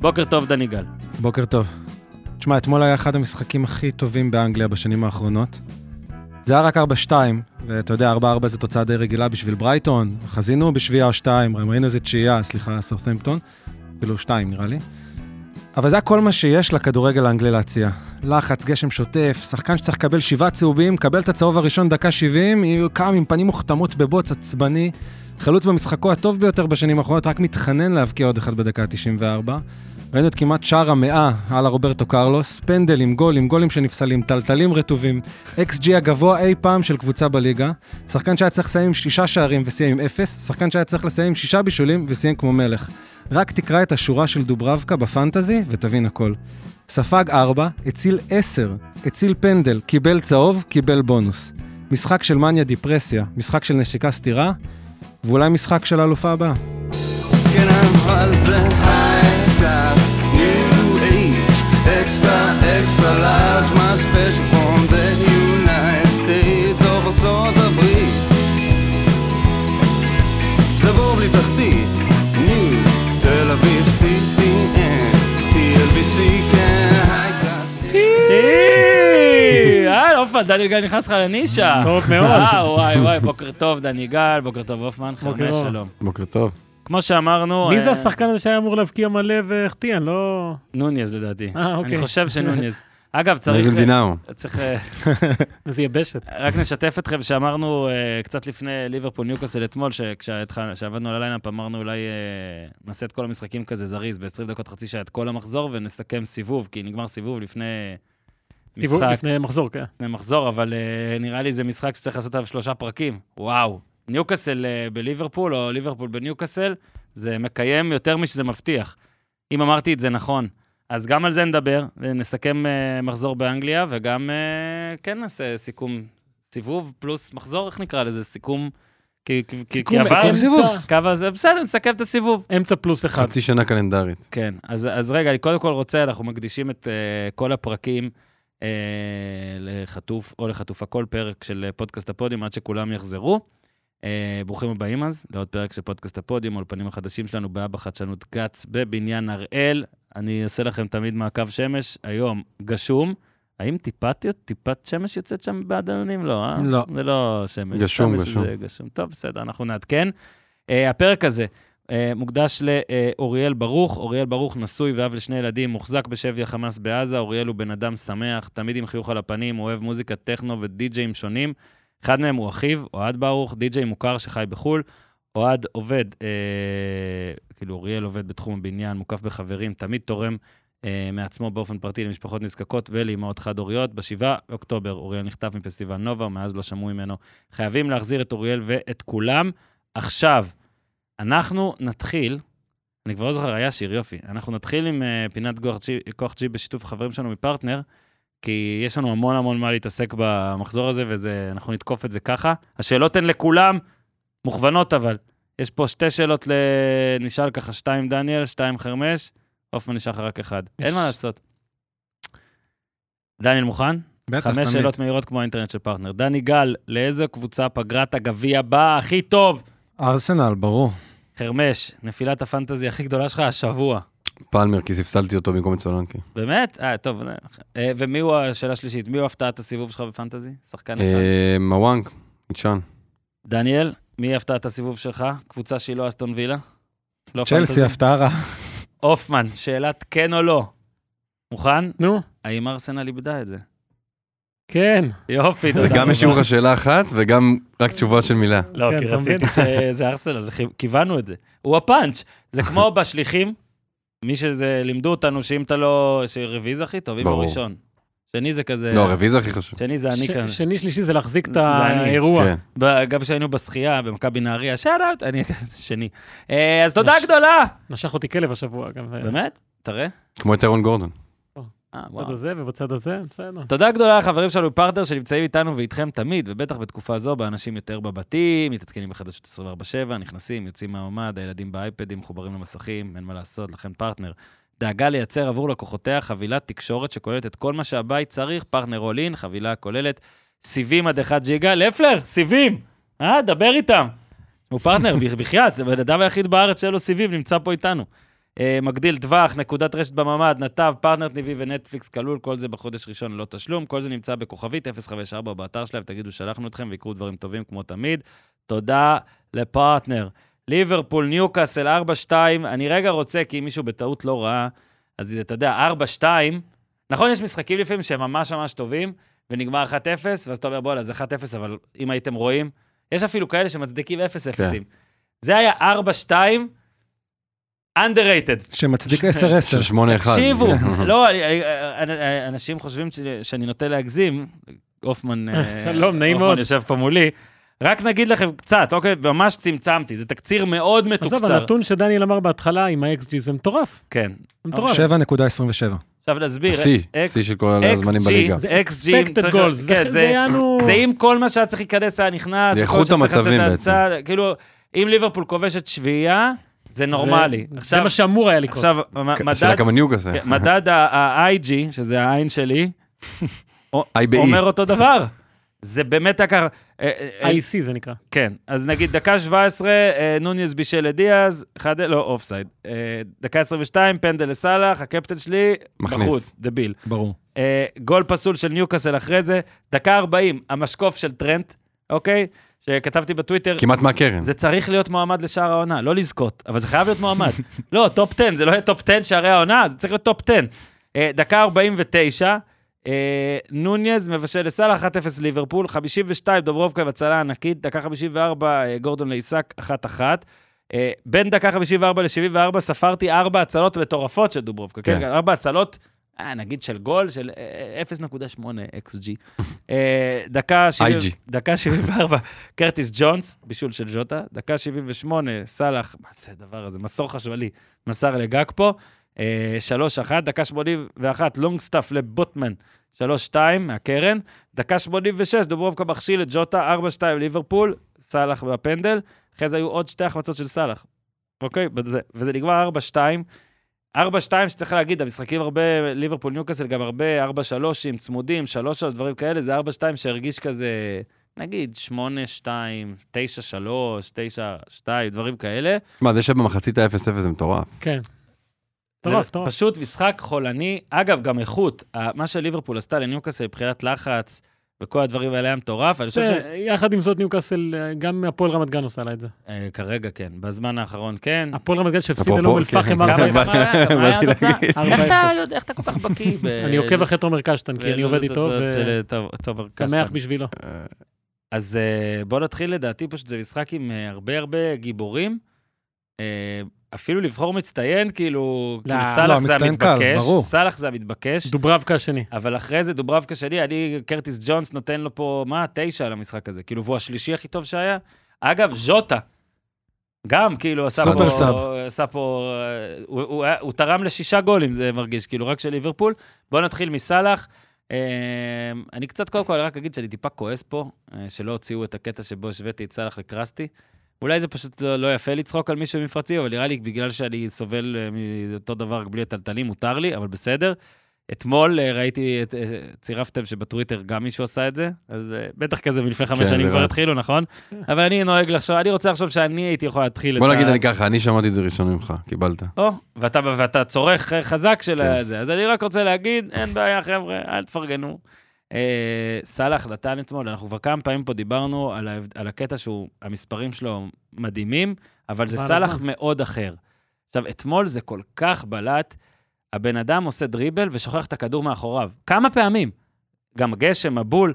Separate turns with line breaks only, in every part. בוקר טוב, דני גל.
בוקר טוב. תשמע, אתמול היה אחד המשחקים הכי טובים באנגליה בשנים האחרונות. זה היה רק 4-2, ואתה יודע, 4-4 זה תוצאה די רגילה בשביל ברייטון. חזינו בשביעייה או שתיים, ראינו איזה תשיעייה, סליחה, סרטמפטון. אפילו שתיים, נראה לי. אבל זה הכל מה שיש לכדורגל האנגלי להציע. לחץ, גשם שוטף, שחקן שצריך לקבל שבעה צהובים, קבל את הצהוב הראשון דקה 70, קם עם פנים מוכתמות בבוץ עצבני. חלוץ במשחקו הטוב ביותר בשנים האחרונות, רק מתחנן להבקיע עוד אחד בדקה ה-94. ראינו את כמעט שער המאה, הלאה רוברטו קרלוס, פנדל עם גול, עם גולים שנפסלים, טלטלים רטובים, אקס ג'י הגבוה אי פעם של קבוצה בליגה, שחקן שהיה צריך לסיים עם שישה שערים וסיים עם אפס, שחקן שהיה צריך לסיים עם שישה בישולים וסיים כמו מלך. רק תקרא את השורה של דוברבקה בפנטזי ותבין הכל. ספג 4, הציל 10, הציל פנדל, קיבל צהוב, קיבל בונוס. משחק של מניה דיפרסיה, משחק של נשיקה סתירה, ואולי משחק של האלופה הבאה.
כן, אבל זה high class, new age, extra, extra large, my special from the United States of ארצות הברית. זה בור בלי תחתית, ניו, תל אביב, CTN, TLBC, כן, high class.
אה, הופה, דני גל נכנס לך לנישה.
טוב מאוד.
אה, וואי, וואי, בוקר טוב, דני גל, בוקר טוב, הופמן,
בוקר
חמש
אור.
שלום.
בוקר טוב.
כמו שאמרנו...
מי
אה,
זה השחקן הזה שהיה אמור להבקיע מלא והחטיא? אני לא...
נוניז, לדעתי.
אה, אוקיי.
אני חושב שנוניז. אגב, צריך...
מאיזה מדינה הוא?
צריך... אה,
איזה יבשת.
רק נשתף אתכם שאמרנו אה, קצת לפני ליברפול ניוקאסל אתמול, שכשעבדנו על הליינאפ אמרנו אולי אה, נעשה את כל המשחקים כזה זריז, ב-20 דקות חצי שעה את כל המחזור ונסכם סיבוב, כי נגמר סיבוב לפני
סיבוב
משחק,
לפני מחזור, כן.
לפני מחזור, אבל אה, נראה לי זה משחק שצריך לעשות עליו שלושה פרקים. וואו. ניוקאסל אה, בליברפול או ליברפול בניוקאסל, זה מקיים יותר משזה מבטיח. אם אמרתי את זה נכון. אז גם על זה נדבר, ונסכם אה, מחזור באנגליה, וגם אה, כן נעשה סיכום סיבוב פלוס מחזור, איך נקרא לזה? סיכום... כי, כי,
סיכום,
כי עבר...
סיכום סיבוב.
קו הזה, בסדר, נסכם את הסיבוב.
אמצע פלוס אחד.
חצי שנה קלנדרית.
כן, אז, אז רגע, אני קודם כל רוצה, אנחנו מקדישים את uh, כל הפרקים uh, לחטוף או לחטופה, כל פרק של אה, פודקאסט הפודיום עד שכולם יחזרו. Uh, ברוכים הבאים אז לעוד פרק של פודקאסט הפודיום, האולפנים החדשים שלנו באבא חדשנות גץ בבניין הראל. אני אעשה לכם תמיד מעקב שמש, היום גשום. האם טיפת, טיפת שמש יוצאת שם בעדנים? לא, אה?
לא.
זה לא שמש.
גשום,
סתם
גשום.
איזה גשום. טוב, בסדר, אנחנו נעדכן. אה, הפרק הזה אה, מוקדש לאוריאל ברוך. אוריאל ברוך נשוי ואב לשני ילדים, מוחזק בשבי החמאס בעזה. אוריאל הוא בן אדם שמח, תמיד עם חיוך על הפנים, הוא אוהב מוזיקה טכנו ודי-ג'אים שונים. אחד מהם הוא אחיו, אוהד ברוך, די-ג'יי מוכר שחי בחו"ל. אוהד עובד, אה, כאילו אוריאל עובד בתחום הבניין, מוקף בחברים, תמיד תורם אה, מעצמו באופן פרטי למשפחות נזקקות ולאימהות חד-הוריות. ב-7 באוקטובר אוריאל נחטף מפסטיבל נובה, ומאז לא שמעו ממנו. חייבים להחזיר את אוריאל ואת כולם. עכשיו, אנחנו נתחיל, אני כבר לא זוכר, היה שיר, יופי. אנחנו נתחיל עם אה, פינת כוח ג'י- כוח ג'י בשיתוף חברים שלנו מפרטנר, כי יש לנו המון המון מה להתעסק במחזור הזה, ואנחנו נתקוף את זה ככה. השאלות הן לכולם, מוכוונות אבל. יש פה שתי שאלות לנשאל ככה, שתיים דניאל, שתיים חרמש, הופמן נשאר לך רק אחד. אין מה לעשות. דניאל מוכן?
בטח,
חמש
תמיד.
שאלות מהירות כמו האינטרנט של פרטנר. דני גל, לאיזה קבוצה פגרת הגביע באה הכי טוב?
ארסנל, ברור.
חרמש, נפילת הפנטזי הכי גדולה שלך השבוע.
פלמר, כי ספסלתי אותו במקום את סולנקי.
באמת? אה, טוב. אה, אה, ומי הוא, השאלה השלישית, מי הוא הפתעת הסיבוב שלך בפנטזי? שחקן אחד.
אה, מוואנק, ניצ'אן.
דניאל, מי הפתעת הסיבוב שלך? קבוצה שהיא לא אסטון וילה? לא
צ'לסי,
פנטזי?
הפתעה רעה.
הופמן, שאלת כן או לא. מוכן?
נו,
האם ארסנל איבדה את זה?
כן.
יופי, תודה.
זה גם
רבה.
השאירו לך שאלה אחת וגם רק תשובה של מילה.
לא,
כן,
כי
אתה
רציתי שזה ארסנל, זה כיו- כיוונו את זה. הוא הפאנץ', זה כמו בשליחים, מי שזה, לימדו אותנו שאם אתה לא, שרביעי זה הכי טוב, אם
ברור.
הראשון. שני זה כזה,
לא, הרביעי זה הכי חשוב.
שני זה אני
ש-
כאן.
שני שלישי זה להחזיק את
זה אני.
האירוע.
כן.
ב- גם כשהיינו בשחייה, במכבי נהריה, שאט אאוט, אני שני. אה, אז תודה גדולה!
נשך אותי כלב השבוע גם. אה, ו-
באמת? תראה.
כמו את אירון גורדון.
אה, וואו.
בצד הזה ובצד הזה, בסדר.
תודה גדולה לחברים שלנו בפרטנר שנמצאים איתנו ואיתכם תמיד, ובטח בתקופה זו, בה אנשים יותר בבתים, מתעדכנים בחדשות 24/7, נכנסים, יוצאים מהממ"ד, הילדים באייפדים מחוברים למסכים, אין מה לעשות, לכן פרטנר. דאגה לייצר עבור לקוחותיה חבילת תקשורת שכוללת את כל מה שהבית צריך, פרטנר אולין, חבילה הכוללת סיבים עד 1 ג'יגה. לפלר, סיבים! אה, דבר איתם. הוא פרטנר, בחייאת, הבן אדם היחיד בארץ שאין לו סיבים, נמצא פה איתנו. אה, מגדיל טווח, נקודת רשת בממ"ד, נתב, פרטנר TV ונטפליקס כלול, כל זה בחודש ראשון ללא תשלום. כל זה נמצא בכוכבית 054 באתר שלה, ותגידו שלחנו אתכם ויקרו דברים טובים כמו תמיד. תודה לפרטנר. ליברפול, ניוקאסל, 4-2. אני רגע רוצה, כי אם מישהו בטעות לא ראה, אז אתה יודע, 4-2. נכון, יש משחקים לפעמים שהם ממש ממש טובים, ונגמר 1-0, ואז אתה אומר, בוא'נה, זה 1-0, אבל אם הייתם רואים, יש אפילו כאלה שמצדיקים 0-0.
כן.
זה היה 4-2, underrated.
שמצדיק 10-10.
של 8-1.
תקשיבו,
כן.
לא, אני- אני- אני- אנשים חושבים ש- שאני נוטה להגזים, הופמן אה,
שלום, נעים
הופמן
מאוד.
יושב פה מולי. רק נגיד לכם קצת, אוקיי? ממש צמצמתי, זה תקציר מאוד
עזוב,
מתוקצר.
הנתון שדניאל אמר בהתחלה עם ה-XG זה מטורף.
כן.
זה מטורף.
7.27.
עכשיו להסביר.
שיא,
אה,
שיא של כל הזמנים
XG,
בליגה.
זה XG,
Expected
צריך-
goals,
כן,
זה- זה
זה
יענו...
זה אם כל מה שהיה צריך להיכנס היה נכנס,
זה
וכל
איכות
שצריך לצאת
המצבים
היה
בעצם.
צד, כאילו, אם ליברפול כובשת שביעייה, זה נורמלי.
זה- זה
עכשיו-
מה שאמור היה לקרות.
עכשיו, מ-
כן, השאלה
מדד
כמה ניוג עשה.
כן, מדד ה-IG, שזה העין שלי, או-
IBE.
אומר אותו דבר. זה באמת היה ככה. אה, אה, אה,
IC זה נקרא.
כן, אז נגיד דקה 17, אה, נוניז בישל לדיאז, אחד, לא, אופסייד. אה, דקה 22, פנדל לסאלח, הקפטן שלי,
מכניס.
בחוץ, דביל.
ברור.
אה, גול פסול של ניוקאסל אחרי זה, דקה 40, המשקוף של טרנט, אוקיי? שכתבתי בטוויטר,
כמעט מהקרן.
זה צריך להיות מועמד לשער העונה, לא לזכות, אבל זה חייב להיות מועמד. לא, טופ 10, זה לא יהיה טופ 10 שערי העונה, זה צריך להיות טופ 10. אה, דקה 49, אה, נוניז מבשל לסאלח, 1-0 ליברפול, 52, דוברובקה עם הצלה ענקית, דקה 54, אה, גורדון לעיסק, 1-1. אה, בין דקה 54 ל-74 ספרתי ארבע הצלות מטורפות של דוברובקה, כן?
כן.
ארבע הצלות, אה, נגיד של גול, של אה, 0.8 XG. אה, דקה 70
IG.
דקה 74, קרטיס ג'ונס, בישול של ג'וטה, דקה 78, סאלח, מה זה הדבר הזה? מסור חשמלי, מסר לגג פה, אה, 3-1, דקה 81, לונגסטאף לבוטמן, 3-2 מהקרן, דקה 86, דוברובקה מכשיל את ג'וטה, 4-2 ליברפול, סאלח בפנדל, אחרי זה היו עוד שתי החמצות של סאלח, אוקיי? וזה, וזה נגמר 4-2. 4-2 שצריך להגיד, המשחקים הרבה, ליברפול ניוקאסל גם הרבה 4-3 עם צמודים, 3-3, דברים כאלה, זה 4-2 שהרגיש כזה, נגיד 8-2, 9-3, 9-2, דברים כאלה.
מה, זה שבמחצית ה-0-0 זה מטורף.
כן.
זה
מטורף, מטורף.
פשוט משחק חולני. אגב, גם איכות. ה- מה שליברפול עשתה לניוקאסל מבחינת לחץ וכל הדברים האלה היה מטורף. אני חושב
זה- יחד עם זאת ניוקאסל, אה, גם הפועל רמת גן עושה לה את זה.
שכרגע כן, בזמן האחרון כן.
הפועל רמת גן שהפסידה
אפרופו,
לו
כן.
אל-פחם
כמה
ארבע.
אבל-
כמה היה? כמה היה
באתי
התוצאה?
להגיד.
איך אתה יודע- איך אתה כל כך בקיא? ב-
אני עוקב אחרי תומר קשטן, כי אני עובד איתו,
התוצאות של תום- תומר
ושמח
קשטן.
בשבילו.
אז אה, בוא נתחיל, לדעתי פשוט זה משחק עם אה, הרבה הרבה גיבורים. אה, אפילו לבחור מצטיין, כאילו,
לא,
כאילו
לא,
סאלח זה
מצטיין קל,
המתבקש,
ברור.
סאלח זה המתבקש,
דוברבקה השני.
אבל אחרי זה דוברבקה שלי, אני, קרטיס ג'ונס נותן לו פה, מה, תשע על המשחק הזה. כאילו, והוא השלישי הכי טוב שהיה. אגב, ז'וטה, גם, כאילו, עשה
סופר
פה...
סאב.
עשה פה... אה, הוא, הוא, היה- הוא תרם לשישה גולים, זה מרגיש, כאילו, רק של ליברפול. בואו נתחיל מסאלח. אה, אני קצת, קודם כל, רק אגיד שאני טיפה כועס פה, אה, שלא הוציאו את הקטע שבו השוויתי את סאלח לקרסטי. אולי זה פשוט לא, לא יפה לצחוק על מישהו מפרצי, אבל נראה לי בגלל שאני סובל אה, מאותו דבר בלי הטלטלים, מותר לי, אבל בסדר. אתמול אה, ראיתי, את, אה, צירפתם שבטוויטר גם מישהו עשה את זה, אז אה, בטח כזה מלפני חמש
כן,
שנים
זה
כבר
רץ.
התחילו, נכון? אבל אני נוהג לחשוב, אני רוצה לחשוב שאני הייתי יכול להתחיל את
בוא נגיד אני ככה, אני שמעתי את זה ראשון ממך, קיבלת.
או, ואתה, ואתה צורך אה, חזק של
כן.
זה. אז אני רק רוצה להגיד, אין בעיה, חבר'ה, אל תפרגנו. אה, סאלח נתן אתמול, אנחנו כבר כמה פעמים פה דיברנו על, ההבד- על הקטע שהוא, המספרים שלו מדהימים, אבל זה
מה
סאלח
הזמן?
מאוד אחר. עכשיו, אתמול זה כל כך בלט, הבן אדם עושה דריבל ושוכח את הכדור מאחוריו. כמה פעמים? גם גשם, מבול,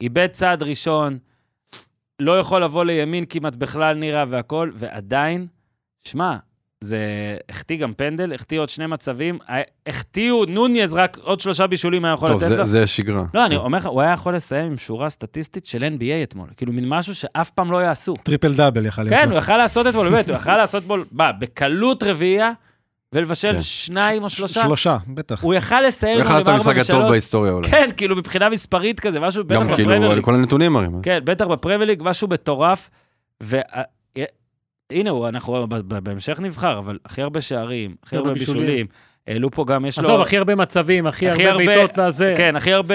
איבד צעד ראשון, לא יכול לבוא לימין כמעט בכלל נראה והכול, ועדיין, שמע, זה החטיא גם פנדל, החטיא עוד שני מצבים, ה- החטיאו נוניז רק עוד שלושה בישולים היה יכול
טוב,
לתת
זה-
לו.
זה שגרה.
לא, אני אומר לך, הוא היה יכול לסיים עם שורה סטטיסטית של NBA אתמול. כאילו, מין משהו שאף פעם לא יעשו.
טריפל דאבל יכל להיות.
כן, הוא יכל לעשות אתמול, באמת, הוא יכל לעשות אתמול, מה, בקלות רביעייה, ולבשל
כן.
שניים או שלושה?
שלושה, בטח.
הוא יכל לסיים
הוא
אתמול
יכל
עם
לעשות את
ארבע
המשחק הטוב
ושלוש.
בהיסטוריה אולי.
כן, כאילו, מבחינה מספרית כזה, משהו בטח
גם כאילו,
בפרמייר
על
ליג.
כל הנתונים הרי. מה?
כן, בטח בפרמייר ליג, משהו מטורף. והנה, אנחנו ב- ב- בהמשך נבחר, אבל הכי הרבה שערים, הכי
הרבה
הרבה
בישולים.
בישולים. העלו פה גם, יש לו...
כן, עזוב, הכי הרבה מצבים, הכי
הכי
הרבה
הרבה-
בעיטות לזה.
כן, הכי הרבה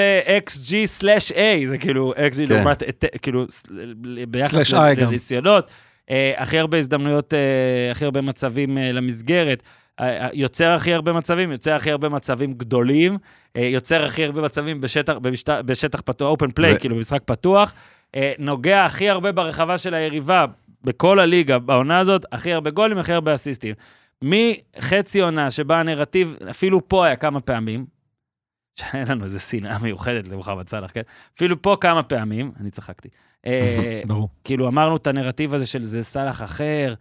XG/A, זה כאילו XG
כן.
לעומת, את- כאילו, ס- ל- ביחס
Slash I
ל-
גם.
לניסיונות. אה, הכי הרבה הזדמנויות, אה, הכי הרבה מצבים אה, למסגרת. אה, אה, יוצר הכי הרבה מצבים, יוצר הכי הרבה מצבים גדולים, אה, יוצר הכי הרבה מצבים בשטח, במשט, בשטח פתוח, אופן פליי,
ו-
כאילו במשחק פתוח, אה, נוגע הכי הרבה ברחבה של היריבה בכל הליגה, בעונה הזאת, הכי הרבה גולים, הכי הרבה אסיסטים. מחצי עונה שבה הנרטיב, אפילו פה היה כמה פעמים, שהיה לנו איזו שנאה מיוחדת למוחמד סאלח, כן? אפילו פה כמה פעמים, אני צחקתי. אה,
ברור.
כאילו אמרנו את הנרטיב הזה של זה סאלח אחר,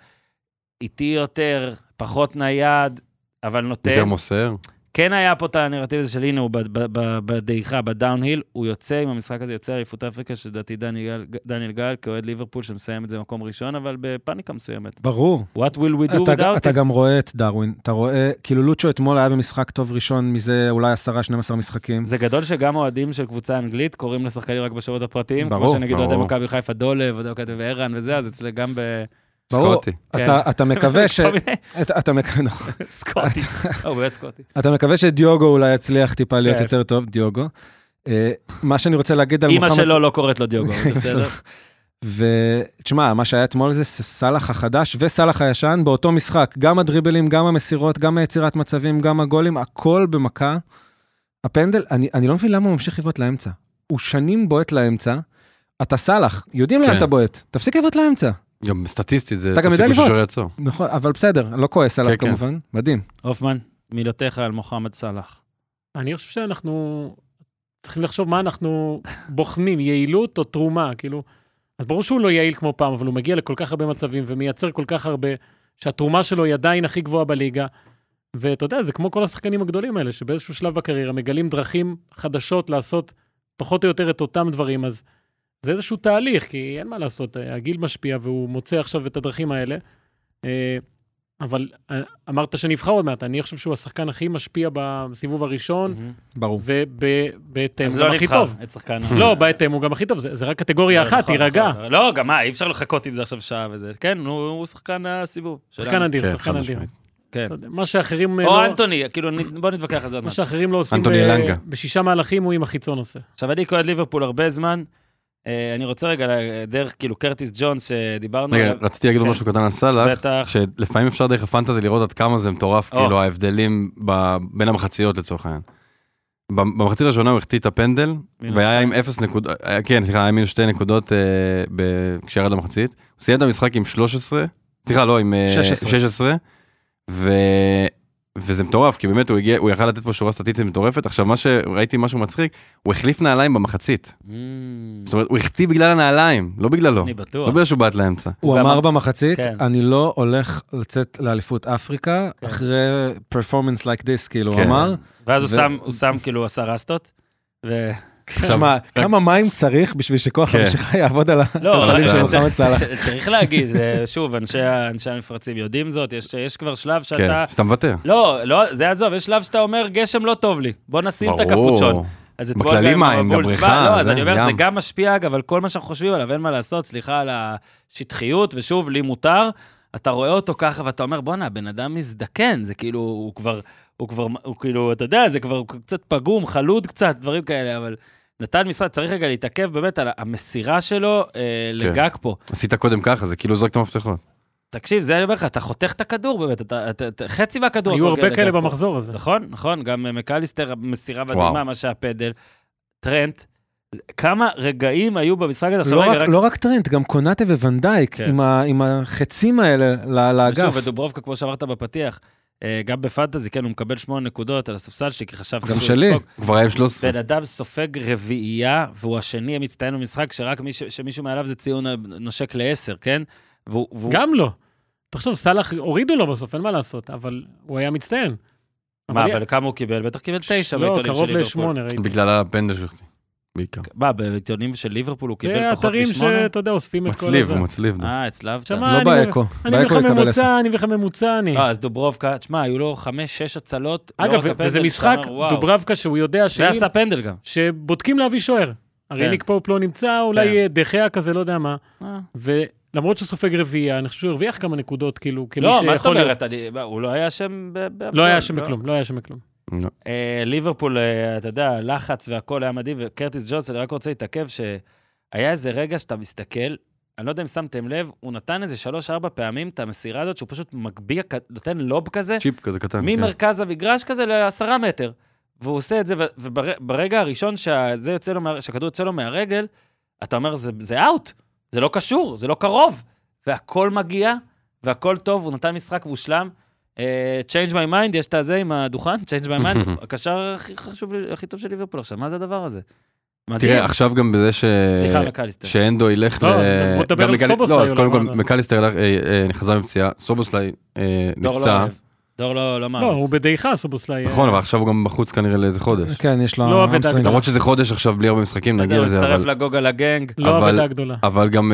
איטי יותר, פחות נייד, אבל
יותר
נותן.
מוסר.
כן היה פה את הנרטיב הזה של הנה הוא ב- ב- ב- בדעיכה, בדאונהיל, הוא יוצא עם המשחק הזה, יוצא אליפות אפריקה, שלדעתי דניאל גל- דניאל גל, כאוהד ליברפול שמסיים את זה במקום ראשון, אבל בפאניקה מסוימת.
ברור.
What will we do
אתה, גם-
without
אתה
it?
גם רואה את דרווין, אתה רואה, כאילו לוצ'ו אתמול היה במשחק טוב ראשון מזה אולי 10-12 משחקים.
זה גדול שגם אוהדים של קבוצה אנגלית קוראים לשחקנים רק בשבועות הפרטיים,
ברור,
כמו שנגיד אוהדי
ברור.
מכבי חיפה דולב, אוהדי מכבי וערן וזה, אז אצלי גם ב...
ברור.
סקוטי.
אתה,
כן.
אתה מקווה ש...
כל מיני-
אתה, אתה, מקווה- נכון.
סקוטי, הוא באמת סקוטי.
אתה מקווה שדיוגו אולי יצליח טיפה להיות
כן.
יותר טוב, דיוגו. אה, מה שאני רוצה להגיד על
אימא
מוחמד...
שלו לא קוראת לו דיוגו, זה בסדר?
ותשמע, מה שהיה אתמול זה סאלח החדש וסאלח הישן באותו משחק. גם הדריבלים, גם המסירות, גם היצירת מצבים, גם הגולים, הכל במכה. הפנדל, אני, אני לא מבין למה הוא ממשיך לבעוט לאמצע. הוא שנים בועט לאמצע. אתה סאלח, יודעים לאן
כן.
אתה בועט, תפסיק לבעוט לאמצע.
גם סטטיסטית זה...
אתה גם יודע
הסיכוי
לבעוט.
שהוא לא יעצור.
נכון, אבל בסדר, אני לא כועס עליו
כן, כן.
כמובן, מדהים.
הופמן, מילותיך על מוחמד סאלח.
אני חושב שאנחנו צריכים לחשוב מה אנחנו בוחנים, יעילות או תרומה, כאילו. אז ברור שהוא לא יעיל כמו פעם, אבל הוא מגיע לכל כך הרבה מצבים ומייצר כל כך הרבה, שהתרומה שלו היא עדיין הכי גבוהה בליגה. ואתה יודע, זה כמו כל השחקנים הגדולים האלה, שבאיזשהו שלב בקריירה מגלים דרכים חדשות לעשות פחות או יותר את אותם דברים, אז זה איזשהו תהליך, כי אין מה לעשות, אה, הגיל משפיע והוא מוצא עכשיו את הדרכים האלה. אה, אבל אה, אמרת שנבחר עוד מעט, אני חושב שהוא השחקן הכי משפיע בסיבוב הראשון,
ברור.
ובהתאם
אז
הוא גם
נכון. לא
הכי
נבחר לא,
טוב.
את שחקן...
לא, בהתאם הוא גם הכי טוב, זה זה רק קטגוריה אחת, תירגע.
לא, גם מה, אי אפשר לחכות עם זה עכשיו שעה וזה. כן, נו, הוא שחקן הסיבוב.
שחקן
שלנו.
אדיר,
כן,
שחקן
חד
אדיר.
משמעית.
כן.
אתה יודע, מה שאחרים אה,
או
לא-
אנטוני, כאילו, נ- בוא נתווכח על זה עוד
מה
מעט.
שאחרים לא עושים
אנטוני
ב-
אלנגה.
בשישה מהלכים, הוא עם החיצון עושה.
עכשיו, אני כועד ליברפול הרבה זמן. אה, אני רוצה רגע, ל- דרך כאילו קרטיס ג'ונס, שדיברנו
רגע, לא
עליו.
רציתי להגיד עוד
כן.
משהו קטן על סאלח,
בטח.
שלפעמים אפשר דרך הפנטזי לראות עד כמה זה מטורף,
או.
כאילו ההבדלים ב- בין המחציות לצורך העניין. במ- במחצית הראשונה הוא החטיא את הפנדל,
מינוס
והיה עם אפס נקודות, אה, כן, סליחה, היה מינוס שתי נקודות אה, ב- כשירד למחצית. הוא סיים את המשחק עם 13, סליחה, לא, עם אה,
16.
16, ו... וזה מטורף, כי באמת הוא הגיע, הוא יכל לתת פה שורה סטטיסטית מטורפת. עכשיו, מה שראיתי משהו מצחיק, הוא החליף נעליים במחצית.
Mm,
זאת אומרת, הוא החטיא בגלל הנעליים, לא בגללו.
אני
לא
בטוח.
בגלל שהוא בעט לאמצע.
הוא
גם-
אמר במחצית,
כן.
אני לא הולך לצאת לאליפות אפריקה
כן.
אחרי performance like this, כאילו, הוא
כן.
אמר.
ואז הוא
ו-
שם, הוא שם כאילו עשה רסטות. ו-
תשמע, כמה מים צריך בשביל שכוח
כן.
המשיכה יעבוד על
לא,
אתה
אבל
הפנים
חושב
של
אבל
צריך-
מוחמד סאלח?
צריך להגיד, אה, שוב, אנשי ה- אנשי המפרצים יודעים זאת, יש- יש כבר שלב שאתה...
כן, שאתה מוותר.
לא, לא, זה עזוב, יש שלב שאתה אומר, גשם לא טוב לי, בוא נשים את הקפוצ'ון. אז אתמול
בכללי
גם
מים, גם
המבול-
בריכה,
תשמע, לא, אז
זה,
אני אומר, זה
ים.
גם משפיע, אגב, על כל מה שאנחנו חושבים עליו, אין מה לעשות, סליחה על השטחיות, ושוב, לי מותר. אתה רואה אותו ככה, ואתה אומר, בואנה, הבן אדם מזדקן, זה כאילו, הוא כבר, הוא כבר, הוא כאילו, אתה יודע, זה כבר הוא קצת פגום, חלוד קצת, דברים כאלה, אבל נתן משרד, צריך רגע להתעכב באמת על המסירה שלו אה, לגג
כן.
פה.
עשית קודם ככה, זה כאילו זרק את המפתחות.
תקשיב, זה אני אומר לך, אתה חותך את הכדור באמת, אתה, אתה, אתה, חצי מהכדור.
היו
הכל
הרבה
כאלה
כאלה
גם פה.
במחזור הזה.
נכון, נכון, גם אה, מקליסטר, מסירה
וואו.
מדהימה, מה שהפדל. טרנט, כמה רגעים היו במשחק הזה? עכשיו
לא
רגע,
רק- לא רק טרנט, גם קונאטה וונדייק
כן.
עם ה- עם החצים האלה ל- לאגף.
ושוב, ודוברובקה, כמו שאמרת בפתיח, אה, גם בפנטזי, כן, הוא מקבל שמונה נקודות על הספסל שלי, כי חשבתי
גם
שהוא
שלי.
יספוג.
הוא כבר היה עם 13.
בן אדם סופג רביעייה, והוא השני המצטיין במשחק, שרק מיש, שמישהו מעליו זה ציון נושק לעשר, כן? והוא, והוא
גם לא. תחשוב, סאלח, הורידו לו בסוף, אין מה לעשות, אבל הוא היה מצטיין.
מה, אבל כמה הוא קיבל? בטח קיבל תשע
לא,
בעיתונים של
קרוב
ליברפול.
לשמונה, ראיתי.
בגלל הפנדל שלך. בעיקר.
מה, בעיתונים של ליברפול הוא
זה
קיבל פחות
אתרים
משמונה?
שאתה יודע, אוספים את כל
מצליב,
הזה.
הוא מצליב. דו.
אה, הצלבת.
שמע,
לא
אני-
באקו,
אני מביא
באקו
לך
יקבל עשר.
ממוצע, אני מביא לך ממוצע, אני.
לא, אז דוברובקה, תשמע, היו לו חמש, שש הצלות. לא
כן. אגב,
רק הפנדל,
וזה
שאתה
משחק,
אומר, וואו.
דוברבקה, שהוא יודע שאם...
ועשה פנדל גם.
שבודקים להביא שוער. הרי
כן.
ניק פופ לא נמצא, אולי
כן.
אה, דחיה כזה, לא יודע מה.
אה.
ולמרות שהוא סופג רביעייה, אני חושב שהוא הרוויח כמה נקודות, כאילו, כמי
לא, מה זאת
שיכול...
אומרת? אני- מה, הוא לא היה אשם ב... בהפועל,
לא היה אשם בכלום, לא היה אשם בכלום.
לא.
אה, ליברפול, אה, אתה יודע, לחץ והכל היה מדהים, וקרטיס ג'ונס, אני רק רוצה להתעכב, שהיה איזה רגע שאתה מסתכל, אני לא יודע אם שמתם לב, הוא נתן איזה שלוש-ארבע פעמים את המסירה הזאת, שהוא פשוט מגביה, כ- נותן לוב כזה,
צ'יפ כזה קטן. כן.
ממרכז המגרש כזה לעשרה מטר. והוא עושה את זה, ו- וברגע הראשון שזה יוצא לו, מה- שהכדור יוצא לו מהרגל, אתה אומר, זה, זה אאוט, זה לא קשור, זה לא קרוב. והכל מגיע, והכל טוב, הוא נתן משחק מושלם. אה, change my mind, יש את הזה עם הדוכן, change my mind, הקשר הכי חשוב, הכי טוב של ליברפול עכשיו, מה זה הדבר הזה? מדהים.
תראה, עכשיו גם בזה ש...
סליחה, מקליסטר.
שאנדו ילך
לא, בוא נדבר
גם
על
לגלי-
סובוסליי
לא, אז
אולי,
קודם כל,
מה-
מקליסטר הלך- אה, אה, נחזר מפציעה, סובוסליי אה,
דור לא
נפצע.
אוהב. דור לא, לא מאמץ.
לא, הוא בדעיכה, סובוסליי.
נכון, אבל עכשיו הוא גם בחוץ כנראה לאיזה חודש.
כן, יש
לא
לו
עובד
אמסטרינג.
הגדרה.
למרות שזה חודש עכשיו בלי הרבה משחקים, נגיע
הוא
לזה,
הצטרף
אבל...
לגוגל הגנג.
לא
אבל-
עבודה גדולה.
אבל גם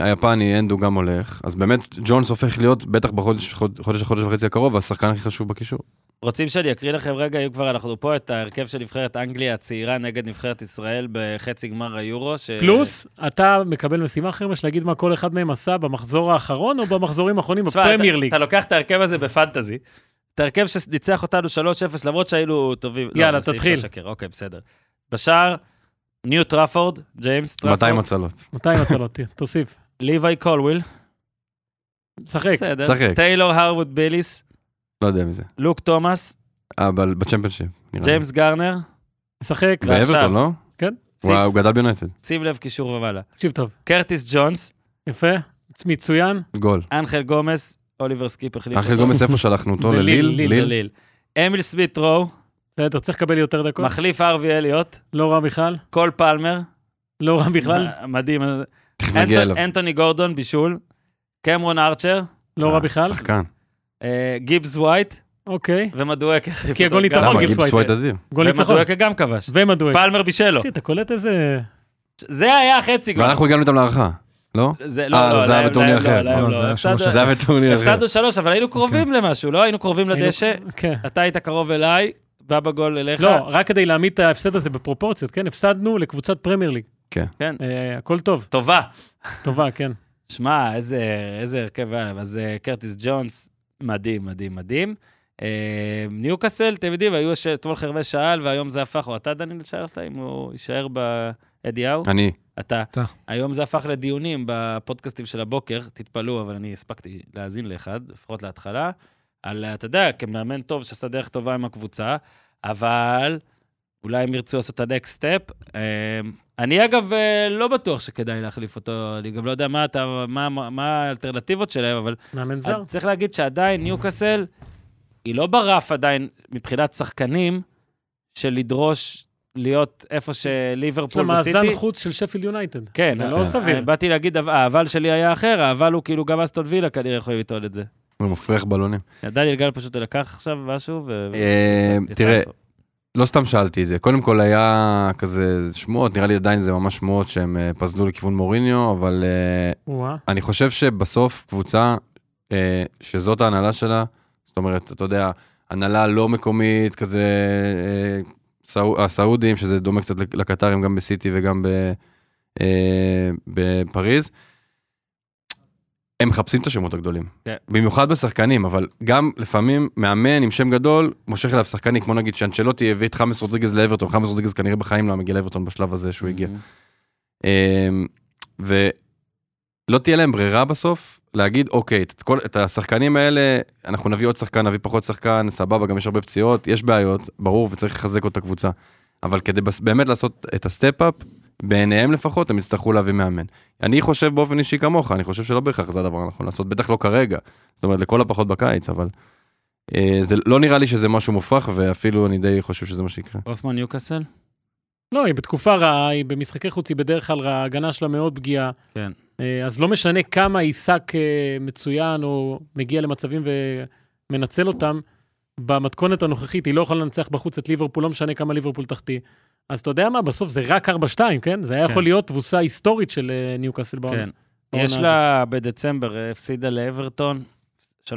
אה, היפני, אנדו גם הולך, אז באמת ג'ונס הופך להיות, בטח בחודש, חוד- חודש, חודש וחצי הקרוב, השחקן הכי חשוב בקישור.
רוצים שאני אקריא לכם רגע, אם כבר אנחנו פה, את ההרכב של נבחרת אנגליה הצעירה נגד נבחרת ישראל בחצי גמר היורו. ש...
פלוס, אתה מקבל משימה חרמש להגיד מה כל אחד מהם עשה במחזור האחרון או במחזורים האחרונים
תשמע,
בפרמייר
אתה-
ליג.
אתה לוקח את ההרכב הזה בפנטזי, את ההרכב שניצח אותנו 3-0, למרות שהיינו טובים. לא,
יאללה,
אני אעשה
תתחיל.
איש השקר, אוקיי, בסדר. בשער, ניו טראפורד, ג'יימס
200
טראפורד,
הצלות.
200 הצלות, ת- לא תוסיף.
ליוואי קולוויל,
שחק.
בסדר.
שחק.
טיילור הרווד ביליס,
לא יודע מי זה. אה,
לוק תומאס,
אבל בצ'מפיונשיפ. נראה לי.
ג'יימס גארנר,
שחק.
ועכשיו.
באברטון, לא?
שים-
וואו, הוא גדל ביונייטד.
שים לב קישור ומעלה.
תקשיב טוב.
קרטיס ג'ונס,
יפה. מצוין.
גול.
אנחל גומס, אוליבר סקיפ החליף
אחרי גומס, איפה שלחנו אותו?
בליל,
לליל?
ליל,
ליל?
ליל. אמיל סמית רו,
בסדר, צריך לקבל יותר דקות.
מחליף ארווי אליוט,
לא רע בכלל.
קול פלמר,
לא רע בכלל.
מ- מדהים,
תכף
אנטו-
נגיע אליו.
אנטוני גורדון, בישול, קמרון ארצ'ר,
לא רע
אה,
בכלל.
שחקן.
אה, גיבס ווייט
אוקיי.
ומדואק החליף
כי
אותו.
הגול
גם-
ניצחון,
למה?
גיבס
גיבס ווייט
ווייט.
אדיר.
גול ניצחון.
ומדואקה גם כבש.
ומדואק.
פלמר בישל לו.
תקשיב, אתה קולט איזה...
זה היה החצי גול.
ואנחנו הגענו איתם להערכה, לא?
זה לא,
אה,
לא,
זה היה
להם-
בטורניר
להם לא,
אחר.
להם
לא,
לא.
זה היה
הפסדנו-
שלוש
זה היה בטורניר אחר. אוקיי.
הפסדנו שלוש, אבל היינו קרובים למשהו, לא? היינו קרובים לדשא,
כן.
אתה היית קרוב אליי, בא בגול אליך.
לא, רק כדי להעמיד את ההפסד הזה בפרופורציות, כן? הפסדנו לקבוצת פרמייר ליג.
כן.
כן.
אה, הכל טוב,
טובה.
טובה, כן.
שמע, איזה, איזה הרכב היה להם. אז אה, קרטיס ג'ונס, מדהים, מדהים, מדהים. אה, ניוקאסל, אתם יודעים, היו ש- אתמול חרבי שאל, והיום זה הפך, או אתה, דניאל, שאלת אם הוא יישאר באדיהו?
אני.
אתה.
אתה.
היום זה הפך לדיונים בפודקאסטים של הבוקר, תתפלאו, אבל אני הספקתי להאזין לאחד, לפחות להתחלה, על, אתה יודע, כמאמן טוב שעשה דרך טובה עם הקבוצה, אבל אולי הם ירצו לעשות את ה-next step. אה, אני אגב אה, לא בטוח שכדאי להחליף אותו, אני גם לא יודע מה, אתה, מה, מה, מה האלטרנטיבות שלהם, אבל
מאמן זר.
צריך להגיד שעדיין ניוקאסל, היא לא ברף עדיין מבחינת שחקנים של לדרוש להיות איפה
יש לה
שליברפול וסיטי.
מאזן חוץ של שפילד יונייטד.
כן,
זה
אה,
לא
אה,
סביר.
באתי להגיד, "אבל- האבל שלי היה אחר, האבל הוא כאילו גם אסטון וילה כנראה יכולים לטעון את זה.
הוא מופריח בלונים.
דניאל גל פשוט לקח עכשיו משהו, ו...
אה,
יצא
תראה,
איתו.
לא סתם שאלתי את זה. קודם כל היה כזה שמועות, נראה לי עדיין זה ממש שמועות שהם אה, פזלו לכיוון מוריניו, אבל אה,
וואה.
אני חושב שבסוף קבוצה אה, שזאת ההנהלה שלה, זאת אומרת, אתה יודע, הנהלה לא מקומית, כזה אה, סעו- הסעודים, שזה דומה קצת לק- לקטרים, גם בסיטי וגם ב, אה, בפריז, הם מחפשים את השמות הגדולים.
כן.
במיוחד בשחקנים, אבל גם לפעמים מאמן עם שם גדול מושך אליו שחקנים, כמו נגיד שאנצ'לוטי הביא את חמאס רודריגז לאברטון, חמאס רודריגז כנראה בחיים לא היה מגיע לאברטון בשלב הזה שהוא הגיע.
Mm-hmm.
אמ, ולא תהיה להם ברירה בסוף להגיד, אוקיי, את, כל, את השחקנים האלה, אנחנו נביא עוד שחקן, נביא פחות שחקן, סבבה, גם יש הרבה פציעות, יש בעיות, ברור, וצריך לחזק עוד את הקבוצה. אבל כדי בס- באמת לעשות את הסטפ-אפ, בעיניהם לפחות, הם יצטרכו להביא מאמן. אני חושב באופן אישי כמוך, אני חושב שלא בהכרח זה הדבר הנכון לעשות, בטח לא כרגע. זאת אומרת, לכל הפחות בקיץ, אבל... אה, זה לא נראה לי שזה משהו מופרך, ואפילו אני די חושב שזה מה שיקרה.
הופמן ניוקאסל?
לא, היא בתקופה רעה, היא במשחקי חוץ, היא בדרך כלל רעה, ההגנה שלה מאוד פגיעה.
כן.
אה, אז לא משנה כמה עיסק אה, מצוין או מגיע למצבים ומנצל אותם, במתכונת הנוכחית היא לא יכולה לנצח בחוץ את ליברפול, לא משנה כמה ליברפול תחטיא. אז אתה יודע מה, בסוף זה רק 4-2, כן? זה היה
כן.
יכול להיות תבוסה היסטורית של אה, ניוקאסל בעונה.
כן.
בעונה
יש לה בדצמבר, אה, הפסידה לאברטון, 3-0,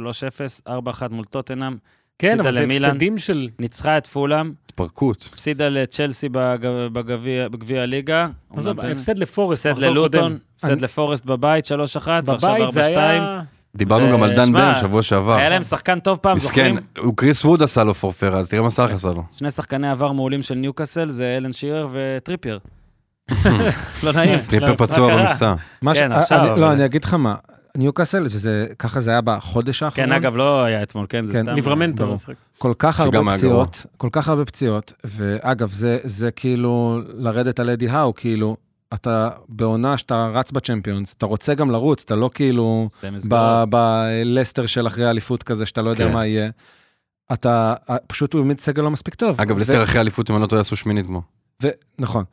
4-1 מול טוטנאם,
כן, אבל
הפסידה
זה
למילאן.
הפסדים של...
ניצחה את פולאם,
התפרקות.
הפסידה לצ'לסי בג- בגביע- בגביע הליגה.
עזוב,
אומנם-
הפסד לפורסט,
הפסד
מחזור
ללוטון,
קודם.
הפסד לפורסט בבית, 3-1, ועכשיו
בבית זה
4-2.
היה...
דיברנו
ו-
גם על דן
שמע,
בן שבוע שעבר.
היה להם שחקן טוב פעם,
מסכן,
זוכרים?
הוא קריס ווד עשה לו פורפרה, אז תראה מה סאלח עשה לו.
שני שחקני עבר מעולים של ניוקאסל זה אלן שירר וטריפייר. לא נעים.
טריפר
מה
פצוע
קרה?
במפסע.
מה ש-
כן, עכשיו,
אני- לא,
אבל-
אני אגיד לך מה, ניוקאסל, שזה- ככה זה היה בחודש האחרון.
כן, אגב, לא היה אתמול, כן, זה
נכון. כן,
סתם...
לברמנטו.
ברור.
המשחק.
כל כך
שגם
הרבה
היה גרוע.
פציעות, כל כך הרבה פציעות, ואגב, זה, זה כאילו לרדת על אדי האו, כאילו, אתה בעונה שאתה רץ בצ'מפיונס, אתה רוצה גם לרוץ, אתה לא כאילו
זה מסגור.
ב- בלסטר של אחרי האליפות כזה, שאתה לא יודע
כן.
מה יהיה. אתה, פשוט הוא העמיד סגל לא מספיק טוב.
אגב,
ו-
לסטר אחרי אליפות, אם אני לא טועה, עשו שמינית בו.
ו- נכון,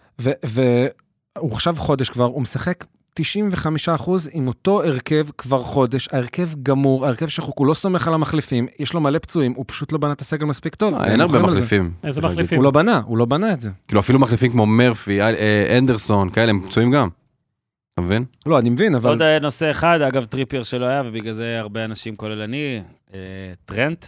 והוא עכשיו חודש כבר, הוא משחק 95 אחוז עם אותו הרכב כבר חודש, ההרכב גמור, ההרכב שחוק, הוא לא סומך על המחליפים, יש לו מלא פצועים, הוא פשוט לא בנה את הסגל מספיק טוב.
אה, אין הרבה
אנחנו על זה.
מחליפים.
איזה
צריך
מחליפים?
הוא לא בנה, הוא לא בנה את זה.
להגיד. כאילו, אפילו מחליפים כמו מרפי, אה, אה, אנדרסון, כאלה, הם פצועים גם. אתה מבין?
לא, אני מבין, אבל...
עוד אה, נושא אחד, אגב, טריפייר שלא היה, ובגלל זה הרבה אנשים, כולל אני, אה, טרנט.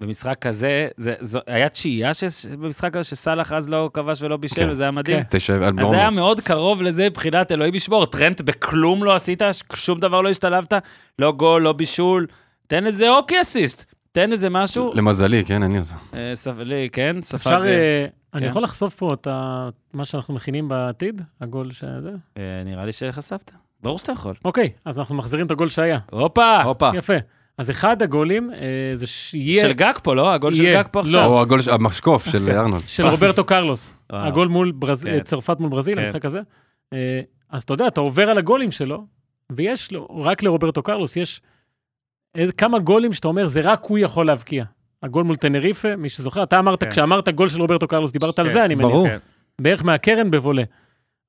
במשחק כזה, זה, זו, היה תשיעייה ש- במשחק הזה שסאלח אז לא כבש ולא בישל,
כן.
וזה היה מדהים.
כן.
תשע, על
אז זה היה
בלורנות.
מאוד קרוב לזה מבחינת אלוהים ישמור. טרנט, בכלום לא עשית, ש- שום דבר לא השתלבת, לא גול, לא בישול. תן איזה אוקי אסיסט, תן איזה משהו.
למזלי, כן, אין לי אותו.
אה, ספ- לי, כן, ספג...
אפשר, אה, אני
כן.
יכול לחשוף פה את ה- מה שאנחנו מכינים בעתיד? הגול שזה?
אה, נראה לי שחשפת. ברור שאתה יכול.
אוקיי, אז אנחנו מחזירים את הגול שהיה.
הופה!
הופה.
יפה. אז אחד הגולים אה, זה שיהיה...
אה. של גג פה, לא? הגול של
יהיה.
גג פה
לא.
עכשיו.
או הגול, ש- המשקוף של ארנולד.
כאילו,
של רוברטו קרלוס.
וואו.
הגול מול ברז... אה,
כן.
צרפת מול ברזיל,
כן.
המשחק הזה. אה, אז אתה יודע, אתה עובר על הגולים שלו, ויש לו, רק לרוברטו קרלוס יש איזה- כמה גולים שאתה אומר, זה רק הוא יכול להבקיע. הגול מול טנריפה, מי שזוכר, אתה אמרת,
כן.
כשאמרת גול של רוברטו קרלוס, דיברת על
כן,
זה, אני מניח.
ברור.
כן.
בערך מהקרן בבולה.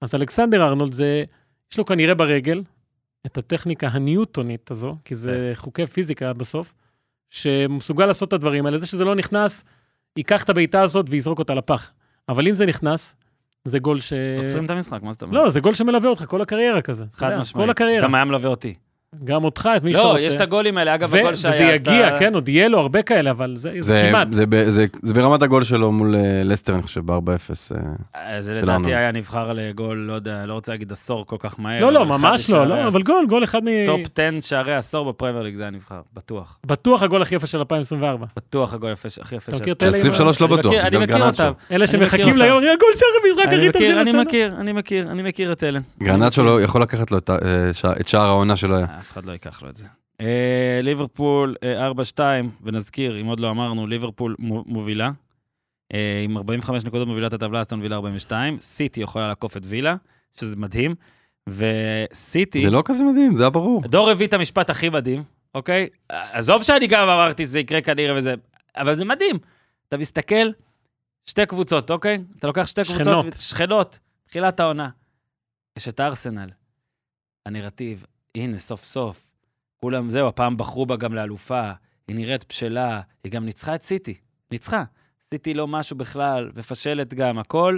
אז אלכסנדר ארנולד, זה, יש לו כנראה ברגל את הטכניקה הניוטונית הזו, כי זה
כן.
חוקי פיזיקה בסוף, שמסוגל לעשות את הדברים האלה. זה שזה לא נכנס, ייקח את הבעיטה הזאת ויזרוק אותה לפח. אבל אם זה נכנס, זה גול ש...
עוצרים את המשחק, מה זאת אומרת?
אה, לא, זה גול שמלווה אותך כל הקריירה כזה. אתה
חד
יודע,
משמעית.
כל הקריירה.
גם היה מלווה אותי.
גם אותך, את מי שאתה
לא,
רוצה.
יש את הגולים האלה, אגב,
ו-
הגול שהיה...
וזה יגיע,
שאתה-
כן, עוד יהיה לו הרבה כאלה, אבל זה
זה-
כמעט.
זה ב- זה- זה ברמת הגול שלו מול אה, לסטר, אני חושב, ב-4-0. אה,
אה, זה
לנו.
לדעתי היה נבחר לגול, לא יודע, לא רוצה להגיד עשור כל כך מהר.
לא, לא,
אבל אחד
ממש לא,
משערי
לא,
העש-
אבל גול, גול אחד מ...
טופ 10 שערי עשור בפרמייר ליג זה היה נבחר, בטוח.
בטוח הגול הכי יפה של 2024.
בטוח הגול יפה ש- הכי יפה
אתה מכיר
שעשו.
את אלה עם
23 לא
אני
בטוח,
מכיר-
בגלל
אני מכיר
גרנצ'ו.
אותם.
אלה שמחכים
מכיר
ליום,
אותם.
יהיה גול שער המשחק
אני
הכי טוב
מכיר,
של
אני
השנה.
מכיר, אני מכיר, אני מכיר את אלן.
גרנצ'ו לא יכול לקחת לו את ה- אה, שע- את שער העונה שלו היה.
אף אחד לא ייקח לו את זה. אה, ליברפול אה, 4-2, ונזכיר, אם עוד לא אמרנו, ליברפול מו- מובילה. אה, עם 45 נקודות מובילה את הטבלה, אסטון וילה 42. סיטי יכולה לעקוף את וילה, שזה מדהים. וסיטי...
זה לא כזה מדהים, זה היה ברור.
דור הביא את המשפט הכי מדהים, אוקיי? עזוב שאני גם אמרתי שזה יקרה כנראה וזה, אבל זה מדהים. אתה מסתכל, שתי קבוצות, אוקיי? אתה לוקח שתי
שכנות.
קבוצות, שכנות, תחילת העונה. יש את הארסנל, הנרטיב, הנה, סוף סוף. כולם, זהו, הפעם בחרו בה גם לאלופה, היא נראית בשלה, היא גם ניצחה את סיטי, ניצחה. סיטי לא משהו בכלל, מפשלת גם, הכל.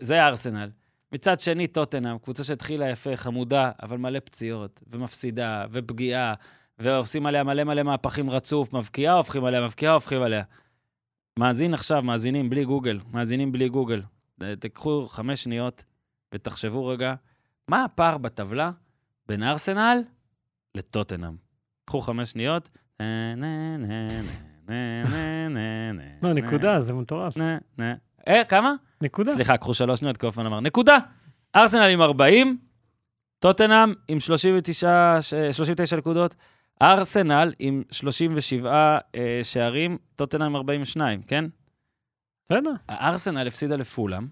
זה הארסנל. מצד שני, טוטנאם, קבוצה שהתחילה יפה, חמודה, אבל מלא פציעות, ומפסידה, ופגיעה, ועושים עליה מלא מלא מהפכים רצוף, מבקיעה, הופכים עליה, מבקיעה, הופכים עליה. מאזין עכשיו, מאזינים בלי גוגל, מאזינים בלי גוגל. אה, תיקחו חמש שניות ותחשבו רגע, מה הפער בטבלה בין ארסנל לטוטנאם? קחו חמש שניות. נה, נה, נה, נה, נה, נה, נה,
לא, נקודה, זה מטורף.
נה, נה. אה, כמה?
נקודה.
סליחה, קחו שלוש שניות, כי אופן אמר. נקודה. ארסנל עם 40, טוטנאם עם 39, ש- 39 נקודות, ארסנל עם 37 אה, שערים, טוטנאם עם 42, כן?
בסדר.
הארסנל הפסידה לפולאם,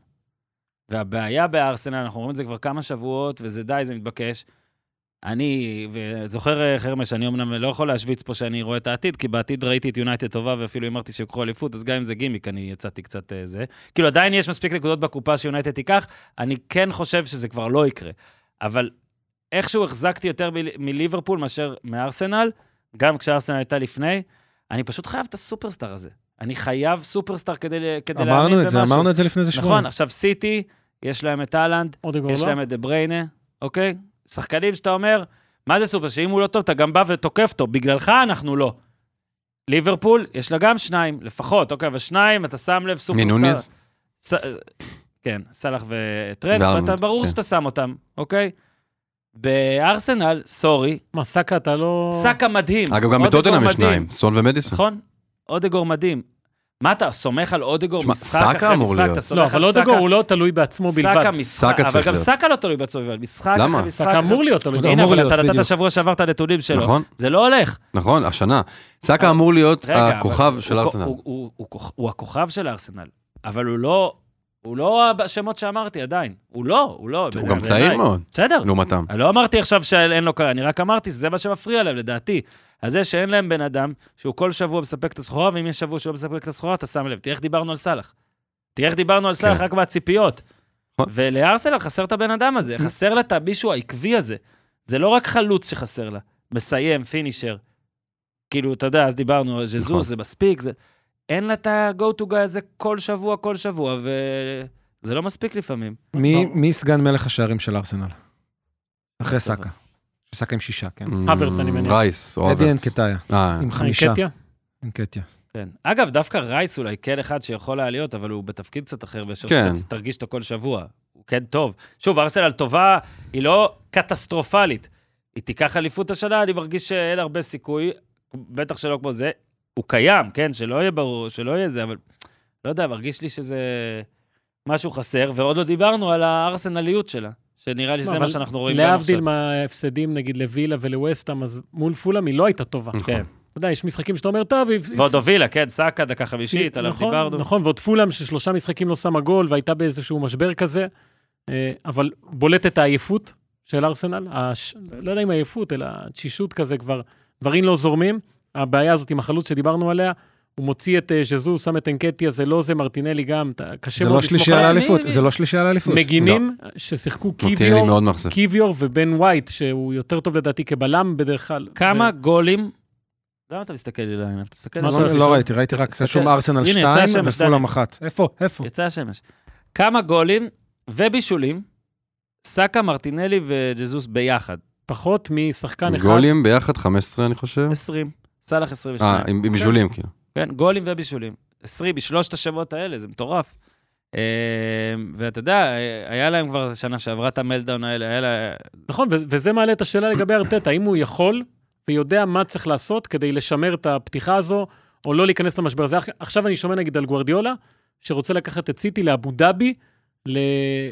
והבעיה בארסנל, אנחנו רואים את זה כבר כמה שבועות, וזה די, זה מתבקש. אני, וזוכר אה, חרמש, אני אמנם לא יכול להשוויץ פה שאני רואה את העתיד, כי בעתיד ראיתי את יונייטד טובה, ואפילו אמרתי שיקחו אליפות, אז גם אם זה גימיק, אני יצאתי קצת אה, זה. כאילו, עדיין יש מספיק נקודות בקופה שיונייטד תיקח, אני כן חושב שזה כבר לא יקרה. אבל איכשהו החזקתי יותר מ- מליברפול מאשר מארסנל, גם כשארסנל הייתה לפני. אני פשוט חייב את הסופרסטאר הזה. אני חייב סופרסטאר כדי, ל- כדי להאמין במשהו.
אמרנו את זה, אמרנו את זה לפני איזה שבועיים.
נכון, עכשיו סיטי, יש להם את אהלנד,
אודגור
יש
לא.
להם את דה בריינה, אוקיי? שחקנים שאתה אומר, מה זה סופר? שאם הוא לא טוב, אתה גם בא ותוקף אותו, בגללך אנחנו לא. ליברפול, יש לה גם שניים, לפחות, אוקיי? אבל שניים, אתה שם לב, סופרסטאר.
מנוניז?
ס... כן, סאלח וטרנד,
וארנולד,
ואתה ברור
כן.
שאתה שם אותם, אוקיי? בארסנל, סורי,
מה, סאקה אתה לא...
סאקה מדהים.
אגב, גם
אודגור
בטוטנאם יש
מדהים.
שניים, סון ומדיסון.
נכון? אודגור מדהים. מה אתה סומך על אודגור
תשמע,
משחק
סאקה
אחרי
אמור
משחק?
להיות.
אתה
לא,
סומך
אבל
על
אודגור
סאקה?
הוא לא תלוי בעצמו בלבד.
סאקה משחק,
סאקה
אבל
צריך
גם
להיות.
סאקה לא תלוי בעצמו בלבד. משחק
למה?
אחרי משחק.
סאקה
אחרי-
אמור להיות תלוי.
הוא
הנה,
אמור
אבל
להיות,
אתה לא נתת
בדיוק.
שבוע שעבר את הנתונים שלו.
נכון.
זה לא הולך.
נכון, השנה. סאקה
אבל-
אמור להיות
רגע, אבל
הכוכב
הוא-
של
הוא-
ארסנל.
הוא- הוא- הוא כוכ- הוא הכוכב של ארסנל, אבל הוא לא... הוא לא השמות שאמרתי עדיין. הוא לא, הוא לא.
הוא
בעיני-
גם צעיר
בעיניי.
מאוד,
בסדר.
לעומתם.
אני לא אמרתי עכשיו שאין לו קהל, אני רק אמרתי שזה מה שמפריע להם, לדעתי. אז זה שאין להם בן אדם שהוא כל שבוע מספק את הסחורה, ואם יש שבוע שהוא לא מספק את הסחורה, אתה שם לב. תראה איך דיברנו על סאלח. תראה איך דיברנו על סאלח
כן.
רק מהציפיות.
נכון. Mm-hmm.
ולארסנל חסר את הבן אדם הזה, חסר לה את המישהו העקבי הזה. זה לא רק חלוץ שחסר לה, מסיים, פינישר. כאילו, אתה יודע, אז דיברנו על
נכון.
ז'זוס, זה מספיק, זה... אין לה את ה-go to guy הזה כל שבוע, כל שבוע, וזה לא מספיק לפעמים.
מי- מי סגן מלך השערים של ארסנל? אחרי סאקה. סאקה עם שישה, כן.
הוורץ, אני מניח.
רייס, או
אדי
הוורץ.
אנקטיה,
אה,
עם חמישה.
אנקטיה?
אנקטיה.
כן. אגב, דווקא רייס אולי כן אחד שיכול היה להיות, אבל הוא בתפקיד קצת אחר, באשר
כן.
שאתה תרגיש אותו כל שבוע. הוא כן טוב. שוב, ארסנל טובה, היא לא קטסטרופלית. היא תיקח אליפות השנה, אני מרגיש שאין הרבה סיכוי, בטח שלא כמו זה. הוא קיים, כן, שלא יהיה ברור, שלא יהיה זה, אבל לא יודע, מרגיש לי שזה משהו חסר, ועוד לא דיברנו על הארסנליות שלה, שנראה לי שזה
לא, אבל
מה שאנחנו רואים גם עכשיו.
להבדיל מההפסדים, נגיד, לווילה ולווסטאם, אז מול פולאם היא לא הייתה טובה. אתה
נכון.
כן.
יודע, יש משחקים שאתה אומר, טוב, היא...
ועוד הובילה, כן, סאקה, דקה חמישית, עליו
נכון,
דיברנו.
נכון, ועוד פולאם ששלושה משחקים לא שמה גול והייתה באיזשהו משבר כזה, אה, אבל בולטת העייפות של ארסנל, הש... לא יודע אם עייפות, אלא תשישות כזה כבר, דברים לא זורמים. הבעיה הזאת עם החלוץ שדיברנו עליה, הוא מוציא את אה, ז'זוס, שם את אנקטיה, זה לא זה, מרטינלי גם, אתה- קשה
זה לא
מאוד לסמוך
שלישייה
עליהם.
לאליפות,
מי-
זה לא שלישייה לאליפות.
כן? מגינים ששיחקו
מוטיאלי
קיוויור,
מאוד מאכזב.
קיוויור ובן ווייט, שהוא יותר טוב לדעתי כבלם בדרך כלל.
כמה
ו-
גולים... למה אתה מסתכל לי לעין? אתה מסתכל
מה
לי
אתה
לעין.
הולך
לא-
לשם?
לא ראיתי, ראיתי רק
תסתכל.
רשום ארסנל
הנה, יצא
2
השמש,
ופולאם
דני.
1. איפה? איפה?
יצא השמש. כמה גולים ובישולים, סאקה, מרטינלי וג'זוס ביחד.
פחות משחקן אחד.
גולים ביחד 15 אני חושב.
20, סאלח 22.
אה, עם עם בישולים כאילו.
כן, גולים ובישולים. 20 בשלושת השבועות האלה, זה מטורף. אה, ואתה יודע, אה, היה להם כבר שנה שעברה את המלדאון האלה, היה לה...
נכון, ו- וזה מעלה את השאלה לגבי ארטטה, האם הוא יכול ויודע מה צריך לעשות כדי לשמר את הפתיחה הזו, או לא להיכנס למשבר הזה. עכשיו אני שומע נגיד על גוארדיולה, שרוצה לקחת את סיטי לאבו דאבי,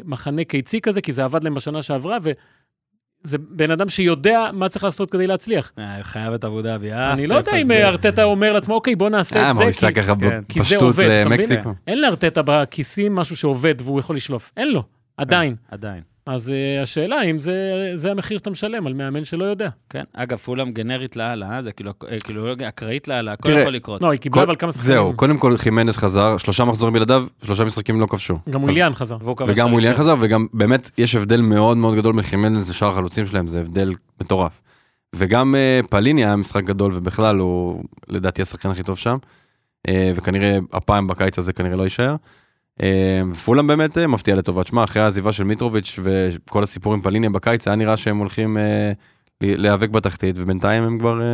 למחנה קיצי כזה, כי זה עבד להם בשנה שעברה, וזה בן אדם שיודע מה צריך לעשות כדי להצליח.
אה, חייב את אבו דאבי, אה?
אני לא יודע אם
זה-
ארטטה אומר לעצמו, אוקיי, בוא נעשה
אה,
את
מה הוא
זה,
ייסע
כי
ככה
כן.
כי זה
בפשטות
עובד, אתה מבין? כן.
למקסיקו?
אין לארטטה בכיסים משהו שעובד והוא יכול לשלוף. אין
כן.
לו, עדיין.
עדיין.
אז אה, השאלה אם זה זה המחיר שאתה משלם על מאמן שלא יודע.
כן. אגב, פולאם גנרית לאללה, אה? זה כאילו, אה, כאילו, אקראית לאללה, הכל
תראה,
יכול לקרות.
לא, היא קיבלה אבל כמה שחקנים.
זהו, קודם כל חימנס חזר, שלושה מחזורים בלעדיו, שלושה משחקים לא כבשו.
גם
אז-
אוליאן חזר.
והוא כבש את
וגם וויליאן
הראשון.
חזר, וגם באמת יש הבדל מאוד מאוד גדול בין חימנס לשאר החלוצים שלהם, זה הבדל מטורף. וגם אה, פליני היה משחק גדול, ובכלל הוא לדעתי השחקן הכי טוב שם, אה, וכנראה הפעם בקיץ הזה כנראה לא יישאר. אה, פולאם באמת אה, מפתיע לטובה. שמע, אחרי העזיבה של מיטרוביץ' וכל הסיפור עם פליני בקיץ, היה נראה שהם הולכים אה, ל- להיאבק בתחתית, ובינתיים הם כבר אה,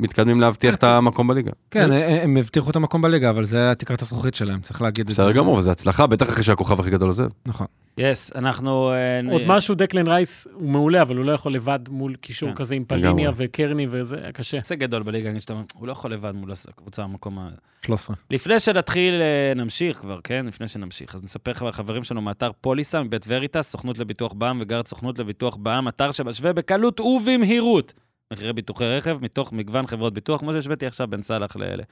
מתקדמים להבטיח את המקום בליגה.
כן, הם- הם הבטיחו את המקום בליגה, אבל זה התקרת הזכוכית שלהם, צריך להגיד את זה.
בסדר גמור, וזו הצלחה, בטח אחרי שהכוכב הכי גדול עוזב.
נכון.
יס, אנחנו... אה,
עוד
נ-
משהו, דקלן רייס הוא מעולה, אבל הוא לא יכול לבד מול קישור
כן.
כזה עם
לגמרי.
פליניה וקרני וזה, היה קשה.
הישג גדול בליגה, שאתה אומר, הוא לא יכול לבד מול הקבוצה במקום ה...
13.
לפני שנתחיל, אה, נמשיך כבר, כן? לפני שנמשיך. אז נספר לך על חברים שלנו מאתר פוליסה, מבית וריטס, סוכנות לביטוח בע"מ וגארד סוכנות לביטוח בע"מ, אתר שמשווה בקלות ובמהירות מחירי ביטוחי רכב מתוך מגוון חברות ביטוח, כמו שהשוויתי עכשיו בין סאלח לאלה.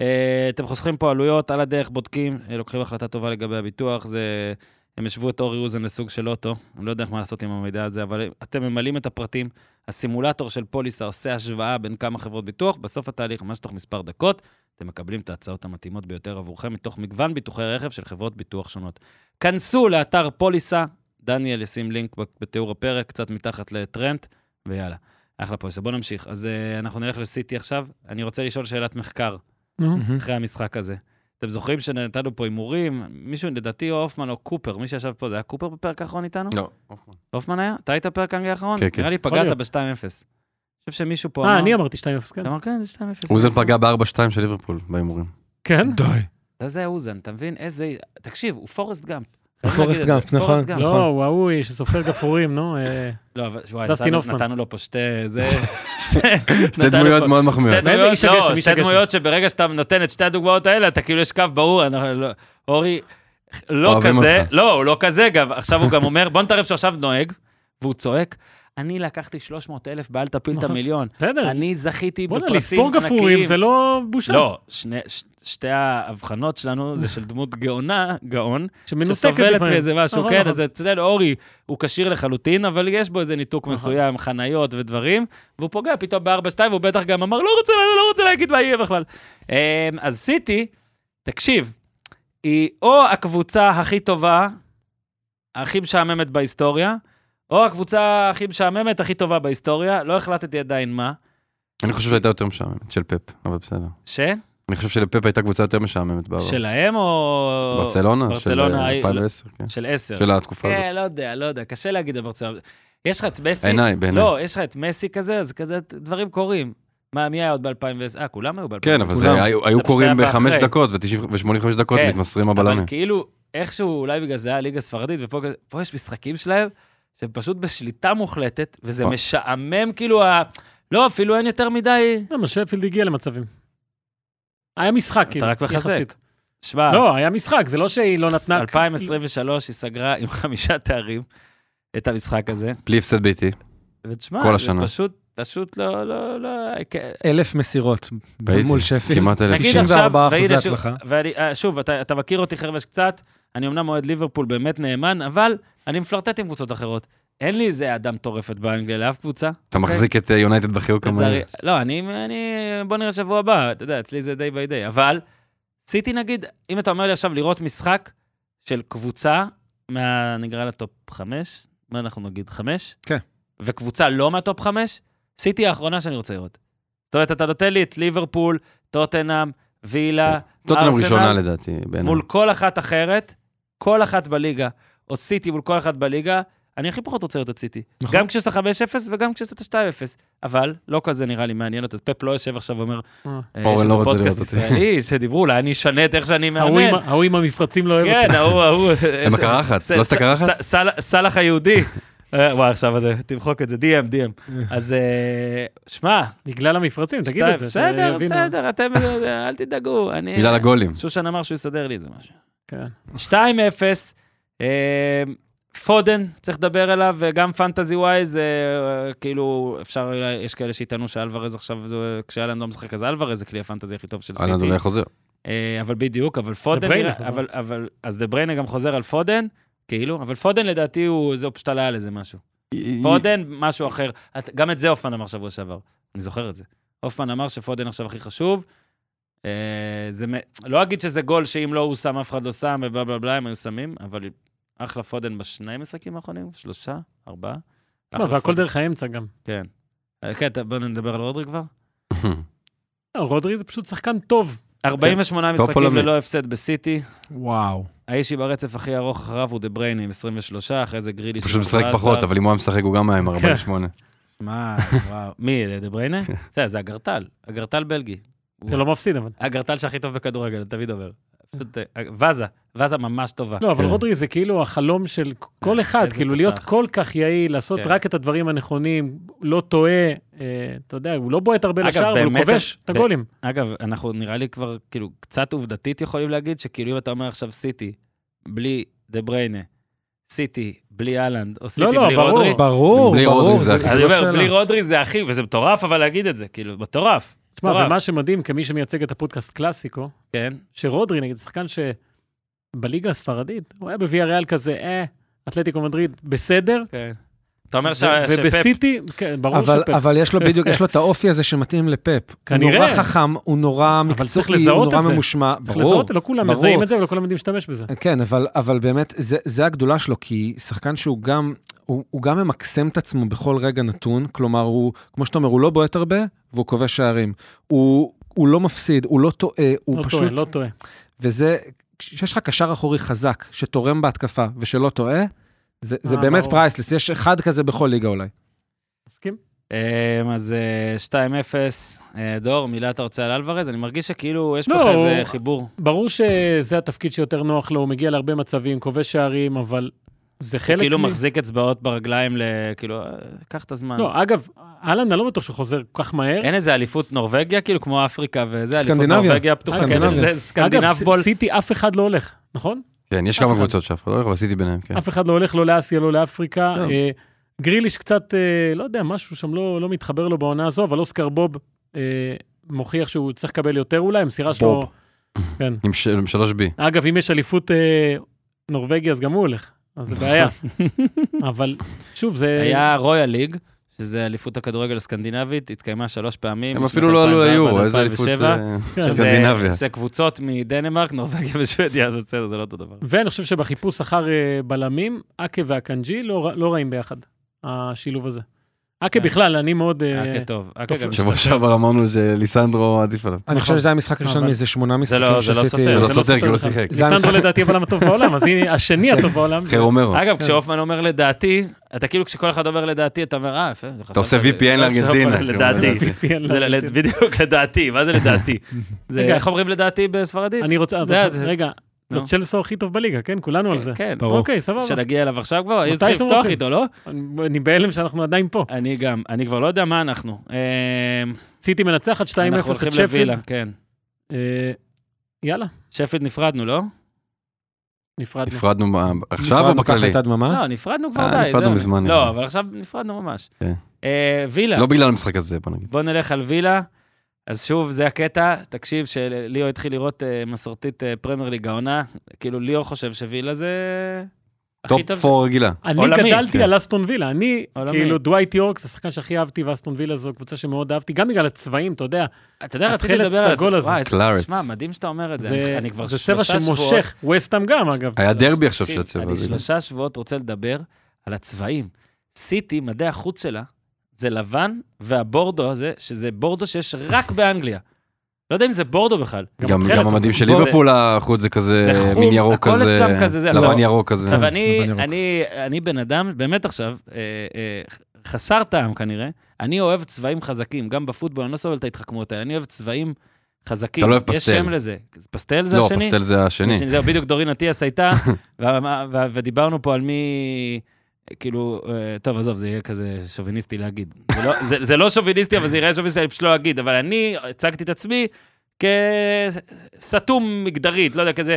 אה, אתם חוסכים פה עלויות, על הדרך בודקים, אה, לוקחים החלטה טובה לגבי הביטוח, זה... הם השוו את אורי אוזן לסוג של אוטו, אני לא יודע מה לעשות עם המידע הזה, אבל אתם ממלאים את הפרטים, הסימולטור של פוליסה עושה השוואה בין כמה חברות ביטוח, בסוף התהליך, ממש תוך מספר דקות, אתם מקבלים את ההצעות המתאימות ביותר עבורכם מתוך מגוון ביטוחי רכב של חברות ביטוח שונות. כנסו לאתר פוליסה, דניאל ישים לינק ב- בתיאור הפרק, קצת מתחת לטרנד, ויאללה, אחלה פוליסה. בואו נמשיך. אז אה, אנחנו נלך לסיטי עכשיו. אני רוצה לשאול שאלת מחקר
אה,
אחרי המשחק הזה. אתם זוכרים שנתנו פה הימורים? מישהו, לדעתי, או הופמן או קופר, מי שישב פה, זה היה קופר בפרק האחרון איתנו?
לא.
הופמן היה? אתה היית בפרק האנגלי האחרון?
כן, כן.
נראה לי
כן. יכול
פגעת
להיות.
ב-2-0. אני חושב שמישהו פה אמר...
אה, אני אמרתי 2-0, כן.
אתה אמר, כן, זה 2-0.
אוזן
בסדר."
פגע ב-4-2 של ליברפול בהימורים.
כן?
די.
אתה זה אוזן, אתה מבין? איזה... תקשיב, הוא פורסט גאמפ. חייבים להגיד
פורסט
את זה.
גאמפ,
פורסט
נכון.
גאמפ.
לא, הוא ההוא שסופר גפרורים, נו. אה,
לא, אבל וואי,
דסטין
נתנו-
הופמן.
נתנו לו פה שתי... זה...
שתי דמויות מאוד
שתי
מחמיאות.
איזה
דמויות,
איש הגשם,
לא,
איש
שתי
הגשם.
דמויות שברגע שאתה נותן את שתי הדוגמאות האלה, אתה כאילו יש קו ברור, אני- לא- אורי, לא
אוהבים
כזה,
אותך.
לא, הוא לא כזה, גם עכשיו הוא גם אומר, בוא נתערב שעכשיו נוהג, והוא צועק, אני לקחתי 300 אלף באל תפיל את
נכון.
המיליון,
בסדר.
אני זכיתי
בוא'נה,
בפרסים
לספור
ענקיים.
גפרורים זה לא בושה.
לא, שני- ש- שתי ההבחנות שלנו זה של דמות גאונה, גאון,
שמנותקת
שסובלת
לפעמים.
מאיזה משהו,
נכון,
כן,
נכון.
אז אצלנו אורי הוא כשיר לחלוטין, אבל יש בו איזה ניתוק
נכון.
מסוים, חניות ודברים, והוא פוגע פתאום ב-4-2, והוא בטח גם אמר, לא רוצה, לא רוצה להגיד מה יהיה בכלל. אמ, אז סיטי, תקשיב, היא או הקבוצה הכי טובה, הכי משעממת בהיסטוריה, או הקבוצה הכי משעממת, הכי טובה בהיסטוריה, לא החלטתי עדיין מה,
אני חושב שהייתה יותר משעממת, של פפ, אבל בסדר.
ש?
אני חושב שלפפ הייתה קבוצה יותר משעממת בעבר.
שלהם או...
ברצלונה,
ברצלונה,
של
אה,
2010, כן.
של 10.
של התקופה הזאת.
כן, לא יודע, לא יודע, קשה להגיד על ברצלונה. יש לך את מסי,
עיניי, בעיניי.
לא, יש לך את מסי כזה, אז כזה דברים קורים. מה, מי היה עוד ב-2010? אה, כולם היו ב-2010.
כן, אבל
כולם.
זה היו- היו
פשוט
קוראים
היה
בחמש
באחרי.
דקות ו-85 דקות
כן,
מתמסרים
אבל
הבלמים.
כאילו, איכשהו, אולי בגלל זה היה ליגה ספרדית, ופה כזה- פה יש משחקים שלהם, שהם פשוט בשליטה מוחלטת, וזה
מה?
משעמם, כאילו, ה- לא, אפילו אין יותר מדי...
למה לא, שפילד הגיע למצבים. היה משחק, כאילו,
רק מחזק. אה.
יחסית.
שמע,
לא, היה משחק, זה לא שהיא לא נתנה...
2023 היא סגרה עם חמישה תארים את המשחק הזה,
בלי הפסד ביתי.
ותשמע,
כל
זה
השנה.
פשוט, פשוט לא, לא, לא, כ-
אלף מסירות
ראיתי,
מול שפילד.
כמעט אלף.
נגיד
94%
עכשיו, והנה שוב-
הצלחה.
ואני, אה, שוב, אתה, אתה מכיר אותי חרבש קצת, אני אמנם אוהד ליברפול באמת נאמן, אבל אני מפלרטט עם קבוצות אחרות. אין לי איזה אדם טורפת באנגליה לאף קבוצה.
אתה מחזיק את אה, יונייטד בחיוק
לצערי.
המהיר.
לא, אני, אני... בוא נראה שבוע הבא, אתה יודע, אצלי זה די ביי די. אבל סיטי נגיד, אם אתה אומר לי עכשיו לראות משחק של קבוצה, מה... נקרא לה טופ חמש, מה אנחנו נגיד? חמש?
כן.
וקבוצה לא מהטופ חמש, סיטי האחרונה שאני רוצה לראות. זאת אומרת, אתה נותן לי את ליברפול, טוטנאם, וילה,
טוטנאם
ארסנל
ראשונה לדעתי, בעיניי.
מול כל אחת אחרת, כל אחת בליגה, או סיטי מול כל אחת בליגה, אני הכי פחות רוצה להיות את סיטי.
נכון.
גם כשזה 5-0 וגם כשזה 2-0. אבל לא כזה נראה לי מעניין אותי. אז פפ לא יושב עכשיו ואומר,
אה.
אה,
אורן
שזה
לא רוצה
פודקאסט
לראות אותי.
ישראלי, שדיברו, אולי אני אשנה את איך שאני
ההוא עם-
מאמן.
ההוא עם המפרצים לא אוהב אותי.
כן, ההוא, ההוא.
עם הקרחת,
ס-
לא
ס-
את הקרחת?
ס- סל- סאלח היהודי. אה, וואי, עכשיו זה- תמחוק את זה, DM, DM. אז אה, שמע,
בגלל המפרצים, תגיד
שתיים-
את זה.
בסדר,
שיבינו.
בסדר, אתם, אה, אל תדאגו. אני-
בגלל הגולים.
שושן אמר שהוא יסדר לי את זה משהו.
כן.
2-0, אה, פודן, צריך לדבר עליו, וגם פנטזי ווייז, אה, אה, כאילו, אפשר, אולי- יש כאלה שיטענו שאלוורז עכשיו, זה- כשאלן לא משחק, אז אלוורז זה כלי הפנטזי הכי טוב של
אהלן
סיטי.
אולי חוזר.
אה, אבל בדיוק, אבל פודן,
בריינה
נראה-
חזר.
אבל, אבל, אז דה בריינה גם חוזר על פודן, כאילו, אבל פודן לדעתי הוא, זה הוא פשוט עלה על איזה משהו. פודן, משהו אחר. את- גם את זה הופמן אמר שבוע שעבר, אני זוכר את זה. הופמן אמר שפודן עכשיו הכי חשוב. אה, זה מ- לא אגיד שזה גול שאם לא הוא שם, אף אחד לא שם, ובלה בלה בלה, הם היו שמים, אבל אחלה פודן בשני משחקים האחרונים, שלושה, ארבעה.
לא,
אחלה
והכל
פודן.
דרך האמצע גם.
כן. אה, כן, אתה- בוא נדבר על רודרי כבר.
לא, רודרי זה פשוט שחקן טוב.
כן.
48
טופ
משחקים
עולמי.
ללא הפסד בסיטי.
וואו.
האיש שברצף הכי ארוך אחריו הוא דה בריינה עם 23, אחרי זה גרילי
הוא פשוט משחק פחות, אבל אם הוא היה משחק הוא גם היה עם
כן.
48.
מה, וואו. מי, דה בריינה? בסדר, זה הגרטל, הגרטל בלגי.
זה לא מפסיד אבל.
הגרטל שהכי טוב בכדורגל, אני תמיד אומר. פשוט, אה, וזה, וזה ממש טובה.
לא, אבל
כן.
רודרי זה כאילו החלום של כל אחד,
כן, איזה
כאילו
תותח.
להיות כל כך יעיל, לעשות
כן.
רק את הדברים הנכונים, לא טועה, אה, אתה יודע, הוא לא בועט הרבה
אגב,
לשער, אבל הוא
באמת-
כובש את
ב-
הגולים.
אגב, אנחנו נראה לי כבר, כאילו, קצת עובדתית יכולים להגיד, שכאילו אם אתה אומר עכשיו סיטי, בלי דה בריינה, סיטי, בלי אהלנד, או סיטי
לא,
בלי
ברור.
רודרי,
ברור,
בלי
ברור.
רודריג
זה-
זה הכי-
זה
אז אני
לא
אומר,
שאלה.
בלי רודרי זה הכי, וזה מטורף, אבל להגיד את זה, כאילו, מטורף.
תשמע,
מטורף.
ומה שמדהים, כמי שמייצג את הפודקאסט קלאסיקו,
כן,
שרודרי, נגיד, שחקן שבליגה הספרדית, הוא היה בוויה ריאל כזה, אה, אתלטיקו מדריד, בסדר,
כן. אתה אומר ש...
ו-
שפפ...
ובסיטי, כן, ברור
אבל,
שפפ.
אבל יש לו בדיוק, יש לו את האופי הזה שמתאים לפאפ.
כנראה.
הוא נורא חכם, הוא נורא
צריך
מקצועי, הוא
לזהות
נורא
את זה.
ממושמע.
צריך
ברור.
לזהות, לא כולם
ברור.
מזהים את זה ולא כולם יודעים להשתמש בזה.
כן, אבל, אבל באמת, זה, זה הגדולה שלו, כי שחקן שהוא גם, הוא, הוא גם ממקסם את עצמו בכל רגע נתון, כלומר, הוא, כמו שאתה אומר, הוא לא בועט הרבה, והוא כובש שערים. הוא, הוא לא מפסיד, הוא לא טועה, הוא
לא
פשוט...
טועה, לא טועה.
וזה, כשיש לך קשר אחורי חזק, שתורם בהתקפה ושלא טועה, זה, זה
אה,
באמת
ברור.
פרייסלס, יש אחד כזה בכל ליגה אולי.
מסכים?
אמ, אז אה, 2-0, אה, דור, מילת הרצאה על אלוורז, אני מרגיש שכאילו יש
לא,
פה איזה
הוא-
חיבור.
ברור שזה התפקיד שיותר נוח לו, הוא מגיע להרבה מצבים, כובש שערים, אבל זה
הוא
חלק...
כאילו
מ-
מחזיק אצבעות ברגליים, ל- כאילו, אה, קח את הזמן.
לא, אגב, אהלן, אני לא בטוח שחוזר כל כך מהר.
אין איזה אליפות נורבגיה, כאילו, כמו אפריקה וזה, אליפות
סקנדינביה.
נורבגיה פתוחה, כן,
סקנדינביה.
זה סקנדינב
אגב,
בול.
ס- סיטי אף אחד לא הולך, נכון?
כן, יש
אף
כמה
אחד.
קבוצות שאף אחד לא הולך, אבל עשיתי ביניהם, כן.
אף אחד לא הולך, לא לאסיה, לא לאפריקה.
לא.
אה, גריליש קצת, אה, לא יודע, משהו שם לא לא מתחבר לו בעונה הזו, אבל אוסקר בוב אה, מוכיח שהוא צריך לקבל יותר אולי, המסירה שלו...
בוב.
כן.
עם ש- עם שלוש בי.
אגב, אם יש אליפות אה, נורבגיה, אז גם הוא הולך, אז זה בעיה. אבל שוב, זה...
היה רויאל ליג, שזה אליפות הכדורגל הסקנדינבית, התקיימה שלוש פעמים.
הם
בשנת
אפילו לא עלו
2004,
ליורו, איזה אליפות
2007,
אה,
כן,
של
שזה-
סקנדינביה.
זה קבוצות מדנמרק, נורבגיה ושוודיה, אז בסדר, זה לא אותו דבר.
ואני חושב שבחיפוש אחר אה, בלמים, אקה והקנג'י לא, ר- לא רעים ביחד, השילוב הזה. אקה
כן.
בכלל, אני מאוד... אה,
אקה כן, טוב. אקה
טוב,
גם
כן. שבוע
השתתף.
שעבר אמרנו שליסנדרו עדיף עליו.
נכון.
אני חושב שזה היה משחק ראשון
אבל-
מאיזה שמונה
לא-
משחקים
זה לא
שעשיתי.
סותר.
זה
זה
לא
לא
סותר, כי הוא לא
סותר לך.
שיחק.
זה
ניסנדרו
המשחק-
לדעתי אבל הטוב בעולם, אז הנה, השני
כן.
הטוב בעולם. זה-
חרומרו.
אגב,
כן.
כשהופמן אומר לדעתי, אתה כאילו, כשכל אחד אומר לדעתי, אתה אומר, אה, יפה.
אתה עושה VPN לארגנטינה. כאילו.
לדעתי. זה ל- ל- בדיוק, לדעתי, מה זה לדעתי? זה-
רגע.
איך אומרים לדעתי בספרדית?
אני רוצה, אז
זה-
אתה-
זה-
רגע,
נו.
לא, צ'לסו הכי טוב בליגה, כן? כולנו על זה.
כן,
ברור.
אוקיי, סבבה.
שנגיע אליו עכשיו כבר, היו
מתי
צריכים
שאתם
לפתוח
רוצים.
איתו, לא?
אני- אני בהלם שאנחנו עדיין פה.
אני גם, אני כבר לא יודע מה אנחנו. אה,
סיטי מנצחת 2-0
אנחנו
את
הולכים
שפילד.
לווילה, כן.
אה, יאללה,
שפילד נפרדנו, לא?
נפרדנו.
נפרדנו מה- עכשיו או
נפרדנו ככה
בכללי?
הייתה דממה?
לא, נפרדנו כבר
אה,
די.
נפרדנו
זהו.
מזמן, נראה
לא,
לי.
אבל עכשיו נפרדנו ממש.
כן.
אה, וילה,
לא בגלל המשחק הזה, בוא נגיד.
בוא נלך על וילה. אז שוב, זה הקטע, תקשיב, שליאו התחיל לראות אה, מסורתית אה, פרמייר ליג העונה, כאילו ליאו חושב שווילה זה... הכי
טופ
טוב.
4 רגילה.
אני
עולמי.
גדלתי
כן.
על אסטון וילה, אני,
עולמי.
כאילו, דווייט יורק זה השחקן שהכי אהבתי, ואסטון וילה זו קבוצה שמאוד אהבתי, גם בגלל הצבעים, אתה יודע,
אתה יודע, רציתי
התכלת
לדבר על
הסגול הזה.
וואי, איזה-
Clarets.
שמע, מדהים שאתה אומר את זה. אני-
זה
אני כבר
זה צבע
שלושה שבועות-
שמושך, וסטאם גם, אגב.
היה דרבי עכשיו של
תקשיב,
הצבע
אני
הזה.
שלושה שבועות רוצה לדבר על הצבעים. סיטי, מדעי החוץ שלה, זה לבן והבורדו הזה, שזה בורדו שיש רק באנגליה. לא יודע אם זה בורדו בכלל.
גם
התכלת
גם המדים
הזה.
של
בוא,
ליברפול החוץ זה כזה
זה חום,
מין ירוק
הכל
כזה,
אצלם כזה, זה- לא-
לבן
עכשיו-
ירוק כזה.
עכשיו, אני,
לבן
לא-
ירוק.
אני, אני בן אדם, באמת עכשיו, אה, אה, חסר טעם כנראה, אני אוהב צבעים חזקים, גם בפוטבול, אני לא סובל את ההתחכמות האלה, אני אוהב צבעים חזקים.
אתה לא אוהב
יש
פסטל.
שם לזה. פסטל זה
לא,
השני?
פסטל זה השני.
שני. זהו, בדיוק דורין אטיאס הייתה, ו- ו- ודיברנו פה על מי... כאילו, אה, טוב, עזוב, זה יהיה כזה שוביניסטי להגיד. זה לא, זה, זה לא שוביניסטי, אבל זה יראה שוביניסטי, אני פשוט לא אגיד. אבל אני הצגתי את עצמי כסתום מגדרית, לא יודע, כזה...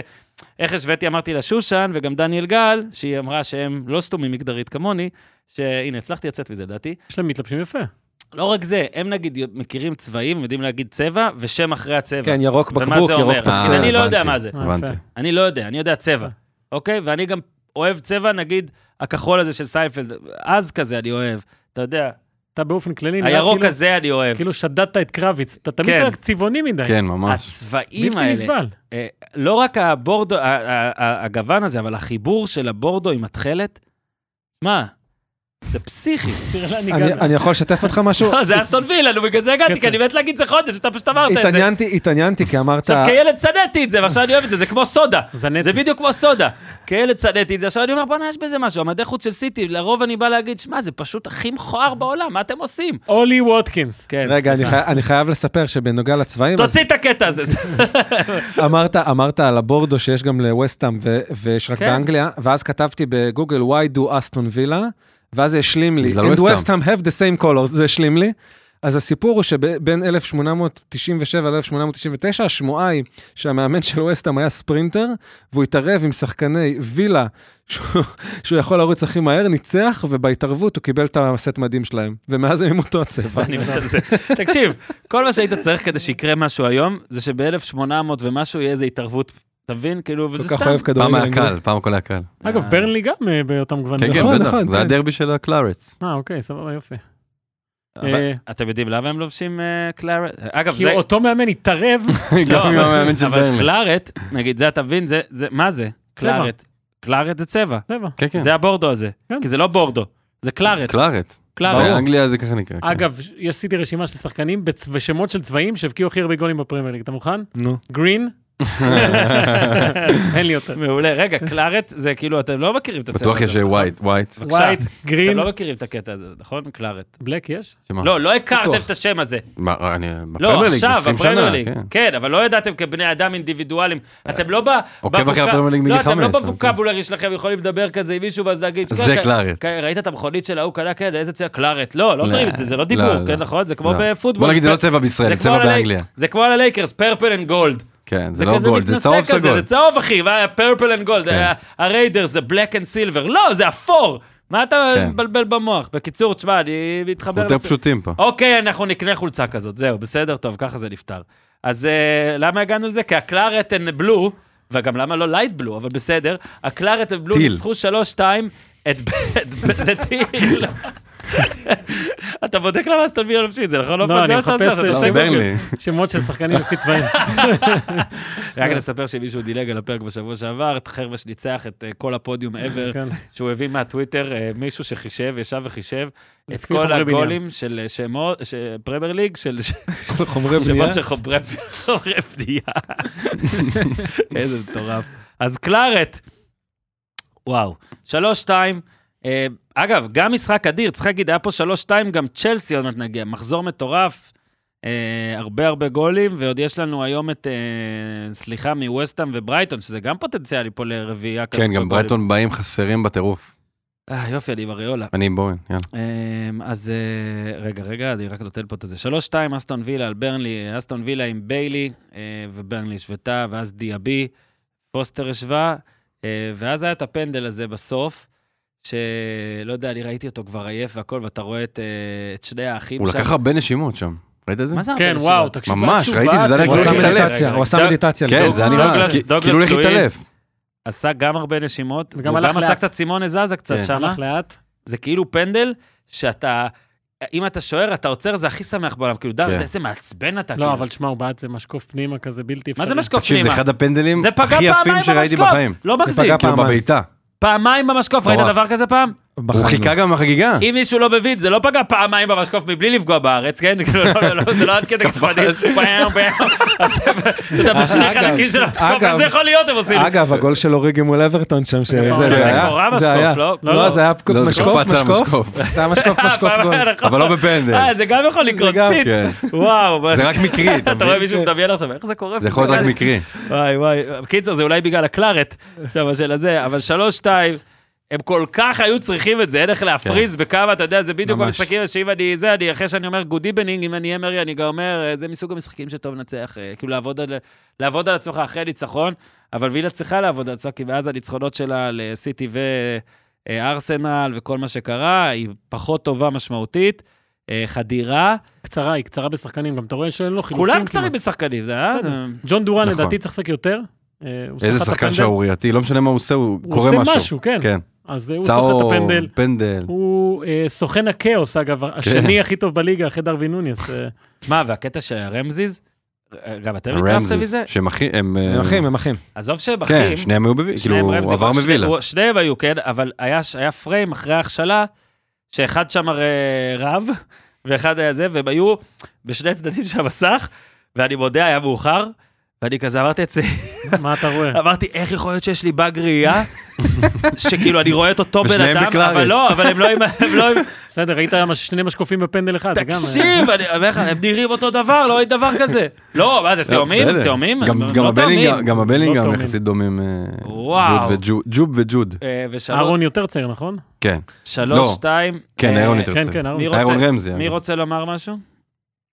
איך השוויתי, אמרתי לה שושן, וגם דניאל גל, שהיא אמרה שהם לא סתומים מגדרית כמוני, שהנה, הצלחתי לצאת מזה, לדעתי.
יש להם מתלבשים יפה. אה,
לא רק זה, הם נגיד מכירים צבעים, הם יודעים להגיד צבע, ושם אחרי הצבע.
כן, ירוק
ומה
בקבוק,
זה אומר?
ירוק
אז
אה,
הנה, אני
פסטל.
לא יודע
הבנתי.
מה זה.
אה,
הבנתי.
יפה.
אני לא יודע, אני יודע
אה.
צבע, אוקיי? ואני גם אוהב צבע, נגיד, הכחול הזה של סייפלד, אז כזה אני אוהב, אתה יודע,
אתה באופן כללי, נראה
הירוק
כאילו-
הזה אני אוהב.
כאילו שדדת את קרביץ, אתה תמיד
כן.
רק צבעוני מדי.
כן, ממש.
הצבעים
בלתי
האלה,
נסבל.
אה, לא רק הבורדו, ה- ה- ה- הגוון הזה, אבל החיבור של הבורדו עם התכלת, מה? זה פסיכי.
תראה לאן
אני-
הגעת.
אני יכול לשתף אותך משהו?
לא, זה אסטון וילה, נו, בגלל זה הגעתי, כי אני מת להגיד זה חודש, אתה פשוט אמרת את זה.
התעניינתי, התעניינתי, כי אמרת...
עכשיו, כילד שנאתי את זה, ועכשיו אני אוהב את זה, זה כמו סודה.
זנתי.
זה בדיוק כמו סודה. כילד שנאתי את זה, עכשיו אני אומר, בוא'נה, יש בזה משהו. המדעי חוץ של סיטי, לרוב אני בא להגיד, שמע, זה פשוט הכי מכוער בעולם, מה אתם עושים?
אולי ווטקינס.
כן,
רגע, אני חי- אני חייב לספר שבנוגע לצבעים, אז
תוציא את הקטע הזה.
אמרת, אמרת על הבורדו שיש גם לווסטאם ו- ויש רק
כן.
באנגליה, ואז כתבתי בגוגל, why do אסטון וילה, ואז זה השלים לי,
בגלל
and
West
West Ham have the same colors, זה השלים לי. אז הסיפור הוא שבין 1897 ל-1899, השמועה היא שהמאמן של ווסטהאם היה ספרינטר, והוא התערב עם שחקני וילה, שהוא, שהוא יכול לרוץ הכי מהר, ניצח, ובהתערבות הוא קיבל את הסט מדים שלהם. ומאז הם עם אותו הצבע.
אני מת על זה. תקשיב, כל מה שהיית צריך כדי שיקרה משהו היום, זה שב-1800 ומשהו יהיה איזו התערבות, אתה מבין? כאילו,
כל
וזה
כך
סתם.
אוהב כדורגל.
פעם היה
אנגלי.
קל, פעם הכל היה קל.
אגב,
אה.
ברנלי גם אה, באותם
כן,
גוונים.
כן,
נכון,
בטח.
נכון,
זה
כן.
הדרבי של הקלארץ.
אה, אוקיי, סבבה, יופי.
אבל
אה,
אתם יודעים למה הם לובשים אה, קלארט? אגב,
כי
זה...
אותו מאמן התערב,
גם עם
לא, אבל-
המאמן של
אבל
ברנלי.
קלארט, נגיד, זה אתה מבין, זה- זה- מה זה? קלארט. קלארט זה צבע.
צבע.
כן, כן.
זה הבורדו הזה.
כן.
כי זה לא בורדו, זה קלארט.
קלארץ.
קלארט.
באנגליה זה ככה נקרא. כן.
אגב, יש סיטי רשימה של שחקנים בצ- בשמות של צבעים שהבקיעו הכי הרבה גולים בפרמייר ליג, אתה מוכן?
נו.
גרין, אין לי יותר.
מעולה. רגע, קלארט זה כאילו, אתם לא מכירים את הצבע הזה.
בטוח יש אה,
נכון?
ווייט, ווייט.
בבקשה.
ווייט,
אתם
גרין,
לא מכירים את הקטע הזה, נכון? קלארט.
בלק יש?
שמה?
לא, לא הכרתם
בטוח.
את השם הזה.
מה, אני...
לא,
בפרמייר ליג,
עכשיו,
20 שנה,
בפרמייר ליג.
כן. אה,
כן, אבל לא ידעתם כבני אדם אינדיבידואלים. אתם לא ב...
עוקב אחרי
בווקב-
הפרמייר ליג מגיל
לא, אתם לא
חמש, אבל-
בווקבולרי שלכם יכולים לדבר כזה עם מישהו ואז להגיד...
זה
"כן, כן,
קלארט."
כן, ראית את המכונית של ההוא קלה כאלה, איזה צבע קלארט. לא, לא
לא,
אומרים את זה, זה לא
לא,
דיבור,
לא.
כן, נכון? זה כמו
לא.
בפוטבול.
בוא נגיד, זה לא צבע
זה
בישראל, זה
כמו על
צבע
הלי-
באנגליה.
זה כמו על הלייקרס, פרפל אנד גולד.
כן, זה
זה
לא
כזה
גולד, זה
מתנשא
צהוב
כזה,
סגול.
זה צהוב אחי, פרפל אנד גולד,
כן.
הריידר זה בלק אנד סילבר, לא, זה אפור. מה אתה
כן.
מבלבל במוח? בקיצור, תשמע, אני מתחבר...
יותר
לצ-
פשוטים פה.
אוקיי, אנחנו נקנה חולצה כזאת, זהו, בסדר, טוב, ככה זה נפתר. אז אה, למה הגענו לזה? כי הקלארט הן בלו, וגם למה לא לייט בלו, אבל בסדר, הקלארט הן בלו
טיל.
ניצחו 3-2 את... ב- את ב- זה טיל. אתה בודק למה אסטון וילה נפשית, זה נכון?
לא,
אופן? זה
אני
מה שאתה עושה,
מחפש
אתה
לא,
עושה
סיבר
גוגל.
לי.
שמות של שחקנים לפי צבעים.
רק נספר שמישהו דילג על הפרק בשבוע שעבר, חרבש ניצח את אה, כל הפודיום ever,
כן.
שהוא הביא מהטוויטר, אה, מישהו שחישב, ישב וחישב, את
לפי
כל
חומרי בניין.
הגולים של אה, שמות, ש- פרמייר ליג, של
חומרי בנייה.
שמות של חומרי חומרי בנייה. איזה מטורף. אז קלארט, וואו, שלוש, שתיים. אה, אגב, גם משחק אדיר, צריך להגיד, היה פה שלוש, שתיים, גם צ'לסי עוד מעט נגיע, מחזור מטורף. אה, הרבה הרבה גולים, ועוד יש לנו היום את, אה, סליחה, מווסטהאם וברייטון, שזה גם פוטנציאלי פה לרביעייה כזאת
כן, גם
בגולים.
ברייטון באים חסרים בטירוף.
אה, יופי, אני עם אריולה.
אני עם בואן, יאללה.
אמ, אז אה, רגע, רגע, אני רק נותן פה את זה. 3-2, אסטון וילה על ברנלי, אסטון וילה עם ביילי, אה, וברנלי השוותה, ואז דיאבי, פוסטר השווה, אה, ואז היה את הפנדל הזה בסוף, שלא יודע, אני ראיתי אותו כבר עייף והכל, ואתה רואה את אה, את שני האחים
הוא לקח הרבה נשימות שם. ראית את זה?
מה זה הרבה
כן,
נשימות?
וואו, תקשיב,
ממש,
התשובה,
ראיתי את זה, זה היה
אתה
הוא עשה
רגע, רגע,
מדיטציה,
רגע,
הוא עשה
לא רגע.
מדיטציה.
כן,
לפני.
זה היה נראה,
דוגלס-
כי-
דוגלס
כאילו הולך
לואיז.
להתעלף.
עשה גם הרבה נשימות,
וגם
והוא
הלך
גם עשה
לאט.
קצת סימון זזה קצת אה?
כן.
שמה.
הלך לאט.
זה כאילו פנדל שאתה, אם אתה שוער, אתה עוצר, זה הכי שמח בעולם. כאילו, דוד,
כן.
איזה מעצבן אתה. כאילו.
לא, אבל שמע, הוא בעט זה משקוף פנימה כזה בלתי אפשרי.
מה זה משקוף
תקשיב,
פנימה?
זה אחד הפנדלים
זה פגע
הכי יפים
פעמיים
שראיתי
במשקוף.
בחיים.
לא
זה
מחזיק.
פגע
כאילו
פעמיים.
בבעיטה.
פעמיים במשקוף, ראית
מטורף.
דבר כזה פעם?
הוא
בחרנו.
חיכה גם בחגיגה.
אם מישהו לא מבין, זה לא פגע פעמיים במשקוף מבלי לפגוע בארץ, כן? כאילו, לא, לא, לא, זה לא עד כדי כפנים. פעם, פעם. אתה בשני
אגב,
חלקים של המשקוף,
אגב.
איך זה יכול להיות, הם עושים?
אגב, הגול של אוריגי מול אברטון שם, שזה
זה
זה היה.
קורה משקוף,
היה.
לא? לא,
לא,
לא.
זה היה
לא, זה
משקוף,
קפץ על
משקוף.
המשקוף.
זה היה משקוף, משקוף
פעם,
גול.
נכון.
אבל לא בפנדל.
אה, זה גם יכול לקרות,
גם,
שיט.
כן.
וואו, מה-
זה רק מקרי, אתה
אתה רואה
מבין?
מישהו מדמיין עכשיו, איך זה קורה?
זה יכול להיות רק מקרי.
וואי וואי, בקיצור זה אולי בגלל הקלארט שם של הזה, אבל שלוש שתיים, הם כל כך היו צריכים את זה, אין איך
כן.
להפריז בכמה, אתה יודע, זה בדיוק
ממש.
המשחקים שאם אני זה, אני אחרי שאני אומר גוד איבנינג, אם אני אהיה מרי, אני גם אומר, אה, זה מסוג המשחקים שטוב לנצח, אה, כאילו לעבוד על, לעבוד על עצמך אחרי ניצחון, אבל וילה צריכה לעבוד על עצמה, כי מאז הניצחונות שלה לסיטי וארסנל וכל מה שקרה, היא פחות טובה משמעותית, אה, חדירה,
קצרה, היא קצרה בשחקנים, גם אתה רואה שאין לו חילופים.
כולם קצרים
כאילו כמעט.
בשחקנים, זה היה...
בסדר.
זה-
ג'ון דורן
נכון.
לדעתי צריך לשחק יותר. אה, הוא סחט
איזה
את
שחקן
הפנדל.
שערורייתי, לא משנה מה הוא עושה, הוא
הוא
קורא משהו.
עושה משהו, כן.
כן.
אז אה, הוא סוחט את
צהוב,
הפנדל.
פנדל.
הוא אה, סוכן הכאוס, אגב,
כן.
השני הכי טוב בליגה, אחרי דרווין נוניס. אה,
מה, והקטע של הרמזיז? גם אתם התערפתם
רמזיס,
מזה?
שהם אחי,
הם
הם... אה,
אחים, הם אחים.
עזוב שהם אחים.
כן, שניהם היו בווילה, כאילו,
שניהם רמזי,
הוא עבר
אבל שני-
מווילה.
הוא- שניהם היו, כן, אבל היה היה פריים אחרי ההכשלה, שאחד שם הרי רב, ואחד היה זה, והם היו בשני צדדים של המסך, ואני מודה, היה מאוחר, ואני כזה אמרתי לעצמי,
מה אתה רואה?
אמרתי, איך יכול להיות שיש לי באג ראייה, שכאילו אני רואה את אותו בן
ושניהם
אדם,
בקלארץ.
אבל לא, אבל הם לא עם... הם לא עם-
בסדר, ראית מש- שני משקופים בפנדל אחד. זה גם, אה,
תקשיב, אני אומר לך, הם נראים אותו דבר, לא אין דבר כזה. לא, מה זה,
לא,
תאומים?
בסדר.
תאומים?
גם-
הם
גם
לא
הבלינגה-
תאומים.
גם הבלינגה
לא
הם
תאומים.
יחסית דומים. אה,
וואו.
ג'וד וג'ו- ג'וב וג'וד.
אה, ושלוש,
אהרון יותר צעיר, נכון?
כן.
שלוש,
לא.
שתיים.
כן,
אה,
אהרון יותר
כן,
צעיר.
כן, אהרון.
מי
איירון
רוצה-
רמזי.
מי
אגב.
רוצה לומר משהו?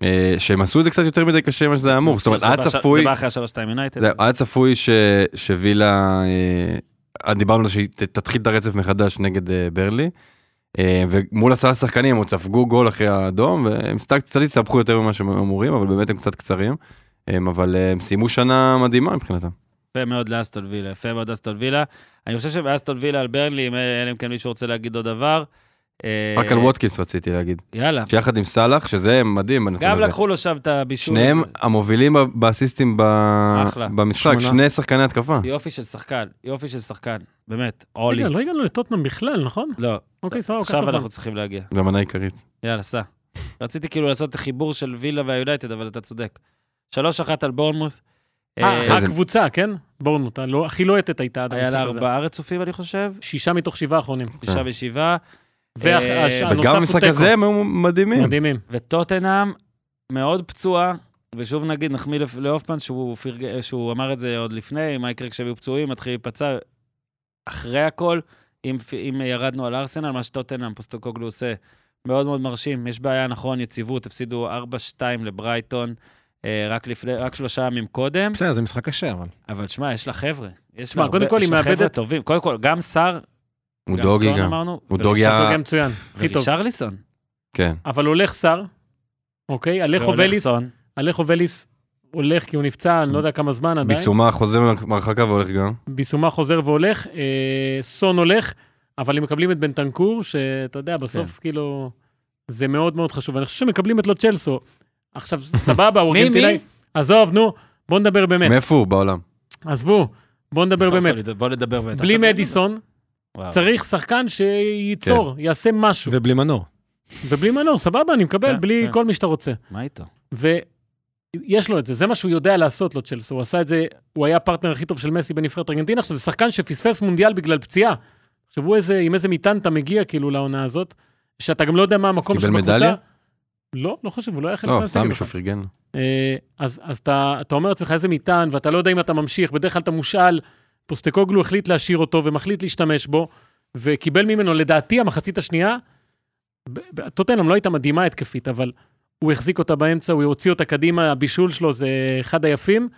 אה, שהם עשו את זה קצת יותר מדי קשה ממה שזה היה אמור. זאת אומרת, היה
זה בא-
צפוי,
זה בא אחרי השלוש, שתיים יונייטד.
זהו, היה צפוי ש- שווילה, אה, דיברנו על זה שהיא ת- תתחיל את הרצף מחדש נגד אה, ברלי. אה, ומול עשרה שחקנים הם עוד ספגו גול אחרי האדום, והם סת- קצת הסתבכו יותר ממה שהם אמורים, אבל באמת הם קצת קצרים. הם- אבל אה, הם סיימו שנה מדהימה מבחינתם.
יפה מאוד לאסטון וילה, יפה מאוד לאסטון וילה. אני חושב שבאסטון וילה על ברנלי, אם אלא אם כן מישהו רוצה להגיד עוד דבר. אה,
רק על כן, ווטקינס רציתי להגיד,
יאללה.
שיחד עם סאלח, שזה מדהים בנתון
גם
הזה.
לקחו לו שם את הבישול.
כן, שניהם
הזה.
המובילים ב- באסיסטים ב-
אחלה.
במשחק,
שמונה.
שני שחקני התקפה.
יופי של שחקן, יופי של שחקן, באמת, אולי.
רגע, לא הגענו לטוטנאם בכלל, נכון?
לא,
אוקיי, סבבה, ככה
עכשיו
זמן.
אנחנו צריכים להגיע.
זה המנה העיקרית.
יאללה, סע. רציתי כאילו לעשות את החיבור של וילה והיונייטד, אבל אתה צודק. 3-1 על בורנמוס. אה,
איזה-
הקבוצה, כן? בורנות, הלא- הכי לוהטת הייתה עד
היה לה
המשחק הזה.
ארבעה רצופים, אני חושב,
שישה מתוך שבעה האחרונים.
שישה ושבעה. אה,
והנוסף הוא
וגם המשחק
תיקו.
הזה הם היו מדהימים.
מדהימים.
וטוטנאם מאוד פצועה, ושוב נגיד, נחמיא לפ- לאופמן, שהוא, פירג... שהוא אמר את זה עוד לפני, מה יקרה כשהם יהיו פצועים, מתחיל להיפצע. אחרי הכל, אם, פ- אם ירדנו על ארסנל, מה שטוטנאם, פוסטוקוגלו עושה, מאוד מאוד מרשים. יש בעיה, נכון, יציבות, הפסידו 4-2 לברייטון. אה, רק, לפני, רק שלושה ימים קודם,
בסדר, זה משחק קשה, אבל.
אבל שמע, יש לה חבר'ה. יש
שמע,
לה הרבה-
קודם כל
יש
היא
לה חבר'ה
מאבדת-
טובים. קודם כל, גם סער,
הוא
גם
דוגי
סון
גם.
אמרנו,
הוא דוגי
שאפו
ה...
גם מצוין, הכי טוב.
ורישרליסון.
כן.
אבל הולך שר, אוקיי? הלכו
והולך
וליס,
סון.
הלכו וליס הולך כי הוא נפצע, אני לא יודע כמה זמן עדיין.
ביסומה חוזר מהרחקה והולך גם.
ביסומה חוזר והולך, אה, סון הולך, אבל הם מקבלים את בנטנקור, שאתה יודע,
כן.
בסוף כאילו, זה מאוד מאוד חשוב. אני חושב שמקבלים את לוצ'לסו. עכשיו, סבבה, הוא
מי,
ארגנטינאי.
מי?
עזוב, נו, בוא נדבר באמת.
מאיפה הוא בעולם?
עזבו, בוא נדבר
נכון,
באמת.
בוא נדבר באמת.
בלי מדיסון,
אה. וואו.
צריך שחקן
כן.
שייצור, יעשה משהו.
ובלי מנור.
ובלי מנור, סבבה, אני מקבל,
כן,
בלי
כן.
כל מי שאתה רוצה.
מה איתו?
ויש לו את זה, זה מה שהוא יודע לעשות, לו צ'לסו. הוא עשה את זה, הוא היה הפרטנר הכי טוב של מסי בנבחרת ארגנטינה. עכשיו, זה שחקן שפספס מונדיאל בגלל פציעה. תחשבו איזה, עם איזה מטען אתה מגיע כאילו לעונה הזאת, שאתה גם לא יודע מה המקום
קיבל
שלך בקבוצה.
מדליה?
לא, לא חושב, הוא לא היה חלק
לא,
מהסגל
סתם
בכלל.
מישהו פרגן. לו.
אה, אז, אז אתה, אתה אומר לעצמך איזה מטען, ואתה לא יודע אם אתה ממשיך, בדרך כלל אתה מושאל, פוסטקוגלו החליט להשאיר אותו ומחליט להשתמש בו, וקיבל ממנו, לדעתי, המחצית השנייה, ב- ב- טוטנאם לא הייתה מדהימה התקפית, אבל הוא החזיק אותה באמצע, הוא הוציא אותה קדימה, הבישול שלו זה אחד היפים,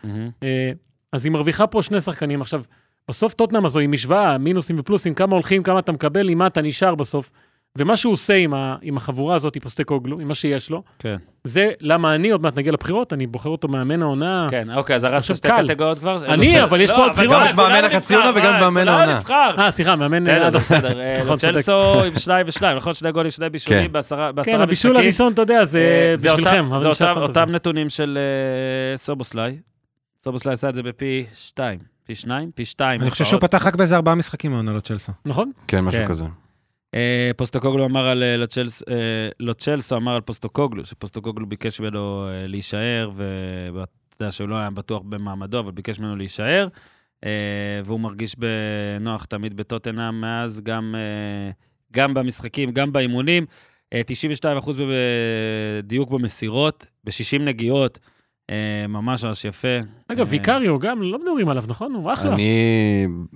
אה, אז היא מרוויחה פה שני שחקנים. עכשיו, בסוף טוטנאם הזו היא משוואה, מינוסים ופלוסים, כמה הולכים, כמה אתה מקבל, עם מה אתה נשאר בסוף. ומה שהוא עושה עם, ה, עם החבורה הזאת, פוסטקוגלו, עם מה שיש לו,
כן.
זה למה אני, עוד מעט נגיע לבחירות, אני בוחר אותו מאמן העונה.
כן, אוקיי, אז הרסת
עכשיו
שתי
קל.
קטגוריות כבר. לא,
אני, אבל יש פה עוד בחירות.
גם את מאמן החצי עונה וגם את מאמן העונה.
אה, סליחה, מאמן...
בסדר,
אה,
זה בסדר. אה,
נכון, צודק.
צ'לסו עם שניים ושניים, נכון? שני גולים, שני בישולים
כן.
בעשרה
כן,
בעשרה משחקים.
הבישול הראשון, אתה יודע, זה
אה, אותם-
בשבילכם.
זה
אבל
אותם-
בשביל הפנטזי.
אותם נתונים של אה, סובוסליי. סובוסליי עשה את זה בפי שתיים. פי שניים? פי שתיים.
אני חושב שהוא
הופעות.
פתח רק באיזה ארבעה משחקים מהעונה לצ'לסה.
נכון?
כן, משהו
כן.
כזה.
אה, פוסטוקוגלו אמר על אה, לוצ'לס- אה, לוצ'לסו, אמר על פוסטוקוגלו, שפוסטוקוגלו ביקש ממנו אה, להישאר, ואתה יודע שהוא לא היה בטוח במעמדו, אבל ביקש ממנו להישאר, אה, והוא מרגיש בנוח תמיד בטוטנאם מאז, גם, אה, גם במשחקים, גם באימונים. אה, 92% בדיוק במסירות, ב-60 נגיעות, אה, ממש ממש יפה.
אגב,
אה,
ויקריו גם, לא מדברים עליו, נכון? הוא אחלה.
אני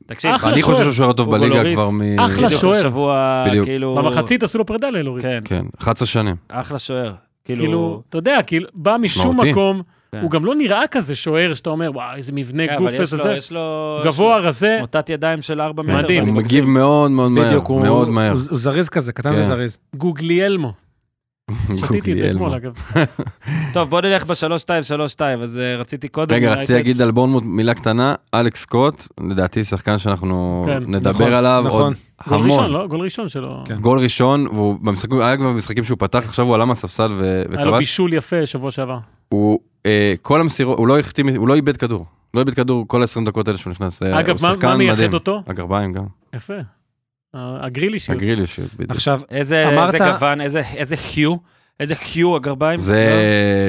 תקשיב,
אחלה
אני
שוער.
חושב שהוא שוער טוב
אוגו
בליגה
לוריס,
כבר מ...
אחלה
בדיוק
שוער.
השבוע,
בדיוק.
כאילו...
במחצית עשו לו פרידה לאלוריס.
כן,
כן, 11 שנים.
אחלה שוער.
כאילו, אתה יודע, כאילו, בא משום
משמעותי.
מקום,
כן.
הוא גם לא נראה כזה שוער, שאתה אומר, וואו, איזה מבנה
כן,
גוף,
אבל יש
איזה
לו-
זה,
יש לו...
גבוה,
יש
רזה.
לו מוטת ידיים של 4 מטר.
מדהים.
ואני
הוא
מגזים.
מגיב מאוד מאוד מהר,
בדיוק, הוא-
מאוד
הוא-
מהר.
הוא הוא זריז כזה, קטן
כן.
וזריז.
גוגליאלמו. שתיתי את זה אתמול, אגב.
טוב, בוא נלך ב-3-2-3-2, אז אה, רציתי קודם...
רגע,
יונייטד.
רציתי להגיד על בורנמוט מילה קטנה, אלכס קוט, לדעתי שחקן שאנחנו
כן.
נכון,
נדבר עליו
נכון.
עוד
גול ראשון,
המון.
לא? גול ראשון שלו.
כן.
גול ראשון, והוא במשחק- היה כבר במשחקים שהוא פתח, עכשיו הוא עלה מהספסל ו-
היה לו
וכבש.
בישול יפה שבוע שעבר.
הוא אה, כל המסירות, הוא לא החטיא, הוא לא איבד כדור. לא איבד כדור כל 20 דקות האלה שהוא נכנס. אה,
אגב,
הוא
מה-
שחקן
מה מייחד
מדהים.
אותו?
הגרביים גם.
יפה. ה- הגרילי שלו.
הגרילי שיוט, בדיוק.
עכשיו,
איזה
אמרת-
איזה גוון, איזה- איזה חיו, איזה חיו הגרביים.
זה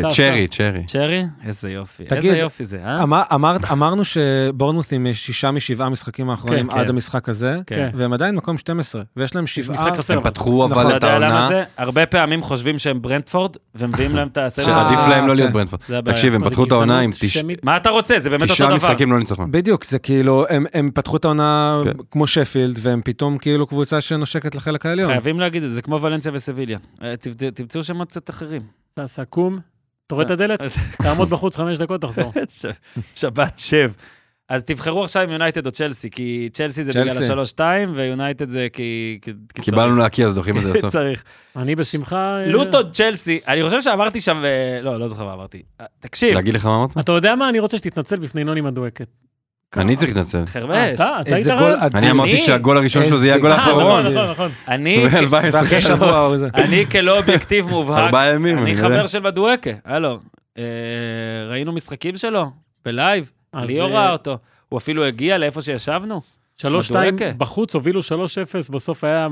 לא?
צ'רי, צ'רי.
צ'רי? איזה יופי.
תגיד-
איזה יופי זה, אה?
אמר- אמרת- אמרנו שבורנמוט עם שישה משבעה משחקים האחרונים
כן,
עד
כן.
המשחק הזה,
כן.
והם עדיין מקום 12, ויש להם שבעה...
משחק חסר.
הם
אבל.
פתחו
אתה
אבל את
לא יודע למה
העונה,
זה? הרבה פעמים חושבים שהם ברנדפורד, ומביאים להם את הסדר.
שעדיף להם
אה,
לא להיות
כן.
ברנדפורד.
זה הבעיה.
תקשיב, הם
מה, זה
פתחו את העונה עם
גזענות
תש-
שמית?
מה אתה רוצה? זה באמת אותו
תשעה
דבר.
משחקים לא ניצחון.
בדיוק, זה כאילו, הם- הם פתחו את העונה
כן.
כמו שפילד, והם פתאום כאילו קבוצה שנושקת לחלק העליון.
חייבים להגיד את זה, זה כמו ולנסיה וסביליה. אה, תמצ- תמצאו שמות קצת אחרים.
אתה עשה קום, אתה רואה את
אה,
הדלת? תעמוד בחוץ חמש דקות, תחזור.
ש- שבת שב. אז תבחרו עכשיו אם יונייטד או צ'לסי, כי צ'לסי זה בגלל
צ'לסי.
השלוש-שתיים, ויונייטד זה כי... כי- כי
קיבלנו
צריך.
להקיא, אז דוחים את זה לסוף.
צריך.
אני בשמחה... אה,
לוטון צ'לסי, אני חושב שאמרתי שם... אה, לא, לא זוכר מה אמרתי. אה, תקשיב,
להגיד לך מה אמרת?
אתה יודע מה? אני רוצה שתתנצל בפני נוני מדואקת.
אה, אני צריך להתנצל.
אה,
חרמש,
אתה, אתה היית
איזה גול
רעיון?
אני
אדיר.
אמרתי שהגול הראשון שלו זה יהיה
איזה-
הגול
אה,
האחרון.
נכון, נכון, נכון.
אני...
והלוואי ישחק
ואחרי שבוע הוא זה.
אני כלא אובייקטיב מובהק,
ארבעה ימים.
נכון. אני
יודע.
חבר של מדואקה, הלו. אה, ראינו משחקים שלו, בלייב,
אז,
ליאור
אה,
ראה אותו. הוא אפילו הגיע לאיפה שישבנו.
שלוש שתיים
מדואקה.
בחוץ, הובילו שלוש אפס, בסוף היה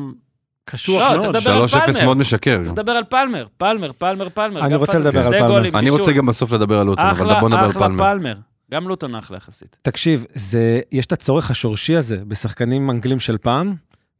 קשוח
לא,
מאוד.
צריך לדבר על
3-0
פלמר.
מאוד משקר.
צריך לדבר על פלמר, פלמר, פלמר, פלמר.
אני
גם
רוצה
פלמר.
לדבר על
שני
פלמר.
גולים,
אני
בישול.
רוצה גם בסוף לדבר על לוטון, אבל
אחלה,
בוא נדבר על
אחלה
פלמר.
פלמר. גם לוטון אחלה יחסית.
תקשיב, זה, יש את הצורך השורשי הזה בשחקנים אנגלים של פעם.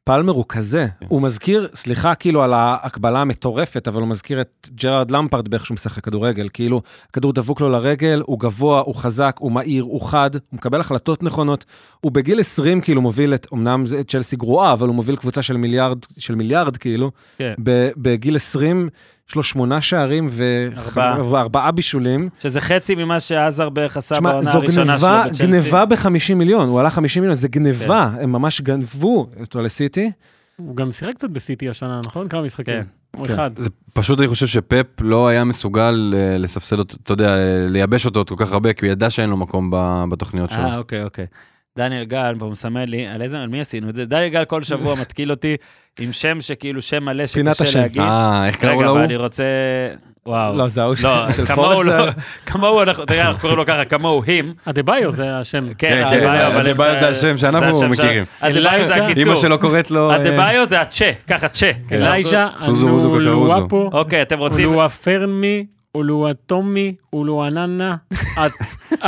פלמר הוא כזה,
כן.
הוא מזכיר, סליחה כאילו על ההקבלה המטורפת, אבל הוא מזכיר את ג'רארד למפרד באיך שהוא משחק כדורגל. כאילו, הכדור דבוק לו לרגל, הוא גבוה, הוא חזק, הוא מהיר, הוא חד, הוא מקבל החלטות נכונות. הוא בגיל 20 כאילו מוביל את, אמנם זה- את צ'לסי גרועה, אבל הוא מוביל קבוצה של מיליארד, של מיליארד כאילו.
כן.
ב- בגיל 20 יש לו שמונה שערים
ארבעה.
וארבעה בישולים.
שזה חצי ממה שעזר בערך עשה
תשמע,
בעונה
זו
הראשונה שלו
גניבה,
בצ'לסי.
גניבה ב-50 מיליון, הוא עלה 50 מיליון, זה גניבה,
כן.
הם ממש גנבו אותו לסיטי.
הוא גם שיחק קצת בסיטי השנה, נכון? כמה משחקים? או
כן.
אחד.
זה פשוט אני חושב שפפ לא היה מסוגל אה, לספסל אותו, אתה יודע, אה, לייבש אותו עוד כל כך הרבה, כי הוא ידע שאין לו מקום ב- בתוכניות שלו.
אה, אוקיי, אוקיי. דניאל גל פה מסמן לי, על איזה, על מי עשינו את זה? דניאל גל כל שבוע מתקיל אותי עם שם שכאילו שם מלא
פינת
שקשה
השם.
להגיד.
אה, איך קראו
רגע,
לו?
אבל
הוא?
אני רוצה... וואו.
לא, זה ההוא
לא,
של- של
כמוהו
פורסט.
אה.
לא, כמוהו אנחנו, תראה, אנחנו קוראים לו ככה, כמוהו him.
אדבאיו זה השם.
כן,
כן,
אדבאיו, אבל...
אדבאיו
איך
זה השם שאנחנו
זה השם
מכירים.
ש- אדבאיו זה
אמא
הקיצור.
שלו קוראת לו... אה, כן.
אדבאיו זה הצ'ה, ככה צ'ה. כן.
אלייז'ה,
סוזו, רוזו,
אנולואפו,
אוקיי, אתם רוצים...
אולואפרמי, אולואטומי, אולואננה,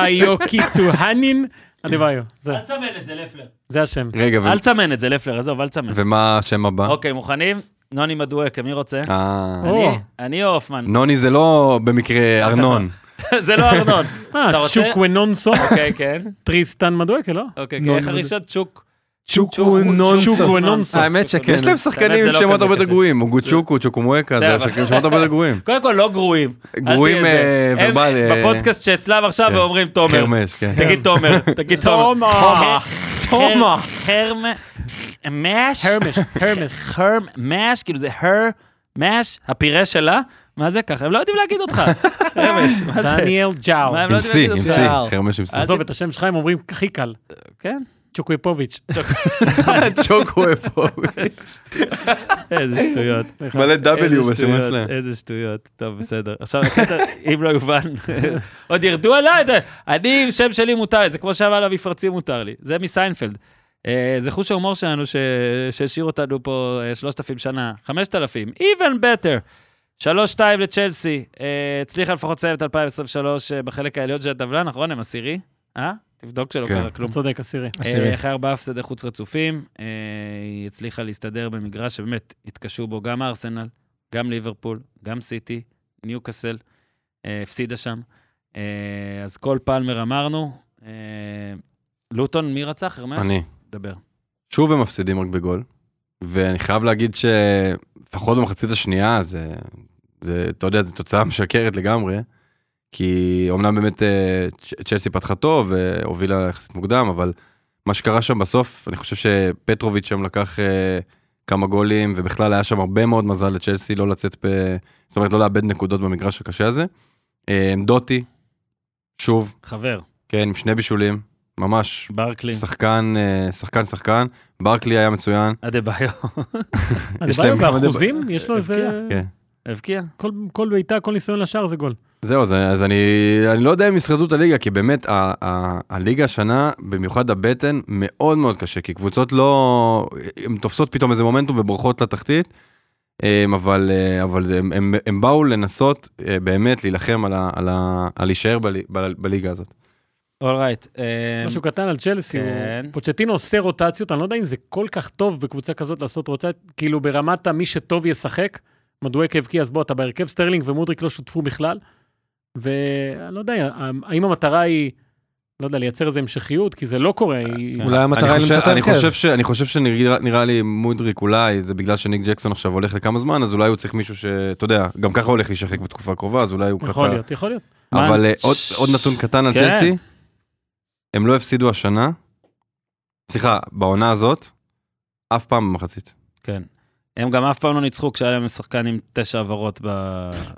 איוקיטוהנין, אדבאיו. זה-
אל תסמן את זה, לפלר.
זה השם.
רגע, ו-
אל תסמן את זה, לפלר, עזוב, אל תסמן.
ומה השם הבא?
אוקיי, מוכנים? נוני מדואקה, מי רוצה?
אה,
או.
אני- אני או הופמן?
נוני זה לא במקרה ארנון.
זה לא ארנון. אתה
אה,
רוצה?
שוקוונונסו,
אוקיי, כן.
טריסטן מדואקה, לא?
אוקיי, כן.
נוני
איך
מדואקה.
הראשון? צ'וק.
צ'וקו נונסו.
שוקוונונסו.
האמת שכן.
יש להם
באמת
שחקנים
זה
עם
לא
שמות
כזה
הרבה יותר
קשה.
גרועים, הוא גוצ'וקו, צ'וקומואקה,
בסדר,
זה
אבל-
השחקנים עם שמות הרבה יותר גרועים.
קודם כל, לא גרועים. אל תהיה
גרועים,
זה.
אה,
הם
ורבל, אה,
בפודקאסט שאצלם עכשיו
כן.
ואומרים תומר.
חרמש, כן.
תגיד תומר, תגיד תומר.
תומר. תומר.
חרמש. מש?
הרמש, הרמש.
חרמש, כאילו זה הר, מש, הפירה שלה. מה זה ככה? הם לא יודעים להגיד אותך. חרמש, מה זה?
דניאל ג'או.
מה, הם לא
עם
יודעים
סי,
להגיד
עם
אותך.
סי,
יאללה.
חרמש עם סי.
עזוב, את השם שלך הם אומרים הכי קל,
כן.
צ'וקויפוביץ'.
אה,
צ'וקו איפה הוא?
איזה שטויות.
מלא
איזה
W בשם
שטויות,
אצלם.
איזה שטויות. טוב, בסדר. עכשיו, הקטע, אם לא יובן, עוד ירדו עליי. אתה- אני, עם שם שלי מותר, זה כמו שאמר עליו מפרצים מותר לי. זה מסיינפלד. אה, זה חוש ההומור שלנו ש- שהשאיר אותנו פה אה, 3,000 שנה. 5,000, even better. 3-2 לצ'לסי. אה, הצליחה לפחות לסיים את 2023 אה, בחלק העליון של הטבלה, נכון? הם עשירי? אה? תבדוק שלא
כן.
קרה כלום.
צודק, אסירי.
עשירי.
אה, אחרי ארבעה הפסדי חוץ רצופים, אה, היא הצליחה להסתדר במגרש שבאמת התקשו בו גם ארסנל, גם ליברפול, גם סיטי, ניוקאסל, אה, הפסידה שם. אה, אז כל פלמר אמרנו, אה, לוטון, מי רצה? חרמש?
אני.
דבר.
שוב הם מפסידים רק בגול, ואני חייב להגיד שלפחות במחצית השנייה, זה, זה, אתה יודע, זו תוצאה משקרת לגמרי, כי אומנם באמת אה, צ'- צ'לסי פתחה טוב והובילה יחסית מוקדם, אבל מה שקרה שם בסוף, אני חושב שפטרוביץ' שם לקח אה, כמה גולים, ובכלל היה שם הרבה מאוד מזל לצ'לסי לא לצאת, ב, זאת אומרת לא לאבד נקודות במגרש הקשה הזה. אה, דוטי, שוב,
חבר,
כן, עם שני בישולים, ממש.
ברקלי,
שחקן, אה, שחקן, שחקן, ברקלי היה מצוין,
אדה-ביו.
אדבאיו
להם כמה
באחוזים, יש לו איזה...
הבקיע.
כן.
הבקיע?
כל- כל בעיטה, כל ניסיון לשער זה גול.
זהו, אז, אז אני, אני לא יודע אם ישרדו את הליגה, כי באמת ה, ה, הליגה השנה, במיוחד הבטן, מאוד מאוד קשה, כי קבוצות לא... הן תופסות פתאום איזה מומנטום ובורחות לתחתית, אמ, אבל, אה, אבל זה- הם, הם, הם באו לנסות אה, באמת להילחם על, ה, על, ה, על להישאר בלי, ב, בליגה הזאת.
אולרייט. אה,
משהו קטן על צ'לסי, הוא-
כן.
פוצ'טינו עושה רוטציות, אני לא יודע אם זה כל כך טוב בקבוצה כזאת לעשות רוטציות, כאילו ברמת המי שטוב ישחק, מדואק הבקיע, אז בוא, אתה בהרכב סטרלינג ומודריק לא שותפו בכלל, ואני לא יודע, האם המטרה היא, לא יודע, לייצר איזה המשכיות, כי זה לא קורה, היא...
אולי המטרה
אני
היא
חושב,
למצוא את
אני
ההרכב.
חושב, ש, אני חושב שנראה נראה לי מודריק אולי, זה בגלל שניק ג'קסון עכשיו הולך לכמה זמן, אז אולי הוא צריך מישהו שאתה יודע, גם ככה הוא הולך להישחק בתקופה הקרובה, אז אולי הוא ככה...
יכול להיות, יכול להיות.
אבל אה, עוד,
ש-
עוד נתון קטן על
כן.
צ'לסי, הם לא הפסידו השנה, סליחה, בעונה הזאת, אף פעם במחצית.
כן. הם גם אף פעם לא ניצחו כשהיה להם שחקן עם תשע עברות ב...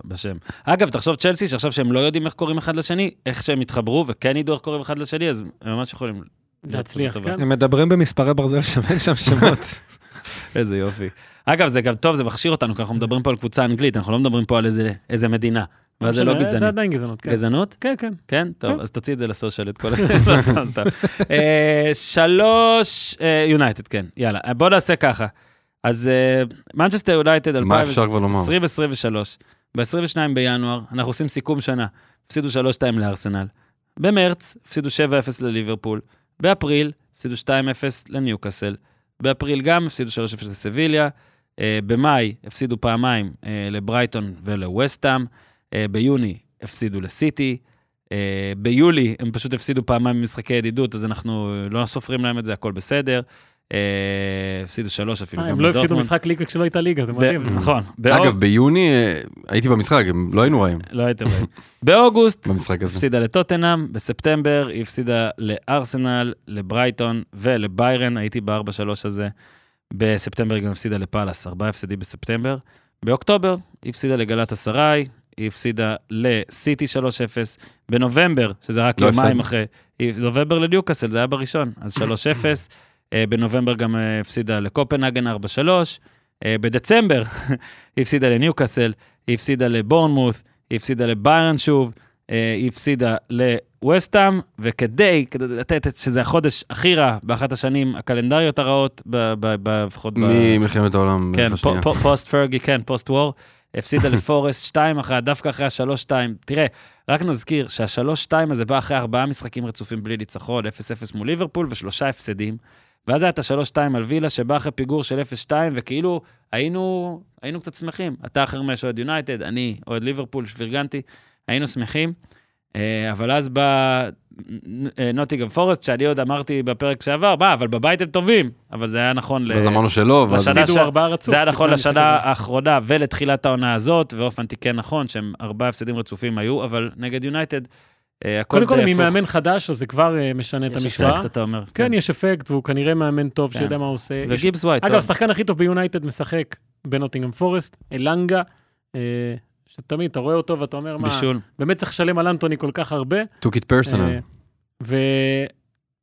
בשם. אגב, תחשוב צ'לסי, שעכשיו שהם לא יודעים איך קוראים אחד לשני, איך שהם התחברו וכן ידעו איך קוראים אחד לשני, אז הם ממש יכולים.
להצליח,
לעשות טובה.
כן.
הם מדברים במספרי ברזל שם, אין שם שמות.
איזה יופי. אגב, זה גם טוב, זה מכשיר אותנו, כי אנחנו מדברים פה על קבוצה אנגלית, אנחנו לא מדברים פה על איזה, איזה מדינה. ואז זה לא
משנה, זה
גזעני.
עדיין גזענות, כן.
גזענות?
כן, כן.
כן? טוב,
כן.
אז תוציא את זה לסושיאל, את כל ה... לא, סתם, סתם. אה, שלוש, אה, יונייטד, כן, יאללה. אה, בוא נעשה ככה. אז אה, מנצ'סטר יונייטד
מה אפשר כבר לומר?
2023, ב-22 בינואר, אנחנו עושים סיכום שנה. הפסידו 3-2 לארסנל, במרץ הפסידו 7-0 לליברפול, באפריל הפסידו 2-0 לניוקאסל, באפריל גם הפסידו 3-0 לסביליה, אה, במאי הפסידו פעמיים אה, לברייטון ולווסטאם, אה, ביוני הפסידו לסיטי, אה, ביולי הם פשוט הפסידו פעמיים במשחקי ידידות, אז אנחנו לא סופרים להם את זה, הכל בסדר. אה, הפסידו שלוש אפילו,
אה,
כאילו גם
הם לא הפסידו
לדורטמונד.
משחק ליגה כשלא הייתה ליגה, זה
ב-
מדהים.
נכון. באוג-
אגב, ביוני אה, הייתי במשחק, הם לא היינו רעים
לא הייתם רואים. באוגוסט
במשחק הזה.
הפסידה לטוטנאם, בספטמבר היא הפסידה לארסנל, לברייטון ולביירן, הייתי ב-4-3 הזה. בספטמבר היא גם הפסידה לפאלאס, ארבעה הפסדים בספטמבר. באוקטובר היא הפסידה לגלת אסריי, היא הפסידה לסיטי 3-0. בנובמבר, שזה רק
לא
יומיים
הפסדנו.
אחרי, היא- נובמבר לניוקאסל, זה היה בראשון, אז 3-0. אה, בנובמבר גם אה, הפסידה לקופנהגן 4-3. אה, בדצמבר היא הפסידה לניוקאסל, היא הפסידה לבורנמוס, היא הפסידה לביירן שוב, אה, היא הפסידה לווסטאם, וכדי, כדי לתת את- שזה החודש הכי רע באחת השנים הקלנדריות הרעות, ב- ב- ב- לפחות ב...
ממלחמת העולם
כן,
השנייה.
פו- פו- פוסט פרגי, כן, פוסט וור, הפסידה לפורסט 2-1, דווקא אחרי ה-3-2. תראה, רק נזכיר שה-3-2 הזה בא אחרי ארבעה משחקים רצופים בלי ניצחון, 0-0 מול ליברפול ושלושה הפסדים. ואז היה את ה-3-2 על וילה, שבא אחרי פיגור של 0-2, וכאילו היינו, היינו קצת שמחים. אתה חרמש אוהד יונייטד, אני אוהד ליברפול, שפרגנתי, היינו שמחים. אה, אבל אז בא נוטיגם פורסט, שאני עוד אמרתי בפרק שעבר, מה, אבל בבית הם טובים. אבל זה היה נכון ל...
ואז
אה,
אמרנו שלא, ואז
לשנה
הפסידו
ש-
ארבעה רצוף.
זה היה נכון
לפני המשחק
לשנה
הזה.
האחרונה ולתחילת העונה הזאת, והופמן תיקן נכון, שהם ארבעה הפסדים רצופים היו, אבל נגד יונייטד, אה, הכל די
קודם
הפוך.
כל, אם היא מאמן חדש, אז זה כבר אה, משנה את
יש
המשוואה.
אפקט, אתה אומר.
כן, יש אפקט, והוא כנראה מאמן טוב
כן.
שיודע מה הוא עושה. יש-
וגיבס ווייט,
אגב,
טוב.
השחקן הכי טוב ביונייטד משחק בנוטינגהם פורסט, אלנגה, אה, שתמיד אתה רואה אותו ואתה אומר, מה,
בישול.
באמת צריך לשלם על אנטוני כל כך הרבה.
took it personal.
אה,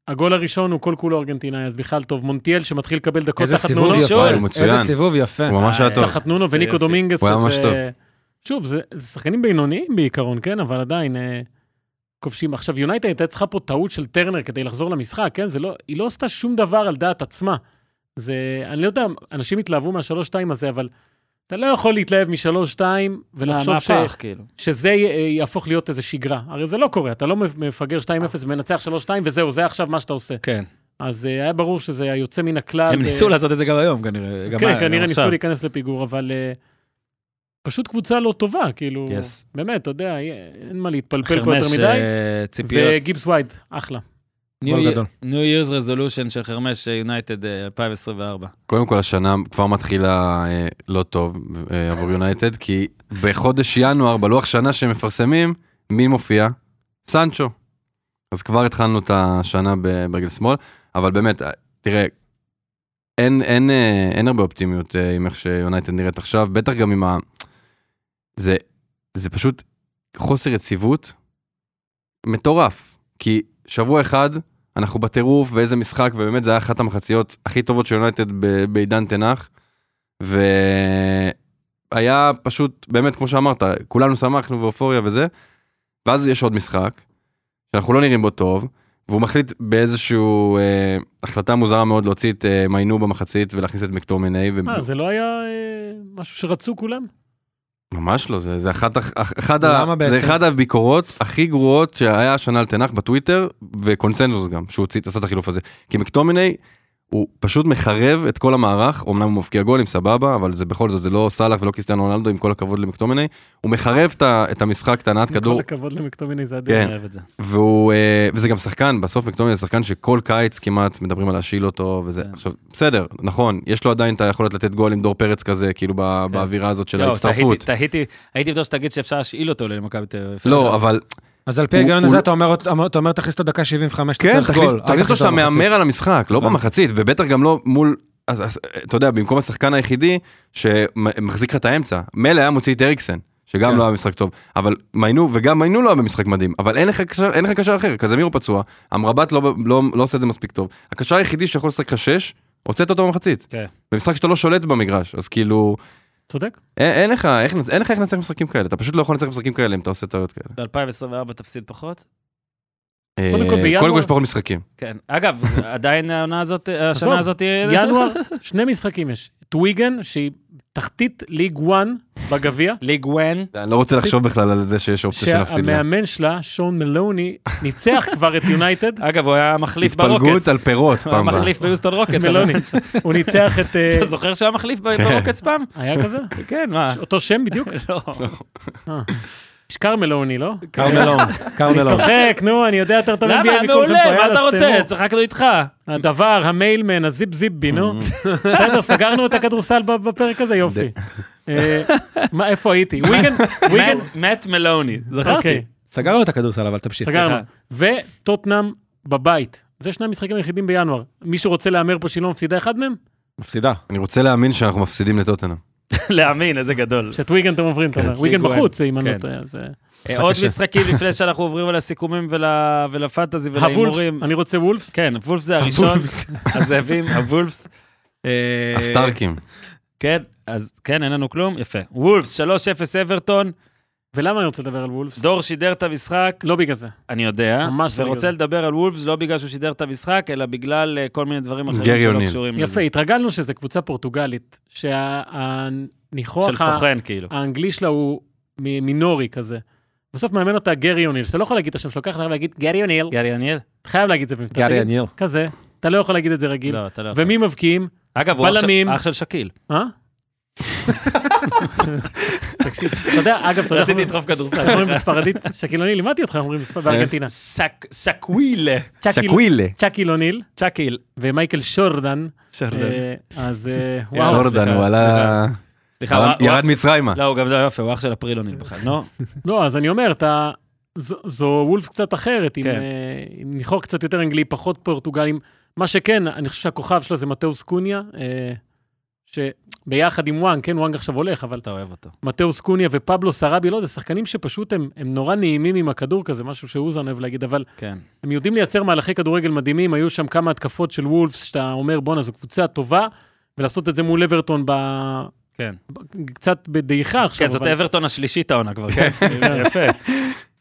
והגול הראשון הוא כל כולו ארגנטינאי, אז בכלל טוב. מונטיאל שמתחיל לקבל דקות
איזה
תחת
סיבוב
נונו,
שואל, הוא
יפה,
מצוין.
איזה סיבוב יפה.
הוא ממש היה
אה,
טוב.
תחת נונו
זה
וניקו
יופי.
דומינגס,
הוא היה ממש טוב.
שזה... שוב, זה זה שחקנים בינוניים בעיקרון, כן? אבל עדיין אה, כובשים. עכשיו, יונייטד הייתה צריכה פה טעות של טרנר כדי לחזור למשחק, כן? זה לא, היא לא עשתה שום דבר על דעת עצמה. זה, אני לא יודע, אנשים התלהבו מהשלוש-שתיים הזה, אבל אתה לא יכול להתלהב משלוש-שתיים ולחשוב ש...
מהפך, כאילו.
שזה י- יהפוך להיות איזה שגרה. הרי זה לא קורה, אתה לא מפגר 2-0 ומנצח 3-2 וזהו, זה עכשיו מה שאתה עושה.
כן.
אז אה, היה ברור שזה היה יוצא מן הכלל.
הם
אה,
ניסו לעשות את זה גם היום, כנראה. גם
כן,
ה-
כנראה
עכשיו.
ניסו להיכנס לפיגור, אבל אה, פשוט קבוצה לא טובה, כאילו,
Yes.
באמת, אתה יודע, אה, אין מה להתפלפל פה
חרמש,
יותר מדי.
אה, ציפיות.
וגיבס וייד, אחלה.
גול
New Year-
גדול.
New Year's Resolution של חרמש אה, יונייטד 2024.
קודם כל השנה כבר מתחילה אה, לא טוב אה, עבור יונייטד, כי בחודש ינואר, בלוח שנה שמפרסמים, מי מופיע? סנצ'ו. אז כבר התחלנו את השנה ב- ברגל שמאל, אבל באמת, אה, תראה, אין, אין, אה, אין הרבה אופטימיות אה, עם איך שיונייטד נראית עכשיו, בטח גם עם ה... זה, זה פשוט חוסר יציבות מטורף, כי שבוע אחד אנחנו בטירוף ואיזה משחק, ובאמת זה היה אחת המחציות הכי טובות של יונייטד ב- בעידן תנח. והיה פשוט, באמת, כמו שאמרת, כולנו שמחנו ואופוריה וזה, ואז יש עוד משחק, שאנחנו לא נראים בו טוב, והוא מחליט באיזשהו אה, החלטה מוזרה מאוד להוציא את אה, מיינו במחצית ולהכניס את מקטורמיני,
מה, זה לא היה אה, משהו שרצו כולם?
ממש לא, זה, זה אחת, הח- אח- אחד,
למה
ה,
בעצם?
זה אחד הביקורות הכי גרועות שהיה השנה על תנח בטוויטר, וקונצנזוס גם, שהוא הוציא, עשה את החילוף הזה. כי מקטומיני, הוא פשוט מחרב את כל המערך, אמנם הוא מבקיע גולים, סבבה, אבל זה בכל זאת, זה לא סאלח ולא קיסטיאן רונלדו, עם כל הכבוד למקטומיני, הוא מחרב את, ה- את המשחק, את הנעת
כל
כדור,
הכבוד למקטומיני, זה אדיר.
כן.
אני אוהב את זה.
והוא, אה, וזה גם שחקן, בסוף מקטומיני זה שחקן שכל קיץ כמעט מדברים על להשיל אותו, וזה,
כן.
עכשיו, בסדר, נכון, יש לו עדיין את היכולת לתת גול עם דור פרץ כזה, כאילו ב- באווירה הזאת של
לא,
ההצטרפות.
תהיתי- תהיתי, הייתי בטוח שתגיד שאפשר להשאיל אותו למכבי תל אביב.
לא, אבל
אז על פי
הוא-
ההיגיון
הוא-
הזה אתה אומר, אתה אומר, תכניס אותו דקה 75, אתה
כן,
צריך
תכניס,
גול. אל
תכניס לו
אותו
שאתה
במחצית.
מהמר על המשחק, לא
נכון.
במחצית, ובטח גם לא מול, אז, אז, אתה יודע, במקום השחקן היחידי שמחזיק לך את האמצע. מילא היה מוציא את אריקסן, שגם
כן.
לא היה במשחק טוב, אבל מיינו, וגם מיינו לא היה במשחק מדהים, אבל אין לך קשר, אין לך קשר אחר, קזמירו פצוע, אמרבת לא, לא, לא עושה את זה מספיק טוב. הקשר היחידי שיכול לשחק לך שש, הוצאת אותו במחצית.
כן.
במשחק שאתה לא שולט במגרש, אז כאילו,
צודק?
אין, אין לך, איך, נצ- אין לך איך לנצח משחקים כאלה, אתה פשוט לא יכול לנצח משחקים כאלה אם אתה עושה טעויות כאלה.
ב-2024 תפסיד פחות?
קודם כל,
אה,
בינואר-
קודם כל יש פחות משחקים.
כן. אגב, עדיין העונה הזאת,
עזוב,
השנה הזאת...
ינואר, שני משחקים יש. את וויגן, שהיא תחתית ליג 1 בגביע,
ליג וואן.
אני לא רוצה לחשוב בכלל על זה שיש אופציה שנפסיד לה.
שהמאמן שלה, שון מלוני, ניצח כבר את יונייטד,
אגב, הוא היה מחליף
התפלגות
ברוקטס.
על פירות
הוא היה
פעם הבאה.
מחליף ביוסטון רוקטס.
מלוני,
אבל-
הוא ניצח את... אה,
אתה זוכר שהוא היה מחליף ב- ברוקטס פעם?
היה כזה?
כן, מה?
אותו שם בדיוק?
לא.
אה. יש קרמלוני, לא?
כרמלון,
אני
כרמלון.
צוחק, נו, אני יודע יותר טוב
למה?
NBA מכולכם
מעולה,
פה,
מה
יאללה,
אתה רוצה?
סתמו.
צחקנו איתך.
הדבר, המיילמן, הזיפ זיפבי, נו. בסדר, סגרנו את הכדורסל ב- בפרק הזה, יופי. אה, מה, איפה הייתי? וויגן, וויגן,
מאט- מאט מלוני, זכרתי.
אוקיי,
סגרנו את הכדורסל, אבל תמשיך.
סגרנו. וטוטנאם בבית. זה שני המשחקים היחידים בינואר. מישהו רוצה להמר פה שהיא לא מפסידה אחד מהם?
מפסידה.
אני רוצה להאמין שאנחנו מפסידים לטוטנאם.
להאמין, איזה גדול.
שאת וויגן אתם עוברים, אתה אומר. וויגן
ליגואן.
בחוץ, אם אני לא
כן.
טועה. אז, אה,
אה, עוד
קשה.
משחקים לפני שאנחנו עוברים על הסיכומים ול- ולפנטזי
הוולפס,
ולהימורים.
אני רוצה וולפס.
כן, הוולפס זה הראשון. הזאבים, הוולפס. אה,
הסטארקים.
כן, אז כן, אין לנו כלום, יפה. וולפס, 3-0 אברטון,
ולמה אני רוצה לדבר על וולפס?
דור שידר את המשחק,
לא בגלל זה.
אני יודע,
ממש לא
ורוצה
בגלל.
לדבר על וולפס לא בגלל שהוא שידר את המשחק, אלא בגלל אה, כל מיני דברים אחרים
גרי
שלא
אוניל.
קשורים לזה.
יפה, התרגלנו שזו קבוצה פורטוגלית, שהניחוח...
של סוכן, כאילו.
האנגלי שלה הוא מ- מינורי כזה. בסוף מאמן אותה גרי אוניל, שאתה לא יכול להגיד את השם שלו ככה, אתה חייב להגיד גרי אוניל,
גרי אוניאל?
אתה חייב להגיד את זה במבטא.
גארי
תגיד,
עניר.
כזה, אתה לא יכול להגיד את זה רגיל.
לא, אתה לא יכול.
ומי מבקיעים?
אגב, הוא אח של-
בלמים.
אח של שקיל.
אה? תקשיב, אתה יודע, אגב, אתה יודע,
רציתי
איך
לדחוף כדורסל.
אומרים- אומרים בספרדית, שקיל אוניל, לימדתי אותך, אומרים בספ-
אה,
בארגנטינה.
סק- סקווילה. כאילו-
צ'קיל-
שקווילה.
צ'קיל אוניל
צ'קיל.
ומייקל שורדן,
שרדן.
אה, אז אה,
וואו,
וואו,
שורדן,
סליחה,
הוא עלה...
סליחה,
ירד-
הוא-
ירד מצרימה.
לא, הוא גם לא יפה, הוא אח של אפריל אוניל בכלל, נו.
לא, אז אני אומר, אתה... זו, זו וולף קצת אחרת, עם,
כן.
אה, עם ניחור קצת יותר אנגלי, פחות פורטוגלים. מה שכן, אני חושב שהכוכב שלה זה מתאוס קוניה, אה, שביחד עם וואנג, כן, וואנג עכשיו הולך, אבל
אתה אוהב אותו.
מתאוס קוניה ופבלו סרבי, לא, זה שחקנים שפשוט הם, הם נורא נעימים עם הכדור כזה, משהו שאוזן אוהב להגיד, אבל
כן.
הם יודעים לייצר מהלכי כדורגל מדהימים, היו שם כמה התקפות של וולפס, שאתה אומר, בואנה, זו קבוצה טובה, ולעשות את זה מול אברטון ב...
כן.
ב- קצת בדעיכה עכשיו.
כן, זאת
אבל-
אברטון השלישית העונה כבר, כן? יפה.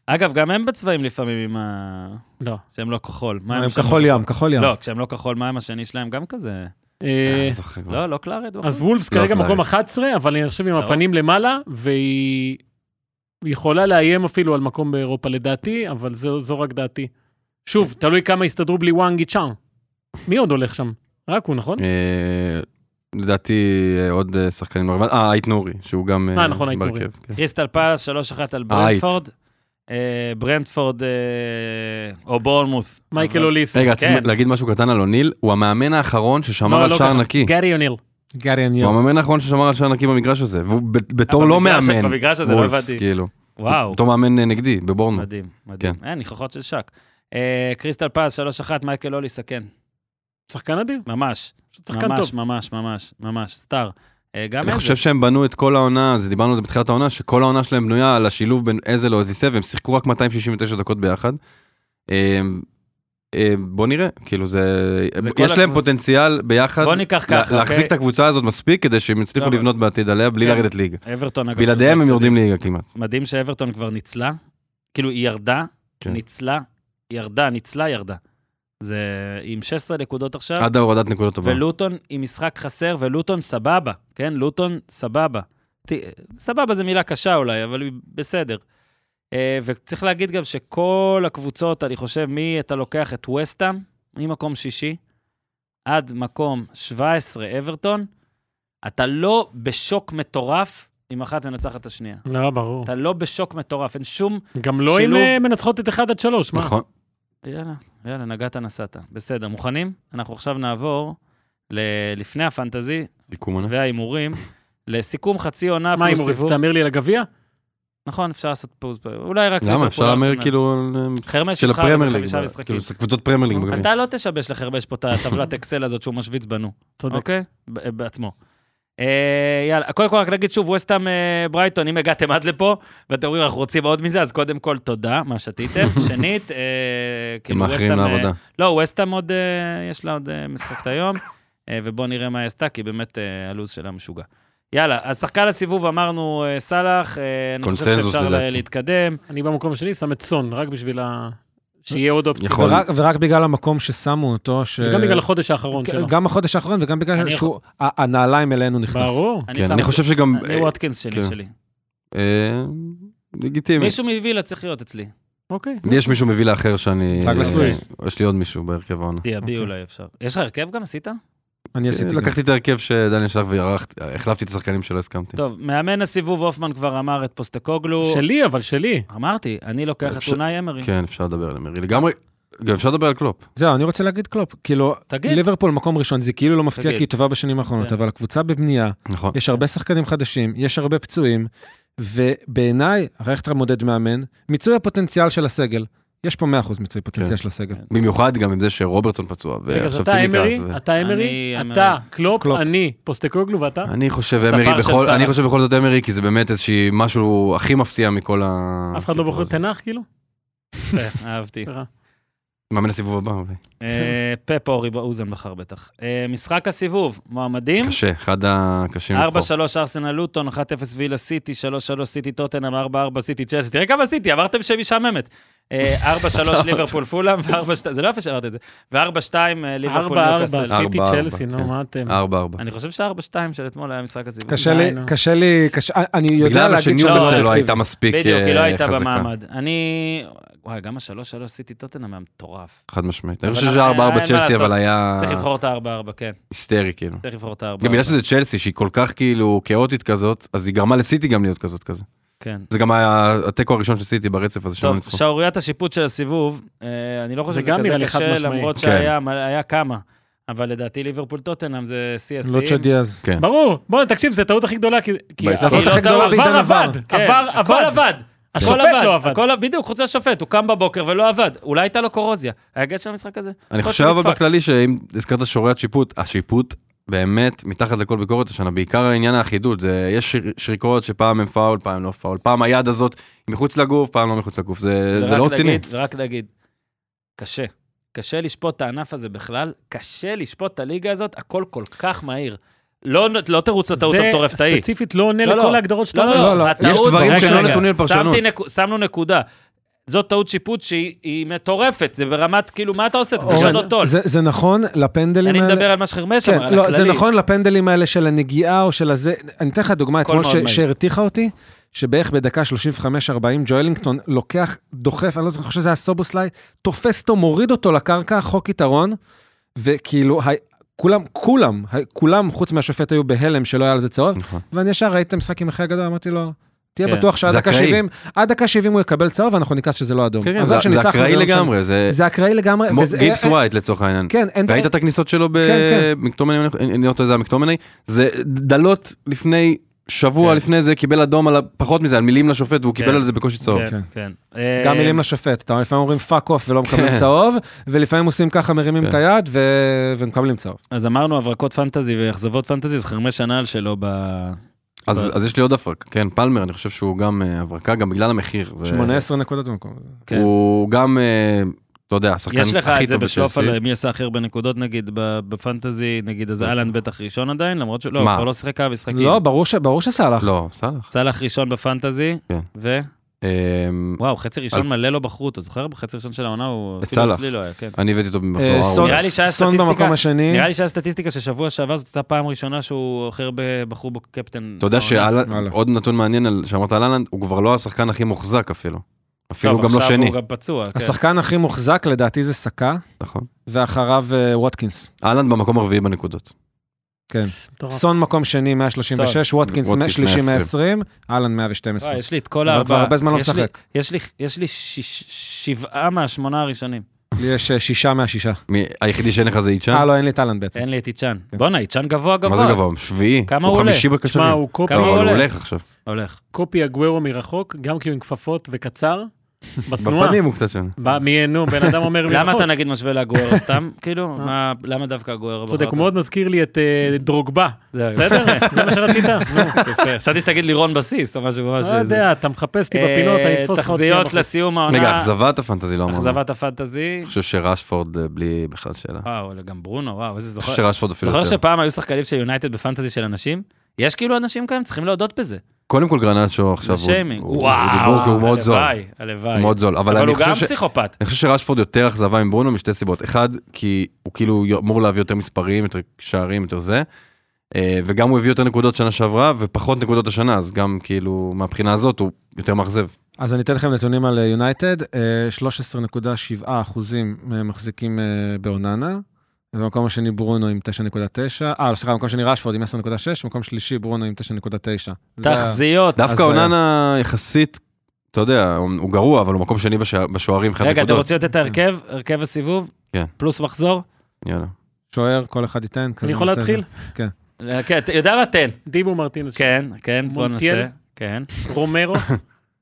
אגב, גם הם בצבעים לפעמים עם ה...
לא.
שהם לא כחול. מה
הם
שהם-
כחול ים, כחול ים.
לא, כשהם לא כחול, מה הם השני שלהם? גם כזה.
אה,
אני זוכר כבר.
לא, לא קלארד בחוץ.
אז וולפס
לא
כרגע
קלעי.
מקום 11, אבל אני חושב עם
צהוב.
הפנים למעלה, והיא יכולה לאיים אפילו על מקום באירופה לדעתי, אבל זו, זו רק דעתי. שוב,
כן.
תלוי כמה יסתדרו בלי וואנגי צ'אן. מי עוד הולך שם? רק הוא,
כן.
נכון?
אה, לדעתי אה, עוד אה, שחקנים לא רלוונטיים. אה, אייט נורי, שהוא גם
אה, נכון, אייט נורי.
בהרכב, כן.
קריסטל פלס, 3-1 על
אייט.
ברנדפורד. אה, ברנדפורד אה, או בורנמוס.
מייקל
אבל-
אוליס.
רגע, רציתי
כן.
להגיד משהו קטן על אוניל, הוא המאמן האחרון
לא,
ששמר על
לא
שער
ככה.
נקי.
כן,
גארי אוניל.
גארי עניר.
הוא המאמן האחרון ששמר על שער נקי במגרש הזה, והוא ב- בתור
אה,
לא
במגרש-
מאמן.
במגרש הזה, לא
וולפס,
הבנתי.
כאילו.
וואו,
בתור מאמן אה, נגדי, בבורנות.
מדהים, מדהים.
כן.
אין, ניחוחות של שק. אה, קריסטל פלס, 3-1, מייקל אוליס, כן.
שחקן אדיר,
ממש.
פשוט שחקן
ממש,
טוב.
ממש, ממש, ממש, סטאר. אה, גם
אני
איזה-
חושב שהם בנו את כל העונה, זה דיברנו על זה בתחילת העונה, שכל העונה שלהם בנויה על השילוב בין איזה לאוטיסה, והם שיחקו רק 269 דקות ביחד. אה, אה, בוא נראה, כאילו זה,
זה כל
יש להם
הקבוצ-
פוטנציאל ביחד,
בוא ניקח
לה-
ככה,
להחזיק
אוקיי?
את הקבוצה הזאת מספיק כדי שהם יצליחו
למה?
לבנות בעתיד עליה בלי
כן.
לרדת ליגה.
אברטון, אגב, שלושה
בלעדיהם הם
הפסדים.
יורדים ליגה כמעט.
מדהים שאברטון כבר ניצלה, כאילו היא ירדה,
כן.
ניצלה, ירדה, ניצלה, ירדה. זה היא עם 16 נקודות עכשיו,
עד ההורדת נקודות טובה.
ולוטון עם משחק חסר, ולוטון סבבה, כן? לוטון סבבה. ת- סבבה זו מילה קשה אולי, אבל היא בסדר. אה, וצריך להגיד גם שכל הקבוצות, אני חושב, מי אתה לוקח את וסטאם, ממקום שישי, עד מקום 17 אברטון, אתה לא בשוק מטורף אם אחת מנצחת את השנייה.
לא, ברור.
אתה לא בשוק מטורף, אין שום...
גם לא אם
שילוב.
אה, מנצחות את 1 עד 3, מה?
נכון.
יאללה, יאללה, נגעת, נסעת. בסדר, מוכנים? אנחנו עכשיו נעבור ל... לפני הפנטזי
סיכום עונה.
וההימורים, לסיכום חצי עונה
מה
פלוס
הימורים?
סיבוב.
תאמר לי על הגביע?
נכון, אפשר לעשות פוז. פה. אולי רק...
למה?
ליברפול,
אפשר להמר
ארסנל.
כאילו על, אה,
חרמש
של
שלך זה
הפרמייר ליג,
חמישה
ב-
משחקים.
כאילו זה קבוצות פרמייר ליג. בגביע.
אתה לא תשבש לחרמש פה את הטבלת אקסל הזאת שהוא משוויץ בנו,
צודק.
אוקיי? ב- בעצמו. אה, יאללה, קודם כל רק נגיד שוב, ווסטאם אה, ברייטון, אם הגעתם עד לפה, ואתם אומרים, אנחנו רוצים עוד מזה, אז קודם כל תודה, מה שתיתם. שנית, אה,
הם
כאילו
מאחרים
ווסטאם... אה,
לעבודה.
לא, ווסטהאם עוד, אה, יש לה עוד אה, משחק את היום, אה, ובואו נראה מה היא עשתה, כי באמת אה, הלו"ז שלה משוגע. יאללה, אז שחקן הסיבוב אמרנו אה, סאלח, אה, אני חושב
קונסנזוס
שאפשר לה-
לדעתי. כן,
להתקדם.
אני במקום השני שם את סון, רק בשביל ה... שיהיה עוד אופציה.
יכול.
ורק, ורק בגלל המקום ששמו אותו, ש... כן,
וגם בגלל החודש האחרון
כן,
שלו.
גם החודש האחרון וגם בגלל
אני
שהוא, ה- הנעליים אלינו נכנס.
ברור.
כן, אני חושב שגם...
אני אה, ווטקינס שלי,
כן.
שלי.
אה, לגיטימי.
מישהו מווילה צריך להיות אצלי.
אוקיי.
יש מישהו מביא לאחר שאני...
דאגלס
אה,
לואיס.
יש לי עוד מישהו בהרכב העונה.
דיאבי אולי אפשר. יש לך הרכב גם עשית?
כן.
אני
כן.
עשיתי... גם-
לקחתי את ההרכב שדניאל שלח וערכתי, החלפתי את השחקנים שלא הסכמתי.
טוב, מאמן הסיבוב הופמן כבר אמר את פוסטקוגלו.
שלי, אבל שלי.
אמרתי, אני לוקח את
אפשר-
אונאי אמרי.
כן, אפשר לדבר על אמרי לגמרי. גם אפשר לדבר על קלופ.
זהו, אני רוצה להגיד קלופ. כאילו,
תגיד.
ליברפול מקום ראשון, זה כאילו לא מפתיע
תגיד.
כי היא טובה בשנים האחרונות,
כן.
אבל הקבוצה בבנייה,
נכון.
יש הרבה שחקנים חדשים, יש הרבה פצועים, ובעיניי, הרי איך אתה מודד מאמן? מיצוי הפוטנציאל של הסגל. יש פה 100% מיצוי פוטנציאל
כן.
של הסגל.
במיוחד גם עם זה שרוברטסון פצוע,
רגע, אז
ועכשיו
אתה אמרי,
ציניקרס. ו-
אתה אמרי,
אני אמרי.
אתה קלופ,
קלופ.
אני פוסטקוגלו ואתה?
אני חושב
הספר
אמרי
של
בכל,
סאלח.
אני חושב בכל זאת אמרי, כי זה באמת איזשהו משהו הכי מפתיע מכל ה...
אף אחד לא בוחר תנח, כאילו?
יפה,
כן.
אהבתי.
נראה.
מאמן הסיבוב הבא, אולי.
אה, פפ אורי אוזן בחר בטח. אה, משחק הסיבוב, מועמדים.
קשה, אחד הקשים
4-3
לבחור.
ארסנל לוטון, 1-0 וילה סיטי, 3-3 סיטי טוטנאם, 4-4 סיטי צ'לסי. תראה כמה סיטי, אמרתם שהיא משעממת. אה, 4-3 ליברפול פולאם, ו-4-2, זה לא יפה שאמרת את זה, ו-4-2 ליברפול לא
ארבע, ארבע,
ניוקאסל.
סיטי,
ארבע,
צ'לסי,
ארבע,
נו,
כן.
מה אתם?
ארבע, ארבע.
אני חושב שה-4-2 של אתמול היה משחק הסיבוב.
קשה
די,
לי,
נו.
קשה לי, קשה- אני יודע
בגלל
להגיד
השניון
לא,
הזה לא
סלקטיבי.
הייתה מספיק אה, חזקה.
בדיוק, היא לא הייתה במעמד. אני... וואי, גם ה-3-3 סיטי טוטנאם היה מטורף.
חד משמעית. אני
אבל
חושב
אין-
שזה ארבע
אין
ארבע
מה
צ'לסי,
לעשות.
אבל היה
צריך לבחור את ה-4-4, כן.
היסטרי, כאילו.
צריך לבחור את ה-4-4.
אה. גם בגלל שזה צ'לסי, שהיא כל כך כאילו כאוטית כזאת, אז היא גרמה לסיטי גם להיות כזאת כזה.
כן.
זה גם היה התיקו הראשון של סיטי ברצף הזה שלא
טוב,
ניצחו.
שערוריית השיפוט של הסיבוב, אה, אני לא חושב
זה
שזה
גם
כזה
נראה לי
קשה,
חד-משמעי.
למרות
כן.
שהיה מה- היה כמה. אבל לדעתי ליברפול טוטנאם זה שיא
לא
השיאים.
לוצ'ו דיאז.
כן.
ברור, בוא תקשיב, זו טעות הכי גדולה, כי... כי
זה
היא
הטעות
לא
הכי
טעות,
גדולה בעידן עבר.
עבר עבד,
כן,
עבר
הכל
עבד.
עבד.
השופט
הכל
לא עבד.
הכל- בדיוק, חוץ מהשופט, הוא קם בבוקר ולא עבד. אולי הייתה לו קורוזיה. היה גט של המשחק הזה?
אני
יכול
חושב
להיות שהוא
אבל
נדפק.
בכללי שאם הזכרת שוריית שיפוט, השיפוט באמת מתחת לכל ביקורת השנה, בעיקר העניין האחידות, זה יש שיר- שריקות שפעם הם פאול, פעם לא פאול, פעם היד הזאת היא מחוץ לגוף, פעם לא מחוץ לגוף, זה זה
ורק
לא רציני.
להגיד- ורק להגיד, קשה. קשה לשפוט את הענף הזה בכלל, קשה לשפוט את הליגה הזאת, הכל כל כך מהיר. לא לא תרוץ לטעות המטורפת
זה
ההיא.
ספציפית לא עונה
לא, לא.
לכל ההגדרות שאתה
לא,
אומר. אה,
לא,
לא,
לא,
לא.
הטעות-
יש דברים
רגע,
שלא
רגע,
נתונים לפרשנות.
שמתי נקו- שמנו נקודה. זאת טעות שיפוט שהיא היא מטורפת, זה ברמת, כאילו, מה אתה עושה? אתה צריך
אורן,
לשנות טול.
זה זה נכון לפנדלים
אני
האלה.
מדבר על מה שחרמש אמר,
כן,
על
לא, זה
הכללי.
נכון לפנדלים האלה של הנגיעה או של הזה. אני אתן לך דוגמה
הכל
אתמול
מאוד
ש-
מהיר.
שהרתיחה אותי, שבערך בדקה 35-40 ג'ואלינגטון לוקח, דוחף, אני לא זוכר, אני חושב שזה היה סובוסליי, תופס אותו, מוריד אותו לקרקע, חוק יתרון, וכאילו, ה- כולם, כולם, ה- כולם חוץ מהשופט היו בהלם שלא היה על זה צהוב,
נכון.
ואני ישר ראיתי את המשחק עם אחי הגדול, אמרתי לו, תהיה
כן.
בטוח שעד
זה
דקה
אקראי.
70, עד דקה 70 הוא יקבל צהוב, ואנחנו נקרא שזה לא אדום.
כן,
עזוב
זה- זה
שניצחנו,
אקראי
לא משנה.
לגמרי, זה
זה אקראי לגמרי.
כמו
וזה-
גיבס
אה, אה,
ווייט לצורך העניין.
כן, אין...
ראית את הכניסות שלו
כן.
במקטומני, אני לא טועה, זה היה מקטומני, זה דלות לפני, שבוע
כן.
לפני זה, קיבל אדום על ה- פחות מזה, על מילים לשופט, והוא קיבל
כן.
על זה בקושי צהוב.
כן,
כן.
כן.
גם מילים לשופט, אתה לפעמים אומרים פאק אוף ולא מקבלים
אה, כן.
צהוב, ולפעמים עושים ככה, מרימים
כן. אה.
את היד ו- ומקבלים צהוב.
אז אמרנו הברקות פנטזי ואכזבות פנטזי, אז חרמש ענה על שלו ב...
אז אז יש לי עוד הברק, כן, פלמר, אני חושב שהוא גם אה, הברקה, גם בגלל המחיר. זה-
18 נקודות במקום. הזה.
כן.
הוא גם, אה, אתה יודע, השחקן
יש לך
הכי
את זה
טוב
בשלוף
בצ'לסי.
על מי עשה הכי הרבה נקודות נגיד ב- בפנטזי, נגיד אז
בטח.
אהלן בטח ראשון עדיין, למרות שהוא לא, הוא
מה?
כבר לא שיחק כמה משחקים.
לא, ברור ש- ברור שסאלח.
לא, סאלח.
צלח ראשון בפנטזי,
כן.
ו...
אה,
וואו, חצי ראשון
על-
מלא לא בחרו אותו, זוכר? בחצי ראשון של העונה הוא...
את
אפילו
סאלח.
אצלי לא היה, כן.
אני הבאתי אותו במחזור
אה, סון-
ארבע.
נראה לי שהיה
סון
סטטיסטיקה-
במקום
כן.
השני.
נראה לי שהיה סטטיסטיקה ששבוע שעבר זאת הייתה פעם ראשונה שהוא אחר בחור בו קפטן.
אתה יודע
העונה.
וואלה.
שאלן, עוד נתון מעניין על- שאמרת על אהלנד, הוא כבר לא השחקן הכי מוחזק אפילו. אפילו
טוב,
הוא גם לא
עכשיו
שני,
הוא גם פצוע, כן.
השחקן הכי מוחזק לדעתי זה סקה,
נכון?
ואחריו אה, ווטקינס.
אהלנד במקום הרביעי בנקודות.
כן.
מטורף.
סון מקום שני, 136, ווטקינס
ווטקינס,
שלישי,
120.
120, אהלן
וואי,
112.
לא, אה, יש לי את כל הארבעה.
אבל כבר הרבה זמן לא
יש לי-
משחק.
יש לי- יש לי שש- שבעה מהשמונה הראשונים.
לי יש אה, שישה מהשישה.
מי- היחידי שאין לך זה איצ'ן?
אה, לא, אין לי את אהלן בעצם.
אין לי את איצ'אן. בואנה, איצ'אן גבוה גבוה.
כן. מה זה גבוה? הוא שביעי.
כמה הוא
הוא
עולה?
חמישי בקשרים.
שמע, הוא קופי-
כמה
לא, אבל
הוא
הוא
עולה?
הולך עכשיו.
הולך.
קופי הגוורו מרחוק, גם כאילו עם כפפות וקצר, בתנועה.
בפנים הוא קצת שם.
ב- מי- נו, בן אדם אומר מרחוק.
למה אתה נגיד משווה לאגוארו סתם? כאילו, מה- למה דווקא אגוארו?
אה. צודק, הוא מאוד מזכיר לי את אה, דרוגבה. בסדר? זה מה שרצית? נו.
חשבתי שתגיד לירון בסיס או משהו ממש...
לא
זה.
יודע, אתה מחפש אותי בפינות, אני אתפוס לך עוד שנייה.
אה, תחזיות
בחוץ.
לסיום העונה.
רגע, אכזבת הפנטזי לא אמרנו.
אכזבת הפנטזי.
אני חושב שרשפורד אה, בלי בכלל שאלה. אני
וואו, גם ברונו, וואו, איזה
חושב
זוכר.
שרשפורד אפילו
זוכר
יותר.
שפעם היו שחקנים של יונייטד בפנטזי של אנשים? יש כאילו אנשים כאלה, צריכים להודות בזה.
קודם כל גרנצ'ו עכשיו,
זה
הוא-
שיימינג.
הוא- הוא דיבור כי הוא מאוד זול.
הלוואי, הלוואי.
הוא מאוד זול, אבל
אבל
אני
הוא גם
חושב ש...
פסיכופת.
אני חושב שרשפורד יותר אכזבה מברונו משתי סיבות. אחד, כי הוא כאילו אמור להביא יותר מספרים, יותר שערים, יותר זה. אה, וגם הוא הביא יותר נקודות שנה שעברה, ופחות נקודות השנה, אז גם כאילו, מהבחינה הזאת הוא יותר מאכזב.
אז אני אתן לכם נתונים על אה, יונייטד, אה, 13.7 אחוזים אה, מחזיקים אה, באוננה, במקום השני ברונו עם 9.9, אה, סליחה, במקום השני רשפורד עם 10.6, במקום שלישי ברונו עם 9.9. זה ה-
תחזיות.
דווקא
אה.
אוננה יחסית, אתה יודע, הוא הוא גרוע, אבל הוא מקום שני בשע- בשוערים, מבחינת
רגע, אתה
נקודות.
רוצה לתת את ההרכב? הרכב הסיבוב?
כן.
פלוס מחזור?
יאללה.
שוער, כל אחד ייתן. כזה
אני יכול
נעשה
להתחיל?
את זה.
אה, כן, אתה יודע מה? תן.
דיבו מרטינס,
כן, כן, בוא
מונטיאל?
ננסה. כן.
רומרו,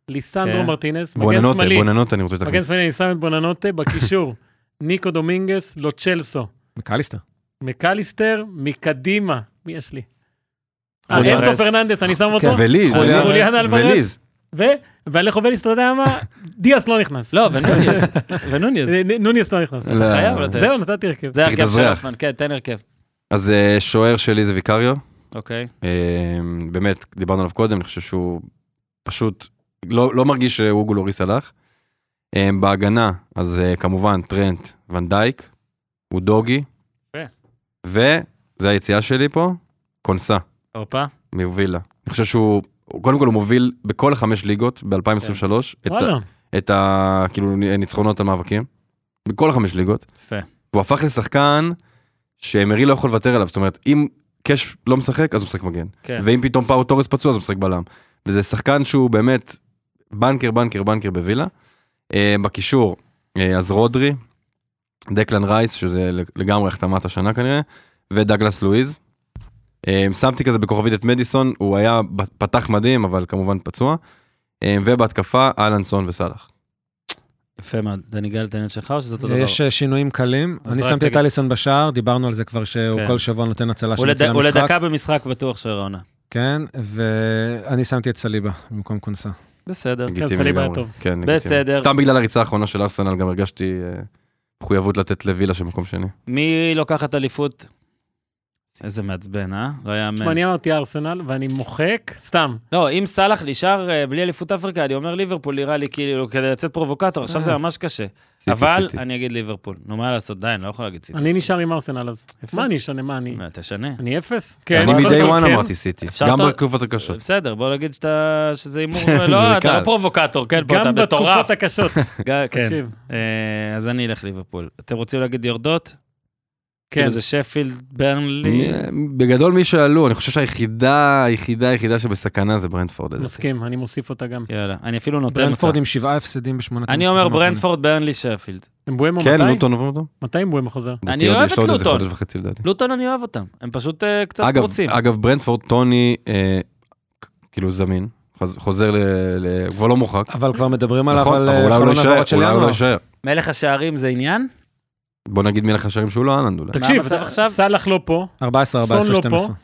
ליסנדרו
כן.
מרטינס, מגן
בואננות,
שמאלי,
בואננות אני רוצה
מגן
להכניס.
שמאלי, אני שם את בוננוטה בקישור. ניקו דומינגס, לוצ'לסו,
מקליסטר.
מקליסטר, מקדימה. מי יש לי? אה,
חוליאן.
אינסו פרננדס, אני שם אותו.
כן. וליז,
חוליאן
וליז,
אלברס.
וליז.
ו... והלכו וליס, אתה יודע מה? דיאס לא נכנס.
לא, ונוניז. ונוניז.
נ- נוניס לא נכנס.
לא.
חייב לתת.
זהו, נתתי הרכב.
זה ההרכב של
להתאזרח.
הופמן, כן, תן הרכב.
אז אה, שוער שלי זה ויקריו.
אוקיי.
אה, באמת, דיברנו עליו קודם, אני חושב שהוא פשוט לא, לא מרגיש שהוגו לוריס הלך. אה, בהגנה, אז אה, כמובן טרנט ונדייק, הוא דוגי,
יפה.
וזה היציאה שלי פה, קונסה,
הופה.
מובילה. אני חושב שהוא, קודם כל הוא מוביל בכל החמש ליגות ב-2023, את, ה-
כן. וואלה.
את ה... כאילו ניצחונות המאבקים, בכל החמש ליגות.
יפה.
והוא הפך לשחקן שמרי לא יכול לוותר עליו, זאת אומרת, אם קאש לא משחק, אז הוא משחק מגן.
כן.
ואם פתאום פאו תורס פצוע, אז הוא משחק בלם. וזה שחקן שהוא באמת בנקר, בנקר, בנקר בווילה. אה, בקישור, אה, אז רודרי, דקלן רייס, שזה לגמרי החתמת השנה כנראה, ודגלס לואיז. אה, שמתי כזה בכוכבית את מדיסון, הוא היה, פתח מדהים, אבל כמובן פצוע. אה, ובהתקפה, אהלנסון וסאלח.
יפה מאוד. זה ניגע לתעניין שלך או שזה אותו לא דבר?
יש אה, שינויים קלים,
אז
אני
רק
שמתי את
תגיד.
אליסון בשער, דיברנו על זה כבר שהוא
כן.
כל שבוע נותן הצלה
הוא
של
לד-
יציאה
הוא
משחק.
לדקה במשחק בטוח של העונה.
כן, ואני שמתי את סליבה במקום קונסה.
בסדר.
לגיטימי
סליבה היה
לגמרי.
טוב.
כן, לגיטימי.
בסדר.
סתם בגלל הריצה האחרונה של ארסנל גם הרגשתי אה, מחויבות לתת לווילה של מקום שני.
מי לוקחת אליפות? איזה מעצבן, אה? לא
תשמע,
יאמן.
אני אמרתי ארסנל, ואני מוחק, סתם.
לא, אם סאלח נשאר אה, בלי אליפות אפריקה, אני אומר ליברפול נראה לי כאילו כדי לצאת פרובוקטור, עכשיו
אה.
זה ממש קשה.
סיטי,
אבל
סיטי.
אני אגיד ליברפול. נו, מה לעשות, די, אני לא יכול להגיד סיטי.
אני נשאר עם ארסנל אז.
יפה.
מה אני אשנה? מה אני?
מה, תשנה.
אני אפס?
אני
אבל
מ-day one
כן.
אמרתי סיטי,
אפשר
גם
אתה-
בתקופות הקשות.
בסדר, בוא נגיד שאתה, שזה הימור,
זה
לא, אתה
קל.
לא פרובוקטור, כן, פה אתה
גם
מטורף.
בתקופות הקשות.
גם- כן.
תקשיב.
אה, אז אני אלך ליברפול. אתם רוצים להגיד יורדות?
כן.
כאילו זה שפילד, ברנלי.
אה, בגדול מי שעלו, אני חושב שהיחידה, היחידה, היחידה שבסכנה זה ברנדפורד. לדעתי.
מסכים, אני מוסיף אותה גם.
יאללה, אני אפילו נותן אותה.
ברנפורד עם שבעה הפסדים בשמונה... נכון?
אני
לא
אומר ברנפורד, ברנלי, שפילד.
בואמו
כן,
מתי?
לוטון עובר אותו?
מתי בואמו חוזר?
אני
יש לו
אוהב את
עוד איזה
לוטון.
חודש וחצי לדעתי.
לוטון, אני אוהב אותם. הם פשוט אה, קצת
אגב,
רוצים.
אגב, ברנדפורד, טוני, אה, כאילו זמין, חז- חוזר ל... ל- הוא כבר לא מורחק.
אבל כבר מדברים עליו
נכון,
על
אבל
אה,
אולי הוא לא
חלון
יישאר,
העברות של
אולי הוא לא
ינואר.
יישאר.
מלך השערים זה עניין?
בוא נגיד מלך השערים שהוא לא אהלנד אולי.
תקשיב,
המצב עכשיו?
סאלח לא פה
14, 14,
סון לא פה.
12.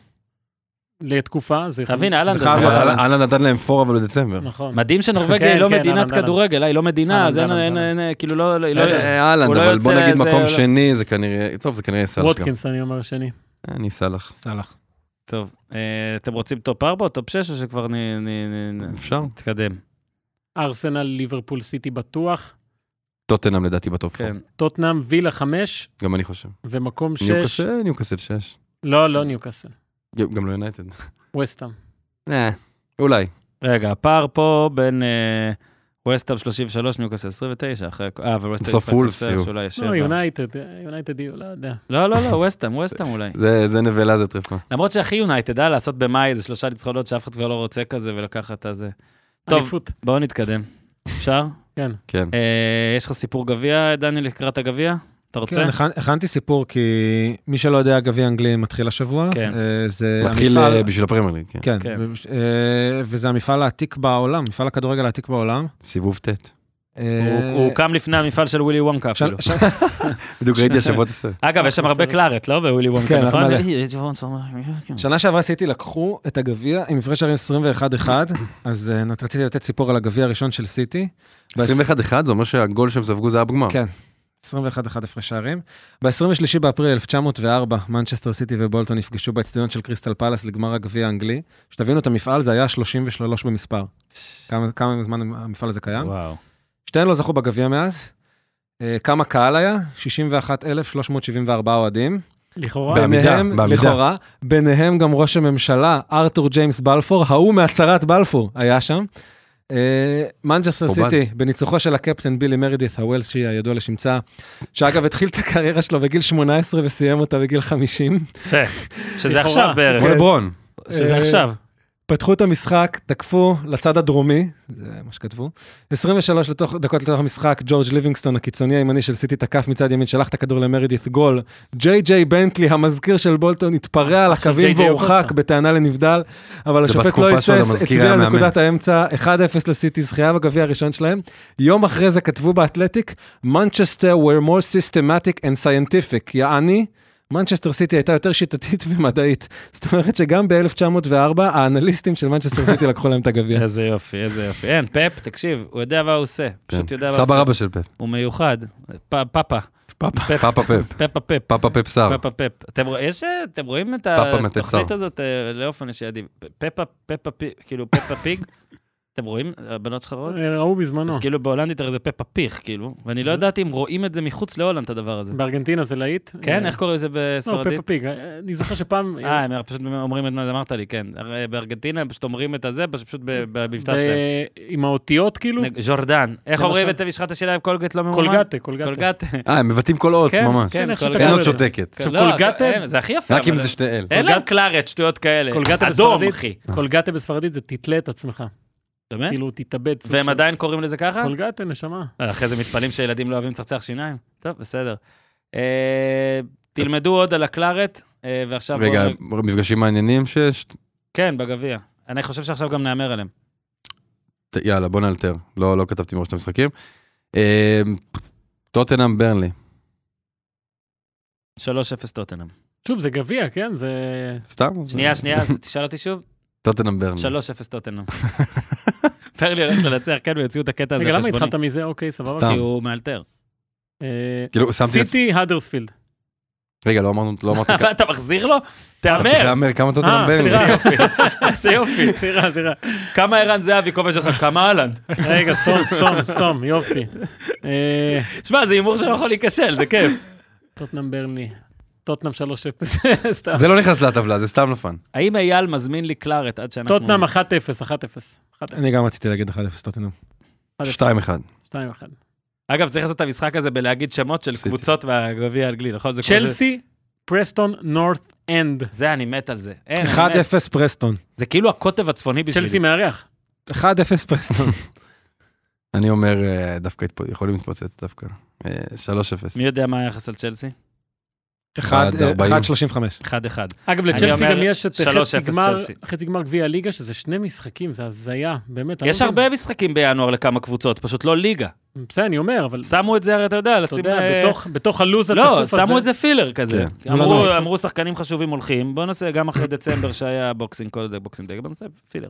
לתקופה. זה
תבין, אהלנד,
זה
זה
חייב
אבל
חייב
להיות
אהלנד אהלנד נתן להם פור אבל בדצמבר.
נכון.
מדהים שנורבגיה
כן,
היא לא
כן, אהלן,
מדינת
אהלן.
כדורגל, היא לא מדינה,
אהלן,
אז אין,
אהלן,
אין,
אהלן.
אין, כאילו לא, לא- לא-
אה, אהלנד,
הוא לא
אבל
יוצא
בוא נגיד
זה-
מקום
לא-
שני זה כנראה, טוב זה כנראה סאלח גם. אה,
ווטקינס, אני אומר שני.
אני סאלח.
סלאח.
טוב, אה, אתם רוצים טופ 4 או טופ 6 או שכבר נ- נ- נ- נ-
אפשר?
נתקדם?
נכון. ארסנל, ליברפול, סיטי בטוח.
טוטנאם לדעתי בטופ.
כן.
כן.
טוטנאם, וילה חמש,
גם אני חושב.
ומקום שש.
ניוקאסל, אה, ניוקאסל 6.
לא, לא ניוקאסל.
גם לא יונייטד.
ווסטהאם.
אולי.
רגע, הפער פה בין אה, ווסטהאם 33, ניוקאס 29, אחרי... הכ- אה, וווסטהאם
בסוף וולפס יהיו.
אולי שבע.
לא, יונייטד, יונייטד יהיו, לא יודע.
לא, לא, לא, ווסטהאם, ווסטהאם אולי.
זה זה נבלה זה טריפה.
למרות שהכי יונייטד, אה, לעשות במאי איזה שלושה ניצחונות שאף אחד כבר לא רוצה כזה ולקחת את הזה. טוב.
אליפות.
בואו נתקדם. אפשר?
כן.
אה, יש לך סיפור גביע, דני, לקראת הגביע? אתה רוצה?
כן, הכנ- הכנתי סיפור, כי מי שלא יודע, גביע אנגלי מתחיל השבוע.
כן.
אה, זה
מתחיל
המפעל-
אה, בשביל הפרמייר ליג. כן.
כן,
כן.
אה, וזה המפעל העתיק בעולם, מפעל הכדורגל העתיק בעולם. אה,
סיבוב ט'.
הוא- הוא הוקם לפני המפעל של ווילי וונקה
של-
אפילו.
של-
בדיוק ראיתי השבוע את הסרט.
אגב, יש שם הרבה קלארט, לא? בווילי וונקה,
כן,
נכון?
מלא.
כן.
שנה שעברה סיטי לקחו את הגביע עם הפרש שערים 21-1, אז אה, נת- רציתי לתת סיפור על הגביע הראשון של סיטי.
21-1 זה אומר שהגול שהם ספגו זה היה בגמר.
כן. 21-1 הפרש שערים. ב-23 באפריל 1904, מנצ'סטר סיטי ובולטון נפגשו באצטדיון של קריסטל פלאס לגמר הגביע האנגלי. שתבינו את המפעל, זה היה 33 במספר. כמה, כמה זמן המפעל הזה קיים?
וואו.
שתיהן לא זכו בגביע מאז. אה, כמה קהל היה? 61,374 אוהדים.
לכאורה,
באמת? בעמידה,
ביניהם,
בעמידה.
לכאורה, ביניהם גם ראש הממשלה, ארתור ג'יימס בלפור, ההוא מהצהרת בלפור, היה שם. אה, מנג'סטר
קורבן.
סיטי, בניצוחו של הקפטן בילי מרדית' הוולשי הידוע לשמצה, שאגב התחיל את הקריירה שלו בגיל 18 וסיים אותה בגיל 50.
יפה. שזה
לכאורה.
עכשיו בערך.
כמו לברון.
שזה
אה,
עכשיו.
פתחו את המשחק, תקפו לצד הדרומי, זה מה שכתבו. 23 לתוך, דקות לתוך המשחק, ג'ורג' ליבינגסטון, הקיצוני הימני של סיטי, תקף מצד ימין, שלח את הכדור למרדית' גול. ג'יי ג'יי בנטלי, המזכיר של בולטון, התפרע על
עכשיו
הקווים
JJ
והורחק
הוחלט.
בטענה לנבדל, אבל
זה
השופט לא
בתקופה שעוד
היסס,
המזכיר
הצביע
היה
על
מאמן.
נקודת האמצע, 1-0 לסיטי, זכייה בגביע הראשון שלהם. יום אחרי זה כתבו באתלטיק, Manchester were more systematic and scientific, יעני, מנצ'סטר סיטי הייתה יותר שיטתית ומדעית. זאת אומרת שגם ב-1904, האנליסטים של מנצ'סטר סיטי לקחו להם את הגביע.
איזה יופי, איזה יופי. אין, פאפ, תקשיב, הוא יודע מה הוא עושה. פשוט יודע מה הוא
כן. סבא
עושה.
רבא של פפ.
הוא מיוחד. פ- פאפה. פאפ.
פאפה פפ.
פאפה פאפ.
פאפה פפ שר.
פאפה פאפ. אתם רוא- יש, אה, אתם רואים את
פאפה מטה
התוכנית
שר.
הזאת אה, לאופן יש יעדים? פאפה, פאפה פיג, כאילו פאפה פיג? אתם רואים? הבנות שלך רואות?
אה, ראו בזמנו.
אז כאילו בהולנדית הרי זה פאפה פיך, כאילו. ואני לא ידעתי אם רואים את זה מחוץ להולנד, את הדבר הזה.
בארגנטינה זה להיט.
כן?
אה,
איך קוראים לזה
לא,
בספרדית?
פפה פיג. אה, אני זוכר שפעם...
אה, הם פשוט אומרים את מה שאמרת לי, כן. הרי בארגנטינה הם פשוט אומרים את הזה, פשוט פשוט ב- במבטא
אה, ב-
שלהם.
עם האותיות כאילו?
נג- ז'ורדן. איך
למשל.
אומרים את יש לך את השאלה עם קולגט לא ממומן?
קולגטה, קולגטה.
קולגטה.
אה, הם מבטאים כל אות,
כן,
ממש.
כן,
איך שאתה
קולגטה.
אין
קורא
אות
לזה.
שותקת.
כן,
עכשיו,
לא,
קולגטה-
אין, זה הכי יפה.
רק אם
אבל- אה,
זה שתי אל.
אין להם קלארט, שטויות כאלה.
קולגטה
אדום,
בספרדית.
אחי.
קולגטה בספרדית זה תתלה את עצמך.
באמת?
כאילו, תתאבד. סוג
אה? והם
של-
עדיין קוראים לזה
אה?
ככה?
קולגטה, נשמה.
אחרי זה מתפלאים שילדים לא אוהבים לצחצח שיניים? טוב, בסדר. אה, תלמדו עוד על הקלארט, אה, ועכשיו... בואו
רגע,
נ-
מפגשים מעניינים שיש?
כן, בגביע. אני חושב שעכשיו גם נהמר עליהם.
ת- יאללה, בוא נאלתר. לא, לא כתבתי מראש את המשחקים. אה, טוטנאם ברנלי.
3-0 טוטנאם.
שוב, זה גביע, כן? זה...
אה,
סתם?
שנייה, שנייה, אז תשאל אותי שוב.
טוטנאם ברנלי.
3-0 טוטנאם. פרלי הולך לנצח, כן, ויוציאו את הקטע הזה על
רגע, למה
חשבוני.
התחלת מזה? אוקיי, סבבה.
סתם.
כי הוא מאלתר.
אה,
כאילו, שמתי את...
סיטי, האדרספילד.
רגע, לא אמרנו, לא אמרתי כמה.
אבל אתה מחזיר לו?
צריך
תהמר.
להמר כמה טוטנאם
אה,
ברנלי.
סליחה.
איזה יופי.
תראה, תראה.
כמה ערן זהבי כובע שלך? כמה אהלנד?
רגע, סתום, סתום, סתום, יופי. אה,
שמע, זה הימור שלא יכול להיכשל, זה כיף.
טוטנאם ברני. טוטנאם 3-0. סתם.
זה לא נכנס לטבלה, זה סתם לפן.
האם אייל מזמין לי קלארט עד שאנחנו...
טוטנאם 1-0, 1-0. 1-0.
אני גם רציתי להגיד 1-0 טוטנאם.
2-1.
2-1.
אגב, צריך לעשות את המשחק הזה בלהגיד שמות של
עשיתי.
קבוצות מהגביע האנגלי, נכון? זה כמו ש-
צ'לסי, פרסטון, נורת אנד.
זה, אני מת על זה. אין,
כן,
אני מת.
1-0 פרסטון.
זה כאילו הקוטב הצפוני
צ'לסי
בשבילי.
מארח.
1-0 פרסטון.
אני אומר, אה, דווקא התפ- יכולים להתפוצץ דווקא. אה, 3-0.
מי יודע מה היחס על צ'לסי?
1-35.
1-1.
1-1. אגב,
אני
לצ'לסי
אומר
גם יש את
3-0
חצי גמר,
צ'לסי.
חצי גמר גביע הליגה, שזה שני משחקים, זה הזיה, באמת. אני
יש
לא מבין.
הרבה משחקים בינואר לכמה קבוצות, פשוט לא ליגה.
בסדר, אני אומר, אבל
שמו את זה, הרי אתה יודע,
אתה
לשים...
יודע,
אה,
בתוך- בתוך הלו"ז הצפוף
לא,
הזה...
שמו את זה פילר כזה.
כן.
אמרו-
לא, לא.
אמרו שחקנים חשובים הולכים, בוא נעשה גם אחרי דצמבר שהיה בוקסינג, כל זה בוקסינג דג, בוא נעשה פילר.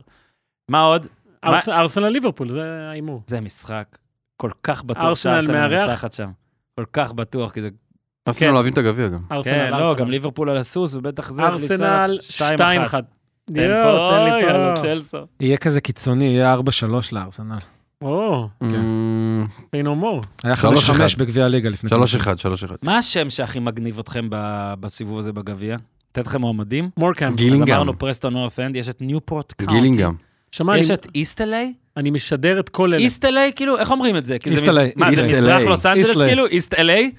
מה עוד?
ארס- ארסנל ליברפול, זה ההימור.
זה משחק כל כך בטוח
ארסנל
שארסנל
מארח?
מנצחת שם. כל כך בטוח, כי זה...
ארסנל
כן.
אוהבים את הגביע גם.
ארסנל,
כן, לא,
ארסנל.
גם ליברפול על הסוס, ובטח זה...
ארסנל 2-1.
שתיים אחת.
תן
תן פה, אוי, יאללה, צ'לסו.
יהיה כזה קיצוני, יהיה 4-3 לארסנל.
או,
אמ,
say no more.
היה 5-5
3-1.
בגביע הליגה לפני.
3-1, 3-1.
מה השם שהכי מגניב אתכם ב- בסיבוב הזה בגביע? אתן לכם מועמדים?
מורקאם.
גיל- גילינגהאם.
אז אמרנו פרסטון נורת' אנד, יש את ניופורט קאונטי.
גילינגהם.
אוקיי.
שמע,
יש
אני-
את איסט-אליי?
אני משדר את כל אלה.
איסט-אליי, כאילו, איך אומרים את זה? כי זה
East
מז-
LA,
מה,
East
זה מזרח
LA.
לוס אנג'לס,
East LA.
כאילו? איסט-אליי?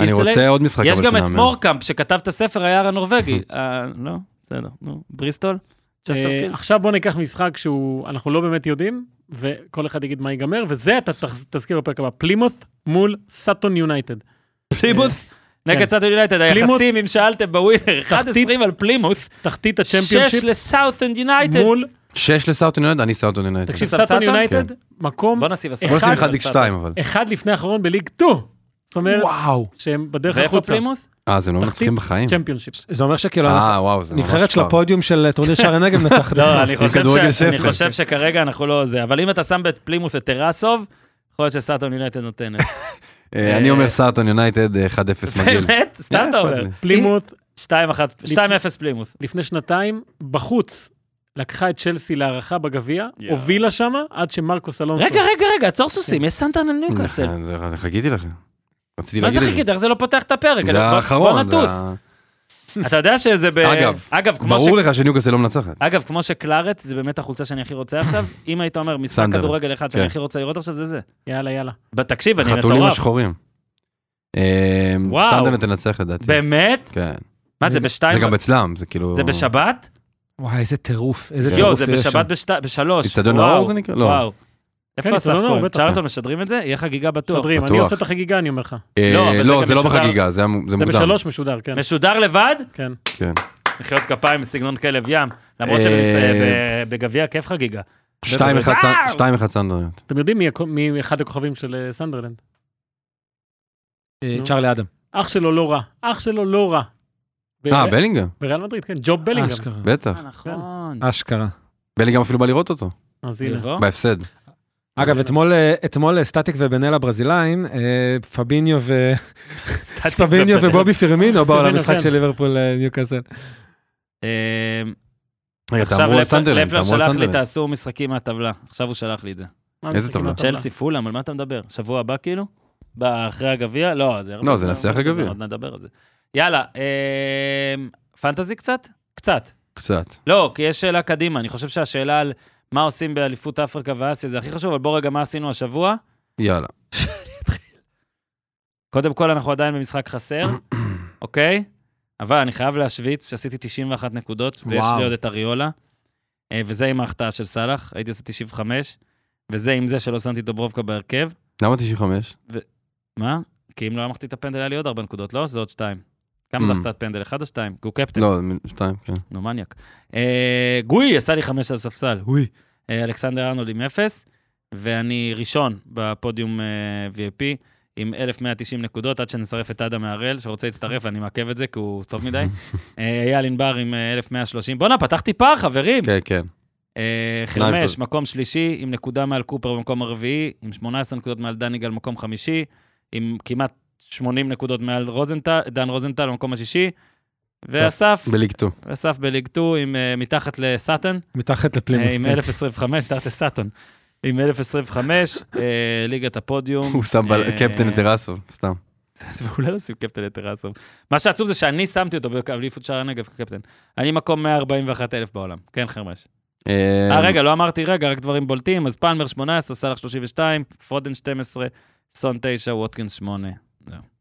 אני רוצה עוד משחק.
יש
אבל
גם את
שנאמר.
מורקאמפ, שכתב את הספר, היער הנורבגי. אה, לא, בסדר, נו, בריסטול?
אה,
צ'סטרפילד?
עכשיו בוא ניקח משחק שהוא, אנחנו לא באמת יודעים, וכל אחד יגיד מה ייגמר, וזה אתה תח- תזכיר בפרק הבא. פלימות מול סאטון יונייטד.
פלימוס? נגד
כן.
סאטו יונייטד, היחסים, אם שאלתם בווינר, 1-20 על פלימוס,
תחתית
6
הצ'מפיונשיפ
לסאות'נד יונייטד.
מול,
6 לסאוטון יונייטד, אני סאוטון יונייטד.
תקשיב,
אתה שם
סאטון
סאטון?
יונייטד,
כן.
מקום
בוא נוסיף
בוא נשים
אחד
1 x 2 אבל.
אחד לפני האחרון בליג 2. זאת
אה,
אומרת,
וואו.
שהם בדרך
ואיפה
החוצה.
פלימוס?
אה, אז הם לא
תחתית
מצליחים בחיים.
צ'מפיונשיפ.
זה אומר שכאילו,
אה, וואו, זה ממש
נבחרת של
פעם.
הפודיום של אה, טורניר שער הנגב נצחת.
לא, אני חושב
כדורגל
ש- אני
שפל.
חושב שכרגע אנחנו לא זה, אבל אם אתה שם בפלימוס את טרסוב, יכול להיות שסאטון יונייטד נותנת.
אה, אני אומר סארטון יונייטד אה, 1-0 מגעיל. אה,
באמת? סתם אתה אומר.
פלימות
2-1, 2-0 פלימוס.
לפני שנתיים, בחוץ, לקחה את צ'לסי להערכה בגביע,
יואו.
הובילה שמה עד שמרקוס אלונסו...
רגע, רגע, רגע, עצור סוסים, יש סנטן על ניוקאסל.
נכון, זה- זה- חיכיתי לכם. רציתי
מה זה
להגיד את
חיכית? איך זה לא פותח את הפרק?
זה
בוא- בוא
האחרון. זה
נטוס.
ה-
אתה יודע שזה ב...
אגב,
אגב, כמו ש...
ברור לך שניוקאסל לא מנצחת.
אגב, כמו שקלארט, זה באמת החולצה שאני הכי רוצה עכשיו, אם היית אומר משחק
סנדרלנד.
כדורגל אחד שאני
כן.
הכי רוצה לראות עכשיו, זה זה.
יאללה, יאללה.
ב- תקשיב, אני
חתולים
מטורף.
השחורים.
וואו.
סנדלנד תנצח לדעתי.
באמת?
כן.
מה זה, בשתיים?
זה גם אצלם, זה כאילו...
זה בשבת?
וואי, איזה טירוף,
כן.
איזה
יואו,
טירוף
זה
יש שם.
בשבת בשת- בשלוש.
אצטדיון
וואו,
האור זה נקרא? לא.
וואו. איפה אסף
אצטדיון האור,
כהן?
בטח.
צ'רלטון משדרים את זה? יהיה חגיגה בטוח.
שדרים, אני
בטוח.
עושה את החגיגה, אני אומר לך.
אה,
לא, אבל זה גם
לא, זה לא
משודר.
בחגיגה, זה היה מ- זה
זה
מוקדם.
בשלוש משודר, כן.
משודר לבד?
כן.
כן.
מחיאות כפיים בסגנון כלב ים. למרות
אה,
שבגביע כיף חגיגה.
2-1 סנ- 2-1 סנדלנד.
אתם יודעים מי הכ- מי אחד הכוכבים של אה, סנדרלנד?
אה,
נו.
צ'רלי אדם.
אח שלו לא רע. אח שלו לא רע. ב-
אה, בלינגהם,
בריאל מדריד, כן. ג'וב בלינגהם.
אשכרה.
בטח.
אה, נכון.
אשכרה.
בלינגהם אפילו בא לראות אותו,
אז הנה.
יבוא?
בהפסד.
אגב, אתמול, אה, אתמול אה, סטטיק ובנאלה ברזילאין, אה, פביניו ו-
סטטיק
פביניו
ובנאל.
ובובי פירמינו באו
פירמינו,
למשחק
כן.
של ליברפול אה, ניוקאסל.
אה,
רגע,
עכשיו
תעברו על
לפלר
סנדלנד,
לפלר
תעברו על אה.
שלח לי,
סנדלנד.
תעשו משחקים מהטבלה. עכשיו הוא שלח לי את זה.
מה כאילו
איזה
המשחקים
טבלה?
צ'לסי פולאם, על מה אתה מדבר? שבוע הבא כאילו? ב- אחרי הגביע? לא, זה... הרבה
לא, זה
זמן,
נעשה
הרבה
אחרי
זמן,
גביע.
עוד נדבר על זה. יאללה, אה, פנטזי קצת? קצת.
קצת.
לא, כי יש שאלה קדימה. אני חושב שהשאלה על מה עושים באליפות אפריקה ואסיה זה הכי חשוב, אבל בוא רגע, מה עשינו השבוע?
יאללה.
קודם כל, אנחנו עדיין במשחק חסר, אוקיי? אבל אני חייב להשוויץ שעשיתי 91 נקודות, ויש
וואו.
לי עוד את אריולה, אה, וזה עם ההחטאה של סאלח, הייתי עושה 95, וזה עם זה שלא שמתי את דוברובקה בהרכב.
למה 95?
מה? כי אם לא היה מחטיא את הפנדל, היה לי עוד ארבע נקודות, לא? זה עוד שתיים. כמה זה
Mm.
החטאת פנדל? אחד או שתיים? כי הוא קפטן,
לא, שתיים, כן.
נו, מניאק. אה, גוי עשה לי חמש על ספסל, אוי. אה, אלכסנדר ארנולד עם אפס, ואני ראשון בפודיום אה, VIP עם 1,190 נקודות, עד שנשרף את אדם מהראל, שרוצה להצטרף, ואני מעכב את זה, כי הוא טוב מדי. אה, אייל ענבר עם אה, 1,130. בואנה, פתחתי פער, חברים!
כן, כן.
אה,
מה
חרמש,
ההבדל?
מקום שלישי, עם נקודה מעל קופר במקום הרביעי, עם 18 נקודות מעל דניגל במקום חמישי, עם כמעט 80 נקודות מעל רוזנטל, דן רוזנטל במקום השישי, ואסף,
בליג 2.
אסף בליג 2 עם אה, מתחת לסאטן,
מתחת
אה,
לפלימוס.
עם
כן.
1025, מתחת לסאטון, עם 1025, אה, ליגת הפודיום.
הוא שם בל-
אה,
קפטן את טרסו, סתם.
זה מעולה לשים קפטן לטרסוב. מה שעצוב זה שאני שמתי אותו באליפות שער הנגב כקפטן. אני מקום 141 אלף בעולם. כן, חרמש. אה, רגע, לא אמרתי רגע, רק דברים בולטים. אז פלמר 18, סאלח 32, פרודן 12, סון 9, ווטקינס 8.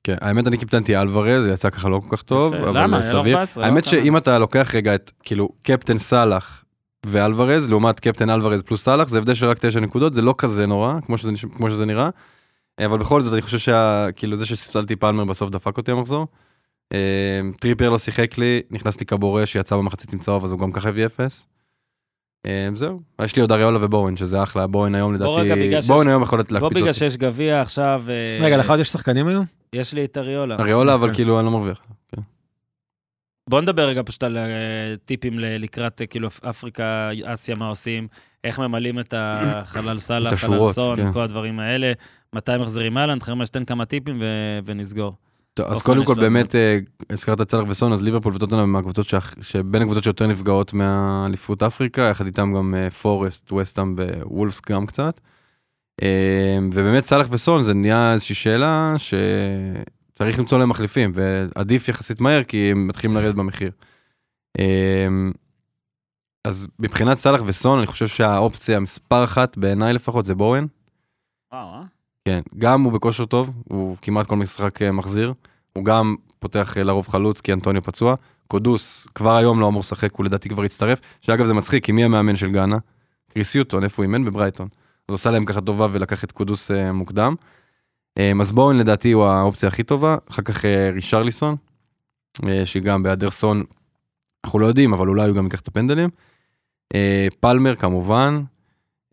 כן, האמת אני קיפטנתי אלוורז, זה יצא ככה לא כל כך טוב,
יפה.
אבל
למה? היה לו
סביר.
14,
האמת
לא כמה.
שאם אתה לוקח רגע את, כאילו, קפטן סאלח ואלוורז, לעומת קפטן אלוורז פלוס סאלח, זה הבדל של רק 9 נקודות, זה לא כזה נורא, כמו שזה, נש- כמו שזה נראה. אה, אבל בכל זאת, אני חושב שה... כאילו, זה שספסלתי פלמר בסוף דפק אותי המחזור. אה, טריפר לא שיחק לי, נכנסתי כבורא שיצא במחצית עם צהוב, אז הוא גם ככה הביא אפס. אה, זהו, יש לי עוד אריולה ובואן, שזה אחלה, בואן היום
בוא רגע,
לדעתי,
בגלל שיש-
בואן היום יכול להקפיץ
לא
אותי. נכון.
בגלל שיש גביע עכשיו, אה,
רגע, לך עוד יש שחקנים היום?
יש לי את אריולה. כן.
אריולה,
אוקיי.
אבל כאילו, אני לא מרוויח.
בוא נדבר רגע פשוט על אה, טיפים ל- לקראת אה, כאילו אפ- אפריקה, אסיה, מה עושים, איך ממלאים את החלל סאלח,
את
חלל
השורות,
סון,
כן.
כל הדברים האלה, מתי מחזירים אהלנד, חרמש, תן כמה טיפים ו- ונסגור.
טוב, אז
אופן
קודם כל
יש לו
באמת אה, הזכרת את סאלח וסון, אז ליברפול וטוטנאם הם הקבוצות שהכ- שבין הקבוצות שיותר נפגעות מהאליפות אפריקה, יחד איתם גם אה, פורסט, וסטאם ווולפס גם קצת. אה, ובאמת סאלח וסון זה נהיה איזושהי שאלה שצריך למצוא להם מחליפים, ועדיף יחסית מהר כי הם מתחילים לרדת במחיר. אה, אז מבחינת סאלח וסון, אני חושב שהאופציה מספר אחת, בעיניי לפחות, זה בואן.
וואו, אה?
כן, גם הוא בכושר טוב, הוא כמעט כל משחק אה, מחזיר. הוא גם פותח אה, לרוב חלוץ כי אנטוניו פצוע. קודוס כבר היום לא אמור לשחק, הוא לדעתי כבר הצטרף. שאגב זה מצחיק, כי מי המאמן של גאנה? קריס יוטון, איפה הוא אימן? בברייטון. אז עשה להם ככה טובה ולקח את קודוס אה, מוקדם. אה, אז בואו לדעתי הוא האופציה הכי טובה. אחר כך אה, רישרליסון, אה, שגם בהיעדר סון, אנחנו לא יודעים, אבל אולי הוא גם ייקח את הפנדלים. אה, פלמר כמובן,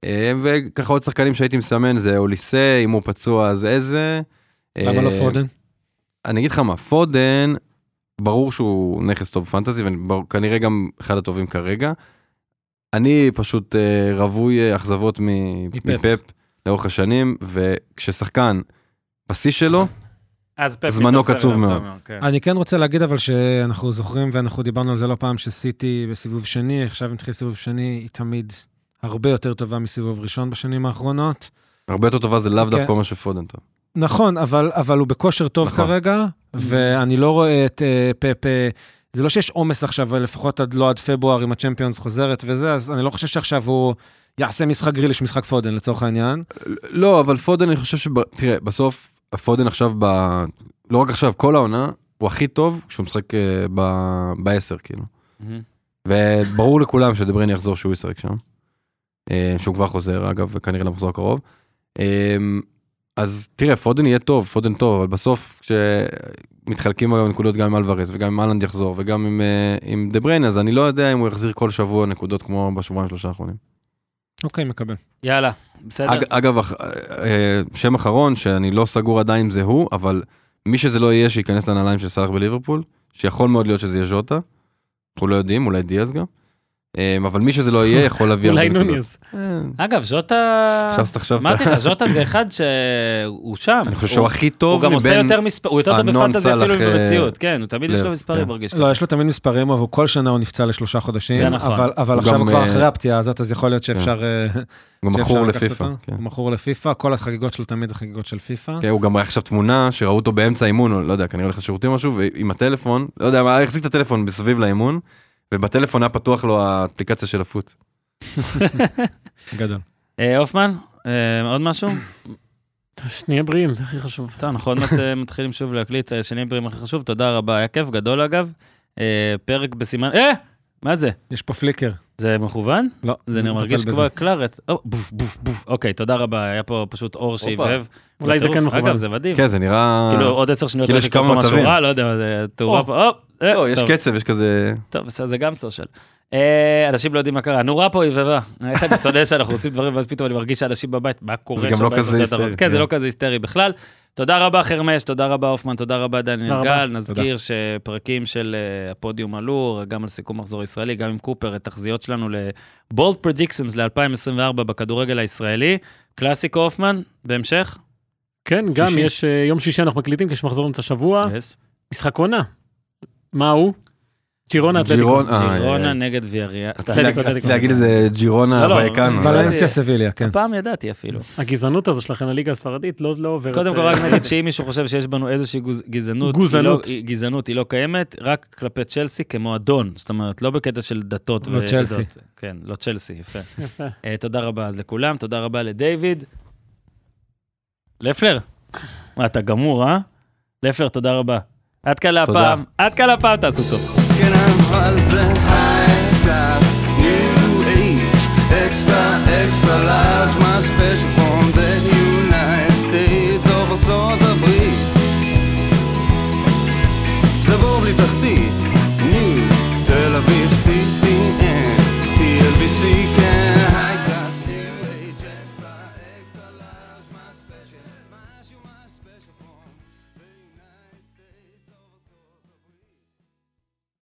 אה, וככה עוד שחקנים שהייתי מסמן זה אוליסה, אם הוא פצוע אז איזה.
למה
אה,
לא פרודן?
כן.
אני אגיד לך מה, פודן, ברור שהוא נכס טוב פנטזי, וכנראה גם אחד הטובים כרגע. אני פשוט אה, רווי אה, אכזבות מ-
מפפ.
מפפ לאורך השנים, וכששחקן בשיא שלו,
אז פפ
זמנו
מתאכזב
קצוב
אליו
מאוד.
מאוד, כן.
אני כן רוצה להגיד אבל שאנחנו זוכרים, ואנחנו דיברנו על זה לא פעם, שסיטי בסיבוב שני, עכשיו נתחיל סיבוב שני, היא תמיד הרבה יותר טובה מסיבוב ראשון בשנים האחרונות.
הרבה יותר טובה זה לאו
אוקיי.
דווקא מה שפודן טוב.
נכון, אבל, אבל הוא בכושר טוב
נכון.
נכון. כרגע, ואני לא רואה את אה, פפ... אה, זה לא שיש עומס עכשיו, אבל לפחות עד לא עד פברואר, אם הצ'מפיונס חוזרת וזה, אז אני לא חושב שעכשיו הוא יעשה משחק גריליש, משחק פודן לצורך העניין.
לא, אבל פודן, אני חושב ש... תראה, בסוף, פודן עכשיו ב... לא רק עכשיו, כל העונה, הוא הכי טוב כשהוא משחק אה, ב- בעשר, כאילו.
מהמם.
וברור לכולם שדברייני יחזור שהוא ישחק שם. אה, שהוא כבר חוזר, אגב, כנראה למחזור הקרוב. אה, אז תראה, פודן יהיה טוב, פודן טוב, אבל בסוף כשמתחלקים היום נקודות גם עם אלוורז וגם עם אהלנד יחזור וגם עם, אה, עם דבריין, אז אני לא יודע אם הוא יחזיר כל שבוע נקודות כמו בשבועיים שלושה האחרונים.
אוקיי, מקבל.
יאללה, בסדר.
אג, אגב, אח- אה, אה, שם אחרון שאני לא סגור עדיין אם זה הוא, אבל מי שזה לא יהיה שייכנס לנעליים של סאלח בליברפול, שיכול מאוד להיות שזה יהיה ז'וטה, אנחנו לא יודעים, אולי דיאז גם, אה, אבל מי שזה לא יהיה יכול להביא הרבה
אולי
נקודות.
נוניז.
אה,
אגב, ז'וטה...
עכשיו שאתה עכשיו,
אמרתי לך, ז'וטה זה אחד שהוא שם.
אני חושב שהוא הכי
הוא
טוב
גם עושה
מבין-
יותר מספר, הוא יותר טוב
הנון
בפנטזי אפילו
סאלח, אה,
במציאות, כן, הוא תמיד יש לו
לב,
מספרים,
כן.
מרגיש ככה.
לא, יש לו תמיד מספרים, אבל כל שנה הוא נפצע לשלושה חודשים.
זה נכון.
אבל, אבל
הוא
עכשיו
גם,
הוא כבר
אה, כן.
אחרי הפציעה הזאת, אז יכול להיות שאפשר... אה,
הוא גם
שאפשר
מכור
לקחת
לפיפא.
אותו.
כן.
הוא מכור לפיפא, כל החגיגות שלו תמיד זה חגיגות של פיפא.
כן, הוא גם ראה עכשיו תמונה שראו אותו באמצע האימון, או לא יודע, כנראה הולך לשירותים או משהו, ועם הטלפון, לא יודע, מה, החזיק את הטלפון מסביב לאימון, ובטלפון היה פתוח לו האפליקציה של הפוט. כן.
גדול.
אה, הופמן, אה, עוד משהו?
שנהיה בריאים, זה הכי חשוב.
טוב, אנחנו עוד מעט אה, מתחילים שוב להקליט אה, שני דברים הכי חשוב, תודה רבה, היה כיף גדול אגב. אה, פרק בסימן... אה! מה זה?
יש פה פליקר.
זה מכוון?
לא,
זה אני
נטפל
מרגיש
בזה.
כמו קלארט. או, בוף, בוף, בוף. אוקיי, תודה רבה, היה פה פשוט אור שהבהב.
אולי זה
בטירוף.
כן מכוון.
אגב, זה מדהים.
כן, זה נראה...
כאילו עוד עשר שניות
כאילו,
הולך
יש כמה
לקרות פה משהו
מצבים.
רע, לא יודע, זה תאורה
או.
פה, הופ. אה,
לא, יש
טוב.
קצב, יש כזה...
טוב, בסדר, זה גם סושיאל. אה, אנשים לא יודעים מה קרה. נורה פה עיבבה. איך אני שונא שאנחנו עושים דברים, ואז פתאום אני מרגיש שאנשים בבית, מה קורה
זה גם
שם
לא
באמצע
כזה
שעת
היסטרי,
הרצ- כן, זה
כן.
לא כזה היסטרי בכלל. תודה רבה, חרמש, תודה רבה, הופמן, תודה רבה, דניאל
תודה
גל.
רבה.
נזכיר שפרקים של אה, הפודיום עלו, גם על סיכום מחזור ישראלי, גם עם קופר, את תחזיות שלנו לבולד פרדיקשנס ל-2024 בכדורגל הישראלי. קלאסיקו הופמן, בהמשך.
כן, גם
שישי.
יש, אה, יום שישי אנחנו מקליטים, כי יש מחזור אמצע שבוע,
Yes.
משחק עונה. מה הוא? ג'ירונה אתלטיקו.
ג'ירון- אה,
ג'ירונה
אה,
נגד ויאריה.
אתלטיקו,
רציתי
אתלטיקו.
להגיד איזה ג'ירונה
לא, לא,
וייקנו.
אבל-
ולנסיה סביליה, כן.
פעם ידעתי אפילו.
הגזענות הזו שלכם לליגה הספרדית לא לא עוברת.
קודם כל,
אה,
רק נגיד שאם מישהו חושב שיש בנו איזושהי גוז- גזענות,
גוזענות.
היא לא, היא, גזענות היא לא קיימת, רק כלפי צ'לסי כמועדון. זאת אומרת, לא בקטע של דתות
לא צ'לסי.
כן, לא צ'לסי, יפה. אה, תודה רבה אז לכולם, תודה רבה לדיוויד. לפלר, מה, אתה גמור, אה? לפלר, תודה רבה. עד כאן
תודה.
להפעם, עד כאן להפעם, תעשו טוב.
כן אבל זה
eh,